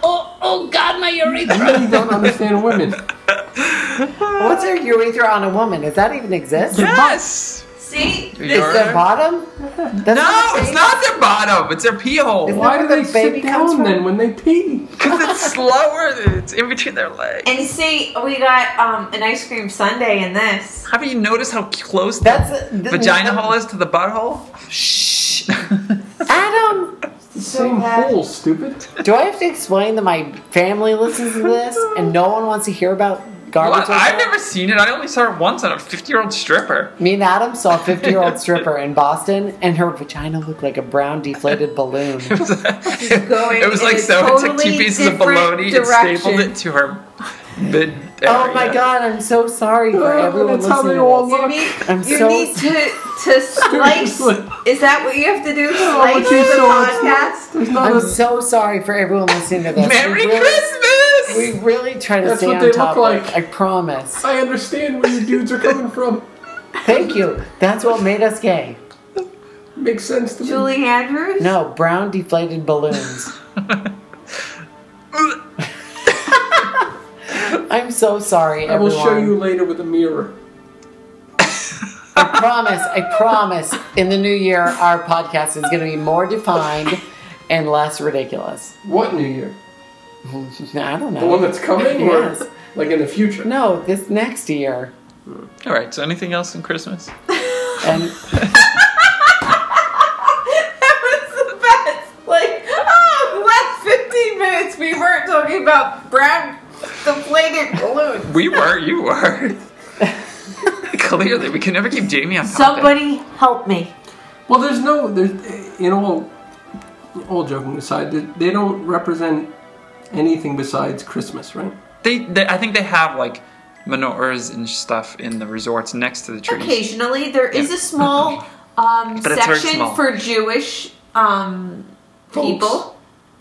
[SPEAKER 1] Oh, oh God, my urethra!
[SPEAKER 4] I really don't understand women.
[SPEAKER 1] What's a urethra on a woman? Does that even exist?
[SPEAKER 2] Yes!
[SPEAKER 6] See? This,
[SPEAKER 2] You're-
[SPEAKER 1] It's their bottom. That's
[SPEAKER 2] No,
[SPEAKER 1] what I'm
[SPEAKER 2] it's
[SPEAKER 1] saying.
[SPEAKER 2] not their bottom, it's their pee hole.
[SPEAKER 1] Isn't-
[SPEAKER 4] Why do
[SPEAKER 1] Where
[SPEAKER 4] they
[SPEAKER 1] the
[SPEAKER 4] sit
[SPEAKER 1] baby comes
[SPEAKER 4] down
[SPEAKER 1] from?
[SPEAKER 4] then when they pee?
[SPEAKER 2] Because it's slower, it's in between their legs.
[SPEAKER 6] and see, we got um, an ice cream sundae in this.
[SPEAKER 2] Haven't you noticed how close the
[SPEAKER 1] That's th-
[SPEAKER 2] vagina hole is to the butthole? Shh.
[SPEAKER 1] Adam.
[SPEAKER 4] Same
[SPEAKER 1] bad.
[SPEAKER 4] hole, stupid.
[SPEAKER 1] Do I have to explain that my family listens to this and no one wants to hear about garbage? like
[SPEAKER 2] What? I've
[SPEAKER 1] that?
[SPEAKER 2] never seen it. I only saw it once on a 50 year old stripper.
[SPEAKER 1] Me and Adam saw a 50 year old stripper in Boston and her vagina looked like a brown deflated balloon. Oh
[SPEAKER 2] It was,
[SPEAKER 6] going
[SPEAKER 2] it was
[SPEAKER 6] in
[SPEAKER 2] like
[SPEAKER 6] a
[SPEAKER 2] so. it took two
[SPEAKER 6] totally
[SPEAKER 2] pieces of
[SPEAKER 6] different
[SPEAKER 2] bologna and stapled
[SPEAKER 6] direction.
[SPEAKER 2] it to her mid.
[SPEAKER 1] Oh my
[SPEAKER 2] area.
[SPEAKER 1] god, I'm so sorry for
[SPEAKER 4] Oh,
[SPEAKER 1] everyone
[SPEAKER 4] that's how
[SPEAKER 1] listening
[SPEAKER 4] they
[SPEAKER 1] to
[SPEAKER 4] all
[SPEAKER 1] this.
[SPEAKER 6] You
[SPEAKER 4] look.
[SPEAKER 6] need,
[SPEAKER 1] I'm
[SPEAKER 6] you
[SPEAKER 1] so
[SPEAKER 6] need to, to slice.
[SPEAKER 4] Seriously.
[SPEAKER 6] Is that what you have to do?
[SPEAKER 4] but
[SPEAKER 6] Slice
[SPEAKER 4] you
[SPEAKER 6] the
[SPEAKER 4] saw it.
[SPEAKER 6] podcast?
[SPEAKER 4] There's not
[SPEAKER 1] I'm
[SPEAKER 4] a-
[SPEAKER 1] so sorry for everyone listening to this.
[SPEAKER 2] Merry
[SPEAKER 1] we really,
[SPEAKER 2] Christmas!
[SPEAKER 1] We really try to
[SPEAKER 4] That's
[SPEAKER 1] stay
[SPEAKER 4] what
[SPEAKER 1] on
[SPEAKER 4] they look
[SPEAKER 1] topic.
[SPEAKER 4] like.
[SPEAKER 1] I promise.
[SPEAKER 4] I understand where you dudes are coming from.
[SPEAKER 1] Thank you. That's what made us gay.
[SPEAKER 4] Makes sense to me.
[SPEAKER 6] Julie Andrews?
[SPEAKER 1] No, brown deflated balloons. I'm so sorry,
[SPEAKER 4] I will
[SPEAKER 1] everyone.
[SPEAKER 4] show you later with a mirror.
[SPEAKER 1] I promise, I promise, in the new year, our podcast is going to be more defined and less ridiculous.
[SPEAKER 4] What New Year?
[SPEAKER 1] I don't
[SPEAKER 4] The one
[SPEAKER 1] know.
[SPEAKER 4] that's coming,
[SPEAKER 1] Yes.
[SPEAKER 4] or like in the future?
[SPEAKER 1] No, this next year.
[SPEAKER 2] All right. So, anything else in Christmas?
[SPEAKER 1] And
[SPEAKER 6] that was the best. Like, oh, the last 15 minutes we weren't talking about brown deflated balloons.
[SPEAKER 2] We were. You were. Clearly, we can never keep Jamie on topic.
[SPEAKER 6] Somebody help me.
[SPEAKER 4] Well, there's no. There's in all. All joking aside, they- they don't represent anything besides Christmas, right?
[SPEAKER 2] They, they, I think they have like menorahs and stuff in the resorts next to the trees.
[SPEAKER 6] Occasionally, there is a small um,
[SPEAKER 2] But it's very
[SPEAKER 6] section
[SPEAKER 2] small.
[SPEAKER 6] for Jewish um, people.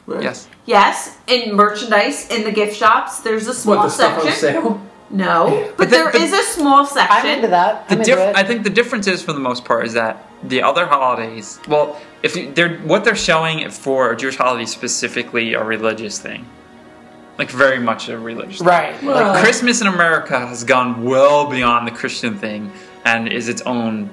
[SPEAKER 4] Right.
[SPEAKER 2] Yes.
[SPEAKER 6] Yes, in merchandise in the gift shops, there's a small
[SPEAKER 4] What the stuff on
[SPEAKER 6] section.
[SPEAKER 4] sale?
[SPEAKER 6] No, but,
[SPEAKER 2] But
[SPEAKER 6] there
[SPEAKER 2] the-
[SPEAKER 6] is a small
[SPEAKER 1] I'm
[SPEAKER 6] section.
[SPEAKER 1] into that.
[SPEAKER 2] The
[SPEAKER 1] I'm
[SPEAKER 2] diff-
[SPEAKER 1] into it.
[SPEAKER 2] I think the difference is, for the most part, is that the other holidays. Well, if you, they're what they're showing for a Jewish holiday specifically a religious thing, like very much a religious. thing.
[SPEAKER 1] right.
[SPEAKER 4] Well,
[SPEAKER 1] like,
[SPEAKER 2] Christmas in America has gone well beyond the Christian thing and is its own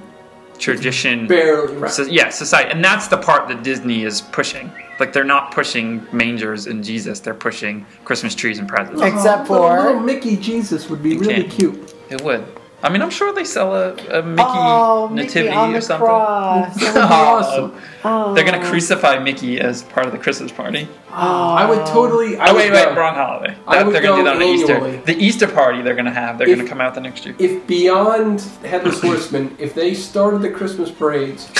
[SPEAKER 2] tradition.
[SPEAKER 4] Barely right.
[SPEAKER 2] So, yeah, society, and that's the part that Disney is pushing. Like they're not pushing mangers and Jesus; they're pushing Christmas trees and presents.
[SPEAKER 1] Except
[SPEAKER 4] But a Uh-huh. little
[SPEAKER 1] for.
[SPEAKER 4] Mickey Jesus would be
[SPEAKER 2] You
[SPEAKER 4] really
[SPEAKER 2] can't.
[SPEAKER 4] cute.
[SPEAKER 2] It would. I mean, I'm sure they sell a, a Mickey
[SPEAKER 1] Oh,
[SPEAKER 2] nativity
[SPEAKER 1] Mickey on
[SPEAKER 2] or
[SPEAKER 1] the
[SPEAKER 2] something.
[SPEAKER 1] cross.
[SPEAKER 4] That would be awesome.
[SPEAKER 1] Oh.
[SPEAKER 2] They're gonna crucify Mickey as part of the Christmas party.
[SPEAKER 4] I
[SPEAKER 1] Uh,
[SPEAKER 4] would totally. I
[SPEAKER 2] Oh
[SPEAKER 4] would
[SPEAKER 2] wait, wait,
[SPEAKER 4] go.
[SPEAKER 2] wrong holiday.
[SPEAKER 4] I
[SPEAKER 2] That-
[SPEAKER 4] would
[SPEAKER 2] they're gonna do
[SPEAKER 4] go
[SPEAKER 2] that on Easter.
[SPEAKER 4] annually.
[SPEAKER 2] The Easter party they're gonna have. They're
[SPEAKER 4] If-
[SPEAKER 2] gonna come out the next year.
[SPEAKER 4] If Beyond Headless Horseman, if they started the Christmas parades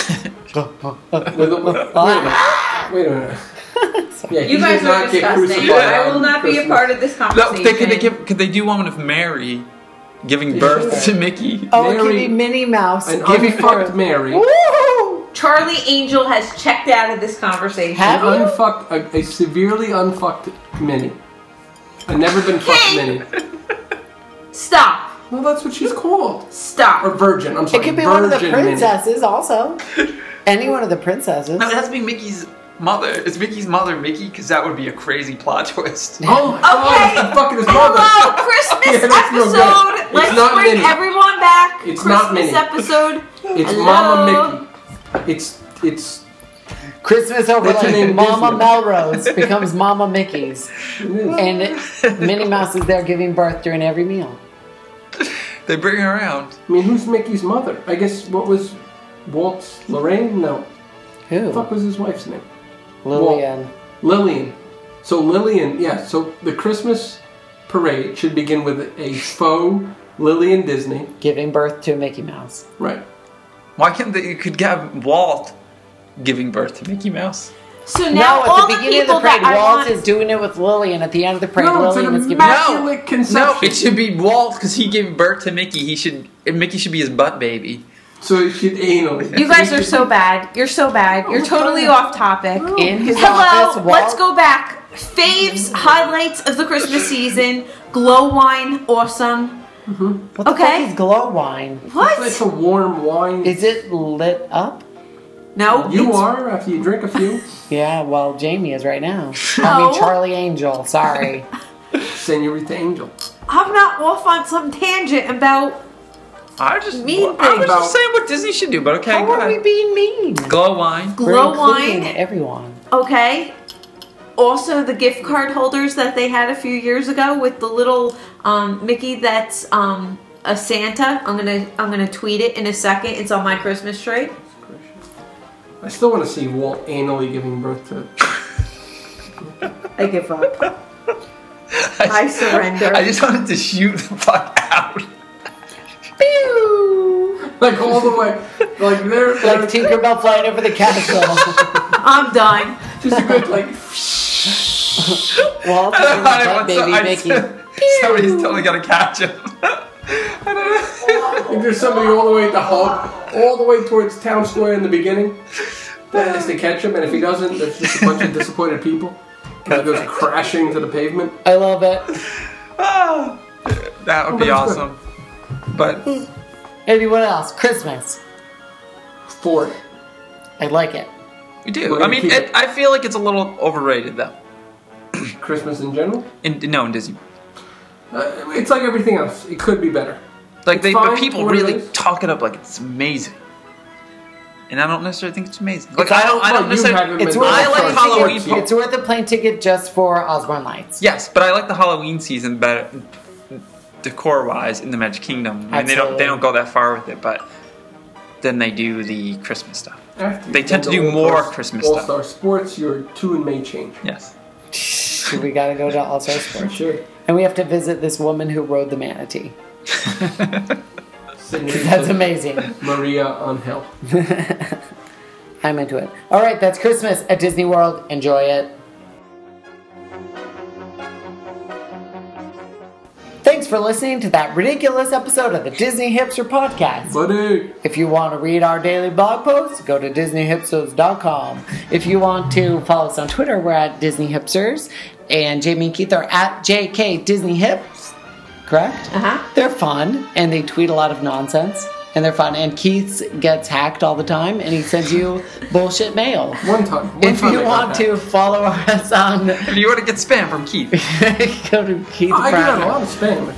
[SPEAKER 1] Oh,
[SPEAKER 4] with a, wait a minute, wait a minute. Yeah, he
[SPEAKER 6] You guys
[SPEAKER 4] did
[SPEAKER 6] are
[SPEAKER 4] not get
[SPEAKER 6] disgusting.
[SPEAKER 4] crucified
[SPEAKER 6] I will
[SPEAKER 4] on
[SPEAKER 6] not be a
[SPEAKER 4] Christmas.
[SPEAKER 6] part of this
[SPEAKER 2] No,
[SPEAKER 6] conversation.
[SPEAKER 2] they could they give could they do one with Mary giving birth to Mickey?
[SPEAKER 1] Oh, it could be
[SPEAKER 4] Mary-
[SPEAKER 1] Minnie Mouse.
[SPEAKER 4] An
[SPEAKER 1] giving
[SPEAKER 4] unfucked
[SPEAKER 1] birth.
[SPEAKER 4] Mary, an
[SPEAKER 1] Woo!
[SPEAKER 6] Charlie Angel has checked out of this conversation.
[SPEAKER 1] Have you?
[SPEAKER 4] unfucked, a, a severely unfucked Minnie, a never been fucked
[SPEAKER 6] King!
[SPEAKER 4] Minnie.
[SPEAKER 6] Stop.
[SPEAKER 4] Well, that's what she's called. Or
[SPEAKER 6] Stop.
[SPEAKER 4] virgin. I'm
[SPEAKER 1] It
[SPEAKER 4] sorry.
[SPEAKER 1] could be
[SPEAKER 4] virgin
[SPEAKER 1] one of the
[SPEAKER 4] Minnie.
[SPEAKER 1] princesses, also. Any one of the princesses.
[SPEAKER 2] No, it has to be Mickey's mother. It's Mickey's mother, Mickey, because that would be a crazy plot twist.
[SPEAKER 4] Oh my god!
[SPEAKER 6] Okay.
[SPEAKER 4] it's Fucking his mother.
[SPEAKER 6] Hello, Christmas
[SPEAKER 4] Yeah, that's no good.
[SPEAKER 6] episode.
[SPEAKER 4] It's
[SPEAKER 6] Let's
[SPEAKER 4] not
[SPEAKER 6] bring
[SPEAKER 4] Minnie.
[SPEAKER 6] everyone back.
[SPEAKER 4] It's not
[SPEAKER 6] Christmas
[SPEAKER 4] Minnie.
[SPEAKER 6] episode.
[SPEAKER 4] It's
[SPEAKER 6] Hello?
[SPEAKER 4] Mama Mickey. It's it's
[SPEAKER 1] Christmas over
[SPEAKER 4] What's her name,
[SPEAKER 1] like Mama
[SPEAKER 4] Disney?
[SPEAKER 1] Melrose becomes Mama Mickey's.
[SPEAKER 4] it is.
[SPEAKER 1] And Minnie Mouse is there giving birth during every meal.
[SPEAKER 2] They bring her around.
[SPEAKER 4] I mean, who's Mickey's mother? I guess what was Walt's Lorraine? No,
[SPEAKER 1] Who?
[SPEAKER 4] the fuck was his wife's name?
[SPEAKER 1] Lillian.
[SPEAKER 4] Lillian. So Lillian, yeah. So the Christmas parade should begin with a faux Lillian Disney,
[SPEAKER 1] Giving birth to Mickey Mouse.
[SPEAKER 4] right?
[SPEAKER 2] Why can't they? You could have Walt giving birth to Mickey Mouse.
[SPEAKER 6] So now
[SPEAKER 1] No,
[SPEAKER 6] all
[SPEAKER 1] at the
[SPEAKER 6] the
[SPEAKER 1] beginning of
[SPEAKER 6] people
[SPEAKER 1] the parade,
[SPEAKER 6] that I
[SPEAKER 1] Walt
[SPEAKER 6] want
[SPEAKER 1] is doing it with Lillian. At the end of the parade,
[SPEAKER 4] No, it's
[SPEAKER 1] Lillian
[SPEAKER 4] an
[SPEAKER 1] is giving
[SPEAKER 4] ima-
[SPEAKER 1] birth.
[SPEAKER 4] Immaculate conception.
[SPEAKER 2] No, it should be Walt because he gave birth to Mickey. He should Mickey should be his butt baby.
[SPEAKER 4] So she'd anally.
[SPEAKER 6] You guys are so bad. You're so bad. You're totally off topic.
[SPEAKER 1] In his office,
[SPEAKER 6] Hello,
[SPEAKER 1] Walt-
[SPEAKER 6] let's go back. Faves, highlights of the Christmas season. Glow wine, awesome.
[SPEAKER 1] What the
[SPEAKER 6] Okay.
[SPEAKER 1] fuck is glow wine?
[SPEAKER 4] It's
[SPEAKER 6] What?
[SPEAKER 4] a warm wine.
[SPEAKER 1] Is it lit up?
[SPEAKER 6] No,
[SPEAKER 4] you
[SPEAKER 6] it's-
[SPEAKER 4] are after you drink a few.
[SPEAKER 1] Yeah, well, Jamie is right now. I mean,
[SPEAKER 6] No.
[SPEAKER 1] Charlie Angel. Sorry.
[SPEAKER 4] Senorita Angel.
[SPEAKER 6] I'm not off on some tangent about.
[SPEAKER 2] I just
[SPEAKER 6] Mean
[SPEAKER 2] I was
[SPEAKER 4] about-
[SPEAKER 2] just saying what Disney should do, but okay,
[SPEAKER 1] How
[SPEAKER 2] go
[SPEAKER 1] are we
[SPEAKER 2] ahead.
[SPEAKER 1] being mean?
[SPEAKER 2] Glow wine.
[SPEAKER 1] We're
[SPEAKER 6] Glow
[SPEAKER 1] including
[SPEAKER 6] wine.
[SPEAKER 1] Everyone.
[SPEAKER 6] Okay. Also, the gift card holders that they had a few years ago with the little um, Mickey that's um, a Santa. I'm gonna I'm gonna tweet it in a second. It's on my Christmas tree.
[SPEAKER 4] I still want to see Walt anally giving birth to.
[SPEAKER 6] I give up. I surrender.
[SPEAKER 2] I just wanted to shoot the fuck out.
[SPEAKER 4] Like all the way. Like they're. they're
[SPEAKER 1] Like Tinkerbell flying over the castle.
[SPEAKER 6] I'm done.
[SPEAKER 4] just a good, like.
[SPEAKER 1] Walt is in
[SPEAKER 2] I don't
[SPEAKER 1] the
[SPEAKER 2] know, I
[SPEAKER 1] butt,
[SPEAKER 2] want
[SPEAKER 1] baby
[SPEAKER 2] some- I
[SPEAKER 1] Mickey.
[SPEAKER 2] just- Somebody's totally gonna catch him. I don't know.
[SPEAKER 4] Like there's somebody all the way at the hub, all the way towards town square in the beginning. That has to catch him, and if he doesn't, there's just a bunch of disappointed people. He goes crashing to the pavement.
[SPEAKER 1] I love it.
[SPEAKER 2] Ah, that would be
[SPEAKER 4] Oh,
[SPEAKER 2] awesome. But
[SPEAKER 1] Anyone else? Christmas.
[SPEAKER 4] Four.
[SPEAKER 1] I like it.
[SPEAKER 2] we
[SPEAKER 4] We're
[SPEAKER 2] do. I
[SPEAKER 4] gonna
[SPEAKER 2] mean,
[SPEAKER 4] keep
[SPEAKER 2] it,
[SPEAKER 4] it.
[SPEAKER 2] I feel like it's a little overrated though.
[SPEAKER 4] Christmas in general.
[SPEAKER 2] In no, in Disney,
[SPEAKER 4] Uh, it's like everything else. It could be better.
[SPEAKER 2] like they, but
[SPEAKER 4] fine
[SPEAKER 2] people
[SPEAKER 4] for what it
[SPEAKER 2] really
[SPEAKER 4] is.
[SPEAKER 2] talk it up like it's amazing, and I don't necessarily think it's amazing. Like
[SPEAKER 1] It's
[SPEAKER 2] I don't, I
[SPEAKER 4] Well,
[SPEAKER 2] don't
[SPEAKER 4] you
[SPEAKER 2] necessarily.
[SPEAKER 4] haven't
[SPEAKER 1] It's
[SPEAKER 4] been
[SPEAKER 1] worth,
[SPEAKER 2] I
[SPEAKER 1] a
[SPEAKER 4] to
[SPEAKER 2] like
[SPEAKER 1] plane
[SPEAKER 4] Christmas
[SPEAKER 2] Halloween.
[SPEAKER 4] yet.
[SPEAKER 1] Ticket. It's worth a plane ticket just for Osborne Lights.
[SPEAKER 2] Yes, but I like the Halloween season better, decor-wise, in the Magic Kingdom. I mean, they don't they don't go that far with it, but then they do the Christmas stuff.
[SPEAKER 4] After
[SPEAKER 2] They
[SPEAKER 4] you
[SPEAKER 2] tend to do
[SPEAKER 4] All-Star-
[SPEAKER 2] more Christmas stuff.
[SPEAKER 4] All-Star sports, your two and may change.
[SPEAKER 2] Yes.
[SPEAKER 1] So we gotta go to All Star Sports.
[SPEAKER 4] Sure.
[SPEAKER 1] And we have to visit this woman who rode the manatee.
[SPEAKER 4] Senorita
[SPEAKER 1] That's amazing.
[SPEAKER 4] Maria on hell.
[SPEAKER 1] I'm into it. All right, that's Christmas at Disney World. Enjoy it. Thanks for listening to that ridiculous episode of the Disney Hipster Podcast.
[SPEAKER 4] Buddy.
[SPEAKER 1] If you want to read our daily blog posts, go to DisneyHipsters.com. If you want to follow us on Twitter, we're at Disney Hipsters. And Jamie and Keith are at JK Disney Hips, correct?
[SPEAKER 6] Uh-huh.
[SPEAKER 1] They're fun and they tweet a lot of nonsense and they're fun. And Keith gets hacked all the time and he sends you bullshit mail.
[SPEAKER 4] One time. One
[SPEAKER 1] If
[SPEAKER 4] time I
[SPEAKER 1] you
[SPEAKER 4] got
[SPEAKER 1] want
[SPEAKER 4] that.
[SPEAKER 1] to follow us on,
[SPEAKER 2] If you want to get spam from Keith,
[SPEAKER 1] go to Keith
[SPEAKER 4] Oh, I got a
[SPEAKER 1] Brown.
[SPEAKER 4] lot of spam. I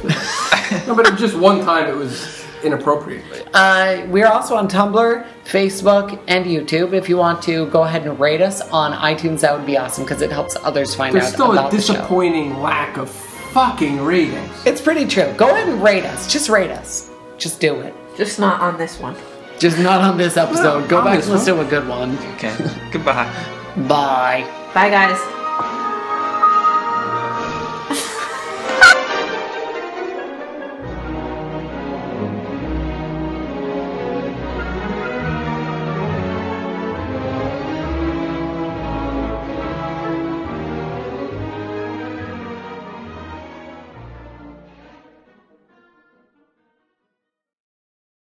[SPEAKER 4] feel like. no, but it was just one time it was inappropriately.
[SPEAKER 1] Uh, we're also on Tumblr, Facebook, and YouTube. If you want to go ahead and rate us on iTunes, that would be awesome because it helps others find
[SPEAKER 4] There's
[SPEAKER 1] out
[SPEAKER 4] still a
[SPEAKER 1] about the show.
[SPEAKER 4] disappointing lack of fucking ratings.
[SPEAKER 1] It's pretty true. Go ahead and rate us. Just rate us. Just do it.
[SPEAKER 6] Just not on this one.
[SPEAKER 1] Just not on this episode. Go
[SPEAKER 4] on
[SPEAKER 1] back
[SPEAKER 4] this
[SPEAKER 1] and listen to a good one.
[SPEAKER 2] Okay. Goodbye.
[SPEAKER 1] Bye.
[SPEAKER 6] Bye, guys.